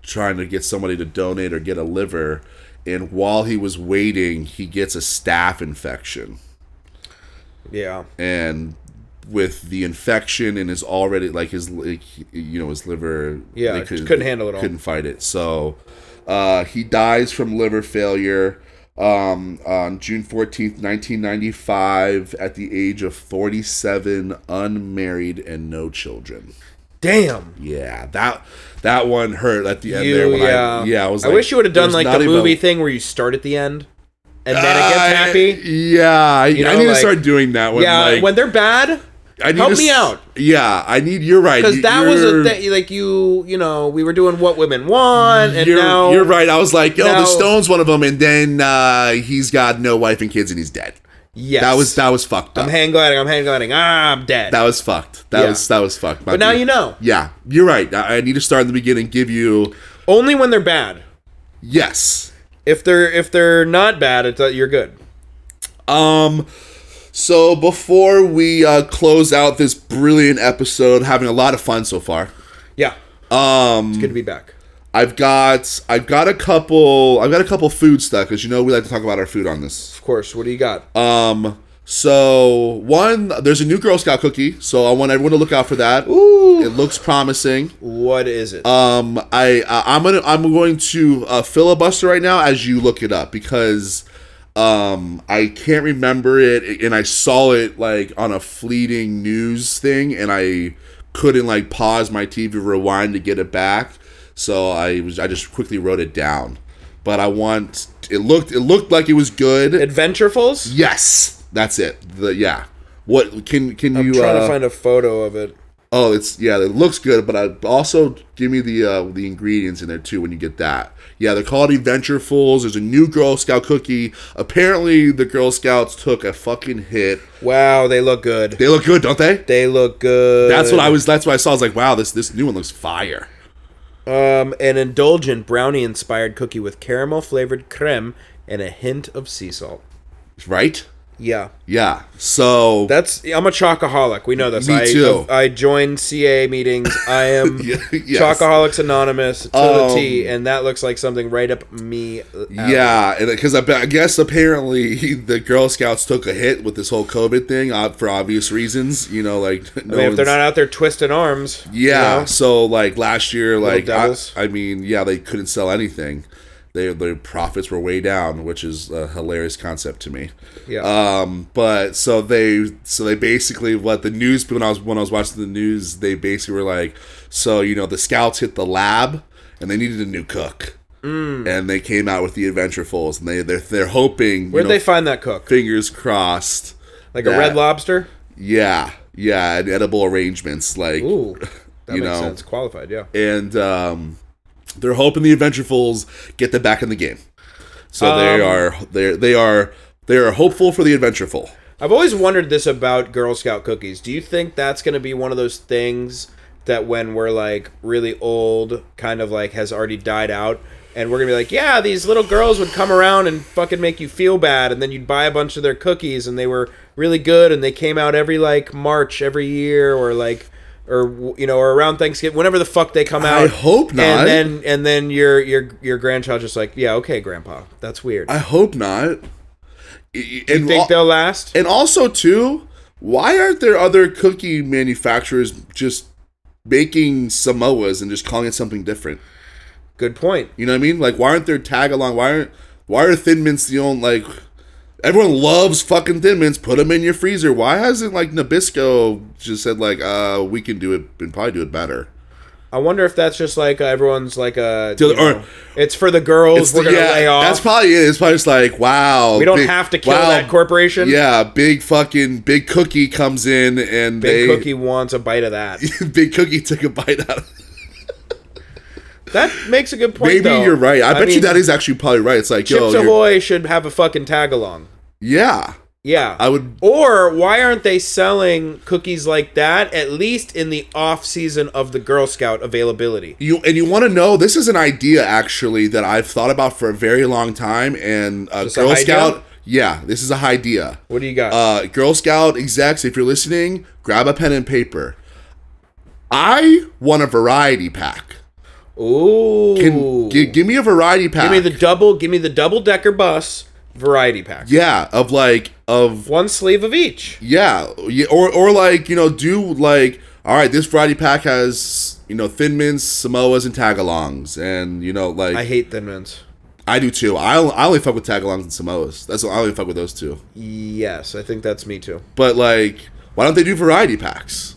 [SPEAKER 1] trying to get somebody to donate or get a liver. And while he was waiting, he gets a staph infection.
[SPEAKER 2] Yeah.
[SPEAKER 1] And with the infection and his already like his like, you know his liver
[SPEAKER 2] Yeah,
[SPEAKER 1] they
[SPEAKER 2] just couldn't handle it all.
[SPEAKER 1] couldn't fight it so uh, he dies from liver failure um, on June 14th 1995 at the age of 47 unmarried and no children
[SPEAKER 2] Damn.
[SPEAKER 1] yeah, that that one hurt at the end
[SPEAKER 2] You,
[SPEAKER 1] there. When
[SPEAKER 2] yeah.
[SPEAKER 1] I, yeah, I was.
[SPEAKER 2] I wish you would have done
[SPEAKER 1] there's
[SPEAKER 2] like
[SPEAKER 1] not
[SPEAKER 2] the
[SPEAKER 1] even-
[SPEAKER 2] movie thing where you start at the end and then it
[SPEAKER 1] I-
[SPEAKER 2] gets happy.
[SPEAKER 1] Yeah, I, I
[SPEAKER 2] know,
[SPEAKER 1] need
[SPEAKER 2] like-
[SPEAKER 1] to start doing that. When,
[SPEAKER 2] yeah.
[SPEAKER 1] like,
[SPEAKER 2] when they're bad,
[SPEAKER 1] I need
[SPEAKER 2] help
[SPEAKER 1] to s-
[SPEAKER 2] me out.
[SPEAKER 1] Yeah, I need. You're right.
[SPEAKER 2] because
[SPEAKER 1] you-
[SPEAKER 2] that was a
[SPEAKER 1] you're-
[SPEAKER 2] thing. Like you, you know, we were doing what women want, and
[SPEAKER 1] You're,
[SPEAKER 2] now
[SPEAKER 1] you're right. I was like, yo,
[SPEAKER 2] now-
[SPEAKER 1] the Stone's one of them, and then uh, he's got no wife and kids, and he's dead.
[SPEAKER 2] Yes,
[SPEAKER 1] That was that was fucked
[SPEAKER 2] I'm
[SPEAKER 1] up.
[SPEAKER 2] hang gliding. I'm hang gliding. Ah, I'm dead.
[SPEAKER 1] That was fucked. That
[SPEAKER 2] Yeah.
[SPEAKER 1] was that was fucked.
[SPEAKER 2] but now you know.
[SPEAKER 1] Yeah, you're right. I, I need to start in the beginning. Give you
[SPEAKER 2] Only when they're bad.
[SPEAKER 1] yes.
[SPEAKER 2] If they're if they're not bad, it's that you're good.
[SPEAKER 1] Um, so before we uh, close out this brilliant episode, having a lot of fun so far.
[SPEAKER 2] Yeah,
[SPEAKER 1] Um,
[SPEAKER 2] it's good to be back.
[SPEAKER 1] I've got I've got a couple I've got a couple food stuff because you know we like to talk about our food on this.
[SPEAKER 2] Of course. What do you got?
[SPEAKER 1] Um, so one there's a new Girl Scout cookie, so I want everyone to look out for that.
[SPEAKER 2] Ooh.
[SPEAKER 1] It looks promising.
[SPEAKER 2] what is it?
[SPEAKER 1] Um, I uh, I'm gonna I'm going to uh, filibuster right now as you look it up because um I can't remember it and I saw it like on a fleeting news thing and I couldn't like pause my TV rewind to get it back so I was I just quickly wrote it down but I want it looked it looked like it was good
[SPEAKER 2] Adventurefuls.
[SPEAKER 1] yes that's it the yeah what can can
[SPEAKER 2] I'm
[SPEAKER 1] you
[SPEAKER 2] trying
[SPEAKER 1] uh,
[SPEAKER 2] to find a photo of it.
[SPEAKER 1] Oh, it's yeah, it looks good, but I also give me the uh, the ingredients in there too when you get that. Yeah, they're called Adventurefuls. There's a new Girl Scout cookie. Apparently, the Girl Scouts took a fucking hit.
[SPEAKER 2] Wow, they look good.
[SPEAKER 1] They look good, don't they?
[SPEAKER 2] They look good.
[SPEAKER 1] That's what I was. That's what I saw. I was like, wow, this this new one looks fire.
[SPEAKER 2] Um, an indulgent brownie inspired cookie with caramel flavored creme and a hint of sea salt.
[SPEAKER 1] Right?
[SPEAKER 2] Yeah.
[SPEAKER 1] Yeah. So
[SPEAKER 2] That's I'm a chocoholic. We know this.
[SPEAKER 1] Me
[SPEAKER 2] I,
[SPEAKER 1] too.
[SPEAKER 2] I join CA meetings. I am
[SPEAKER 1] <laughs> Yeah, yes.
[SPEAKER 2] Chocoholics Anonymous to the
[SPEAKER 1] Um,
[SPEAKER 2] T, and that looks like something right up me. alley.
[SPEAKER 1] Yeah, and because I, be- I guess apparently <laughs> the Girl Scouts took a hit with this whole COVID thing uh, for obvious reasons. You know, like <laughs> no
[SPEAKER 2] I mean, if they're
[SPEAKER 1] one's-
[SPEAKER 2] not out there twisting arms, you
[SPEAKER 1] um, Yeah,
[SPEAKER 2] know?
[SPEAKER 1] so like last year, like I,
[SPEAKER 2] devils.
[SPEAKER 1] I mean, yeah, they couldn't sell anything. Their their profits were way down, which is a hilarious concept to me.
[SPEAKER 2] Yeah.
[SPEAKER 1] Um, but so they so they basically what the news when I was when I was watching the news, they basically were like, so you know the scouts hit the lab and they needed a new cook.
[SPEAKER 2] Mm.
[SPEAKER 1] And they came out with the Adventurefuls, and they they're, they're hoping you
[SPEAKER 2] where'd
[SPEAKER 1] know,
[SPEAKER 2] they find that cook?
[SPEAKER 1] fingers crossed,
[SPEAKER 2] Like
[SPEAKER 1] that-
[SPEAKER 2] a red lobster?
[SPEAKER 1] yeah, yeah, and edible arrangements like
[SPEAKER 2] Ooh, that
[SPEAKER 1] You
[SPEAKER 2] makes
[SPEAKER 1] know.
[SPEAKER 2] sense. Qualified, yeah.
[SPEAKER 1] and um, they're hoping the Adventurefuls get them back in the game. So they
[SPEAKER 2] Um,
[SPEAKER 1] are they they are they are hopeful for the Adventureful.
[SPEAKER 2] I've always wondered this about Girl Scout cookies. Do you think that's going to be one of those things that when we're like really old, kind of like has already died out, and we're going to be like, yeah, these little girls would come around and fucking make you feel bad, and then you'd buy a bunch of their cookies, and they were really good, and they came out every like March every year, or like. Or you know, or around Thanksgiving, whenever the fuck they come out.
[SPEAKER 1] I hope not.
[SPEAKER 2] And then, and then your your your grandchild just like, yeah, okay, grandpa, that's weird.
[SPEAKER 1] I hope not. I- I- And,
[SPEAKER 2] Think
[SPEAKER 1] al-
[SPEAKER 2] they'll last?
[SPEAKER 1] and also too, why aren't there other cookie manufacturers just making Samoas and just calling it something different?
[SPEAKER 2] Good point.
[SPEAKER 1] You know what I mean? Like why aren't there tag along? Why aren't why are Thin Mints the only like everyone loves fucking Thin Mints? Put them in your freezer. Why hasn't like Nabisco just said like uh we can do it and probably do it better?
[SPEAKER 2] I wonder if that's just like uh, everyone's like a.
[SPEAKER 1] Till-
[SPEAKER 2] you know,
[SPEAKER 1] or-
[SPEAKER 2] it's for the girls. We're gonna lay off.
[SPEAKER 1] that's probably it. It's probably just like wow.
[SPEAKER 2] we don't have to kill that corporation.
[SPEAKER 1] Yeah, big fucking big cookie comes in and
[SPEAKER 2] Big
[SPEAKER 1] they
[SPEAKER 2] Cookie wants a bite of that.
[SPEAKER 1] <laughs> big cookie took a bite out. of
[SPEAKER 2] That makes a good point.
[SPEAKER 1] Maybe
[SPEAKER 2] though.
[SPEAKER 1] you're right. I, bet you
[SPEAKER 2] mean,
[SPEAKER 1] that is actually probably right. It's like
[SPEAKER 2] Chips
[SPEAKER 1] yo, you're-
[SPEAKER 2] Ahoy should have a fucking tag along.
[SPEAKER 1] yeah,
[SPEAKER 2] Yeah.
[SPEAKER 1] I would.
[SPEAKER 2] or why aren't they selling cookies like that at least in the off season of the Girl Scout availability?
[SPEAKER 1] You and you want to know? This is an idea actually that I've thought about for a very long time. And uh,
[SPEAKER 2] Just a
[SPEAKER 1] Girl
[SPEAKER 2] high
[SPEAKER 1] Scout,
[SPEAKER 2] deal?
[SPEAKER 1] yeah, this is a idea.
[SPEAKER 2] What do you got?
[SPEAKER 1] Uh, Girl Scout execs, if you're listening, grab a pen and paper. I want a variety pack.
[SPEAKER 2] Ooh.
[SPEAKER 1] Can, gi- give me a variety pack.
[SPEAKER 2] give me the double. Give me the double decker bus variety pack.
[SPEAKER 1] yeah of like of
[SPEAKER 2] One sleeve of each.
[SPEAKER 1] yeah yeah, or or like you know do like all right this variety pack has you know thin mints Samoas and tagalongs and you know like
[SPEAKER 2] I
[SPEAKER 1] I,
[SPEAKER 2] hate Thin Mints.
[SPEAKER 1] do too I, only- I only fuck with tagalongs and Samoas that's I only fuck with those two
[SPEAKER 2] Yes, I think that's me too.
[SPEAKER 1] but like why don't they do variety packs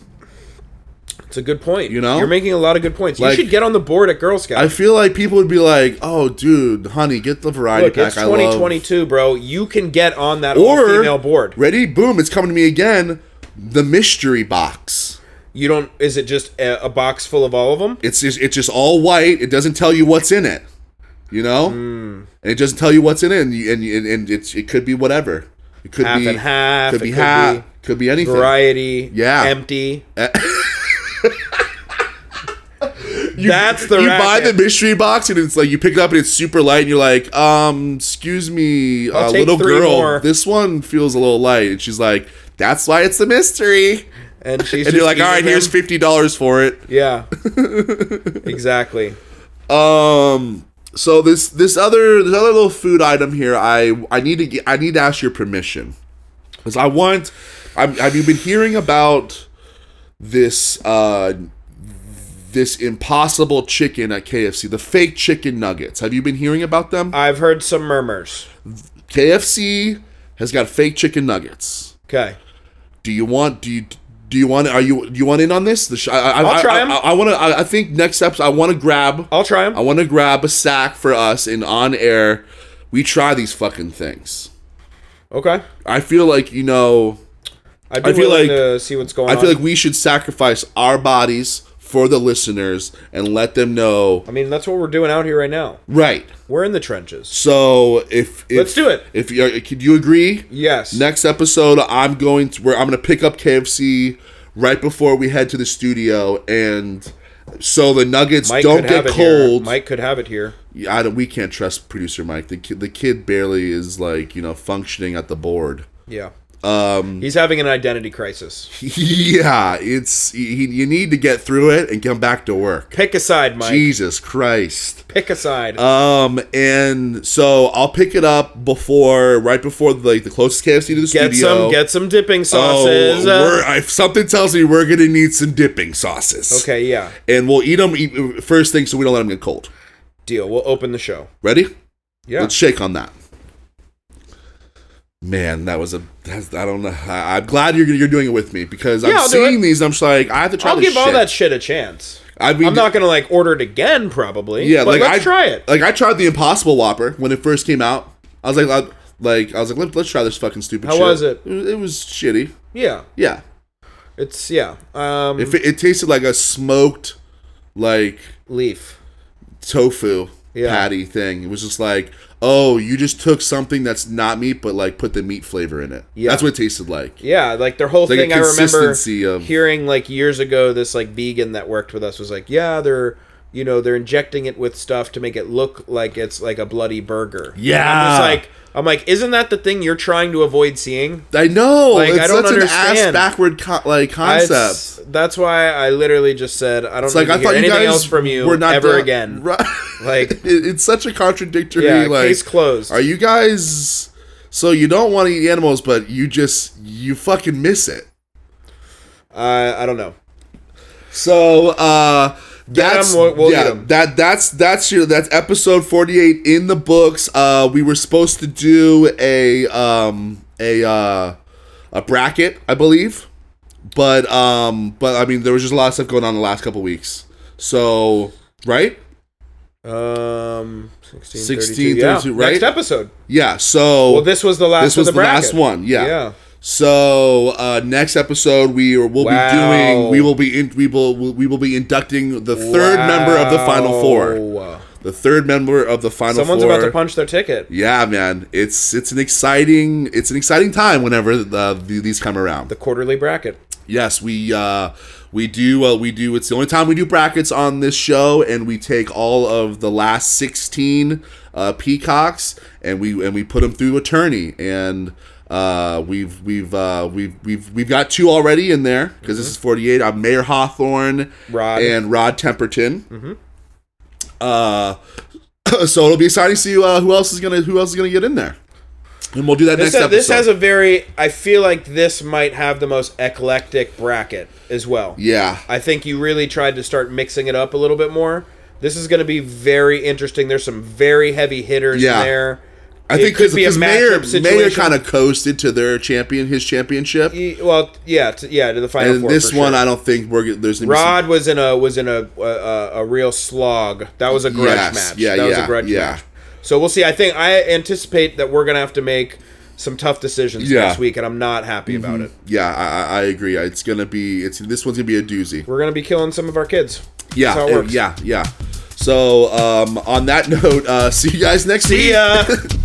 [SPEAKER 2] It's a good point.
[SPEAKER 1] You know?
[SPEAKER 2] you're making a lot of good points.
[SPEAKER 1] Like-
[SPEAKER 2] you should get on the board at Girl Scout.
[SPEAKER 1] I feel like people would be like oh dude honey get the variety
[SPEAKER 2] Look,
[SPEAKER 1] pack
[SPEAKER 2] it's
[SPEAKER 1] I love
[SPEAKER 2] 2022, bro. You can get on that
[SPEAKER 1] Or-
[SPEAKER 2] all-female board.
[SPEAKER 1] ready boom it's coming to me again the mystery box.
[SPEAKER 2] You don't. Is it just a, a box full of all of them?
[SPEAKER 1] It's just it's just all white. It doesn't tell you what's in it, you know,
[SPEAKER 2] Hmm.
[SPEAKER 1] and it doesn't tell you what's in it, and you, and, you- and, and it's it could be whatever. It could
[SPEAKER 2] Half
[SPEAKER 1] be
[SPEAKER 2] and half,
[SPEAKER 1] Could
[SPEAKER 2] it
[SPEAKER 1] be
[SPEAKER 2] could
[SPEAKER 1] half.
[SPEAKER 2] be
[SPEAKER 1] could be anything.
[SPEAKER 2] Variety.
[SPEAKER 1] Yeah.
[SPEAKER 2] Empty.
[SPEAKER 1] <laughs> You,
[SPEAKER 2] That's the
[SPEAKER 1] you buy
[SPEAKER 2] racket.
[SPEAKER 1] the mystery box and it's like you pick it up and it's super light and you're like, um, excuse me, uh,
[SPEAKER 2] take
[SPEAKER 1] little
[SPEAKER 2] three
[SPEAKER 1] girl,
[SPEAKER 2] more."
[SPEAKER 1] this one feels a little light. And she's like, that's why it's a mystery.
[SPEAKER 2] And she's.
[SPEAKER 1] And
[SPEAKER 2] just
[SPEAKER 1] you're like, all right,
[SPEAKER 2] eating
[SPEAKER 1] here's
[SPEAKER 2] them.
[SPEAKER 1] fifty dollars for it. <laughs>
[SPEAKER 2] Yeah. exactly.
[SPEAKER 1] Um. So this this other this other little food item here, I I need to get, I need to ask your permission because I want. I'm, have you been hearing about this uh this impossible chicken at KFC, the fake chicken nuggets? Have you been hearing about them?
[SPEAKER 2] I've heard some murmurs.
[SPEAKER 1] KFC has got fake chicken nuggets.
[SPEAKER 2] Okay.
[SPEAKER 1] Do you want? Do you? Do you want? Are you? Do you want in on this? The sh- I, I,
[SPEAKER 2] I'll try
[SPEAKER 1] I,
[SPEAKER 2] 'em.
[SPEAKER 1] I, I want to. I, I think next steps. I want to grab.
[SPEAKER 2] I'll try
[SPEAKER 1] I
[SPEAKER 2] them.
[SPEAKER 1] want to grab a sack for us and on air, we try these fucking things.
[SPEAKER 2] Okay.
[SPEAKER 1] I feel like you know
[SPEAKER 2] I'd be
[SPEAKER 1] I feel
[SPEAKER 2] willing
[SPEAKER 1] like-
[SPEAKER 2] to see what's going
[SPEAKER 1] I
[SPEAKER 2] on.
[SPEAKER 1] feel like we should sacrifice our bodies for the listeners and let them know.
[SPEAKER 2] I mean, that's what we're doing out here right now.
[SPEAKER 1] Right.
[SPEAKER 2] We're in the trenches.
[SPEAKER 1] So if, if
[SPEAKER 2] Let's do it.
[SPEAKER 1] If you could you agree?
[SPEAKER 2] Yes.
[SPEAKER 1] Next episode, I'm going to where I'm going to pick up KFC right before we head to the studio, and so the nuggets
[SPEAKER 2] Mike
[SPEAKER 1] don't
[SPEAKER 2] could
[SPEAKER 1] get
[SPEAKER 2] have it here.
[SPEAKER 1] cold.
[SPEAKER 2] Mike could have it here.
[SPEAKER 1] Yeah, I don't, we can't trust producer Mike. The kid, the kid barely is like you know functioning at the board.
[SPEAKER 2] Yeah. Um, He's having an identity crisis.
[SPEAKER 1] yeah, it's you, you need to get through it and come back to work.
[SPEAKER 2] Pick a side, Mike.
[SPEAKER 1] Jesus Christ.
[SPEAKER 2] Pick a side.
[SPEAKER 1] Um, and so I'll pick it up before, right before like the closest KFC to the
[SPEAKER 2] get
[SPEAKER 1] studio.
[SPEAKER 2] some. Get some dipping sauces. Uh,
[SPEAKER 1] Oh, we're, if something tells me we're gonna need some dipping sauces.
[SPEAKER 2] okay. Yeah.
[SPEAKER 1] And we'll eat them eat, first thing so we don't let them get cold.
[SPEAKER 2] Deal. We'll open the show.
[SPEAKER 1] Ready?
[SPEAKER 2] Yeah.
[SPEAKER 1] Let's shake on that. Man, that was a. That's, I don't know. I, I'm glad you're you're doing it with me because
[SPEAKER 2] Yeah,
[SPEAKER 1] I'm
[SPEAKER 2] I'll do
[SPEAKER 1] seeing these. I'm just like I have to try.
[SPEAKER 2] I'll
[SPEAKER 1] this
[SPEAKER 2] give all
[SPEAKER 1] shit.
[SPEAKER 2] that shit a chance.
[SPEAKER 1] I mean,
[SPEAKER 2] I'm not gonna like order it again, probably.
[SPEAKER 1] Yeah,
[SPEAKER 2] but
[SPEAKER 1] like
[SPEAKER 2] let's
[SPEAKER 1] I
[SPEAKER 2] try it.
[SPEAKER 1] Like I tried the Impossible Whopper when it first came out. I was like, I, like I was like, Let, let's try this fucking stupid.
[SPEAKER 2] How
[SPEAKER 1] shit.
[SPEAKER 2] was it?
[SPEAKER 1] it? It was shitty.
[SPEAKER 2] Yeah,
[SPEAKER 1] Yeah,
[SPEAKER 2] it's yeah. Um,
[SPEAKER 1] if it, it tasted like a smoked, like
[SPEAKER 2] leaf.
[SPEAKER 1] tofu
[SPEAKER 2] Yeah.
[SPEAKER 1] patty thing. It was just like, oh, you just took something that's not meat, but like put the meat flavor in it.
[SPEAKER 2] Yeah.
[SPEAKER 1] that's what it tasted like.
[SPEAKER 2] Yeah, like their whole
[SPEAKER 1] like a
[SPEAKER 2] thing. I remember
[SPEAKER 1] consistency of-
[SPEAKER 2] hearing like years ago. This like vegan that worked with us was like, yeah, they're you know they're injecting it with stuff to make it look like it's like a bloody burger. And I'm just
[SPEAKER 1] Yeah.
[SPEAKER 2] like I'm like, isn't that the thing you're trying to avoid seeing?
[SPEAKER 1] I know.
[SPEAKER 2] Like, I
[SPEAKER 1] it's
[SPEAKER 2] don't
[SPEAKER 1] such
[SPEAKER 2] understand.
[SPEAKER 1] an ass backward co- like
[SPEAKER 2] I-
[SPEAKER 1] concept.
[SPEAKER 2] it's- that's why I literally just said I don't
[SPEAKER 1] it's like
[SPEAKER 2] need
[SPEAKER 1] I
[SPEAKER 2] to hear
[SPEAKER 1] thought you
[SPEAKER 2] anything
[SPEAKER 1] guys
[SPEAKER 2] else from you
[SPEAKER 1] were not
[SPEAKER 2] ever
[SPEAKER 1] done. <laughs>
[SPEAKER 2] again.
[SPEAKER 1] Right.
[SPEAKER 2] Like-
[SPEAKER 1] it, it's such a contradictory.
[SPEAKER 2] Yeah,
[SPEAKER 1] like
[SPEAKER 2] case closed.
[SPEAKER 1] Are you guys so you don't want to eat animals, but you just you fucking miss it.
[SPEAKER 2] Uh, I don't know.
[SPEAKER 1] So uh that's
[SPEAKER 2] 'em, we'll- we'll
[SPEAKER 1] yeah,
[SPEAKER 2] get 'em.
[SPEAKER 1] that that's that's your that's episode 48 in the books. Uh we were supposed to do a um a uh a bracket, I believe. But um but I mean there was just a lot of stuff going on the last couple weeks. So, right?
[SPEAKER 2] Um, 16,
[SPEAKER 1] 16,
[SPEAKER 2] 32, yeah.
[SPEAKER 1] 32, right?
[SPEAKER 2] Next episode.
[SPEAKER 1] Yeah, so
[SPEAKER 2] Well, this was the last.
[SPEAKER 1] this was
[SPEAKER 2] of
[SPEAKER 1] the,
[SPEAKER 2] the, bracket.
[SPEAKER 1] last one. Yeah.
[SPEAKER 2] Yeah.
[SPEAKER 1] So uh, next episode we will will
[SPEAKER 2] Wow.
[SPEAKER 1] be doing we will be in, we will we will be inducting the third member of the final four.
[SPEAKER 2] Wow.
[SPEAKER 1] The third member of the final
[SPEAKER 2] Someone's
[SPEAKER 1] four.
[SPEAKER 2] about to punch their ticket.
[SPEAKER 1] yeah, man, it's it's an exciting it's an exciting time whenever the, the, these come around.
[SPEAKER 2] The quarterly bracket.
[SPEAKER 1] Yes, we uh, we do uh, we do. It's the only time we do brackets on this show, and we take all of the last sixteen uh, peacocks, and we and we put them through attorney, and uh, we've we've uh, we've we've we've got two already in there because this is forty eight. I'm Mayor Hawthorne,
[SPEAKER 2] Mm-hmm. Rod. Mm-hmm.
[SPEAKER 1] and Rod Temperton. Uh, <coughs> so it'll be exciting to see uh, who else is gonna who else is gonna get in there, and we'll do that
[SPEAKER 2] This,
[SPEAKER 1] next
[SPEAKER 2] ha-
[SPEAKER 1] episode.
[SPEAKER 2] this has a very. I feel like this might have the most eclectic bracket as well.
[SPEAKER 1] yeah.
[SPEAKER 2] I think you really tried to start mixing it up a little bit more. This is going to be very interesting. There's some very heavy hitters
[SPEAKER 1] Yeah.
[SPEAKER 2] in there.
[SPEAKER 1] I
[SPEAKER 2] It
[SPEAKER 1] think because
[SPEAKER 2] could be a
[SPEAKER 1] Mayor
[SPEAKER 2] matchup
[SPEAKER 1] Mayor
[SPEAKER 2] situation.
[SPEAKER 1] kind of coasted to their champion his championship,
[SPEAKER 2] E- Well, yeah, t- yeah, to the final
[SPEAKER 1] and
[SPEAKER 2] four.
[SPEAKER 1] this
[SPEAKER 2] for
[SPEAKER 1] one
[SPEAKER 2] sure.
[SPEAKER 1] I don't think we're g- there's gonna be some-
[SPEAKER 2] Rod was in a was in a a, a, a real slog. That was a grudge
[SPEAKER 1] Yes,
[SPEAKER 2] match.
[SPEAKER 1] yeah,
[SPEAKER 2] that was
[SPEAKER 1] yeah,
[SPEAKER 2] a grudge
[SPEAKER 1] yeah.
[SPEAKER 2] match. So we'll see. I think I anticipate that we're gonna have to make some tough decisions
[SPEAKER 1] Yeah. Mm-hmm.
[SPEAKER 2] next week, and I'm not happy about it.
[SPEAKER 1] yeah I, I- I agree Uh, it's gonna be it's this one's gonna be a doozy
[SPEAKER 2] We're gonna be killing some of our kids.
[SPEAKER 1] yeah
[SPEAKER 2] That's how it
[SPEAKER 1] uh, <laughs>
[SPEAKER 2] works.
[SPEAKER 1] yeah yeah so um, on that note uh, see you guys next <laughs>
[SPEAKER 2] See
[SPEAKER 1] week.
[SPEAKER 2] ya.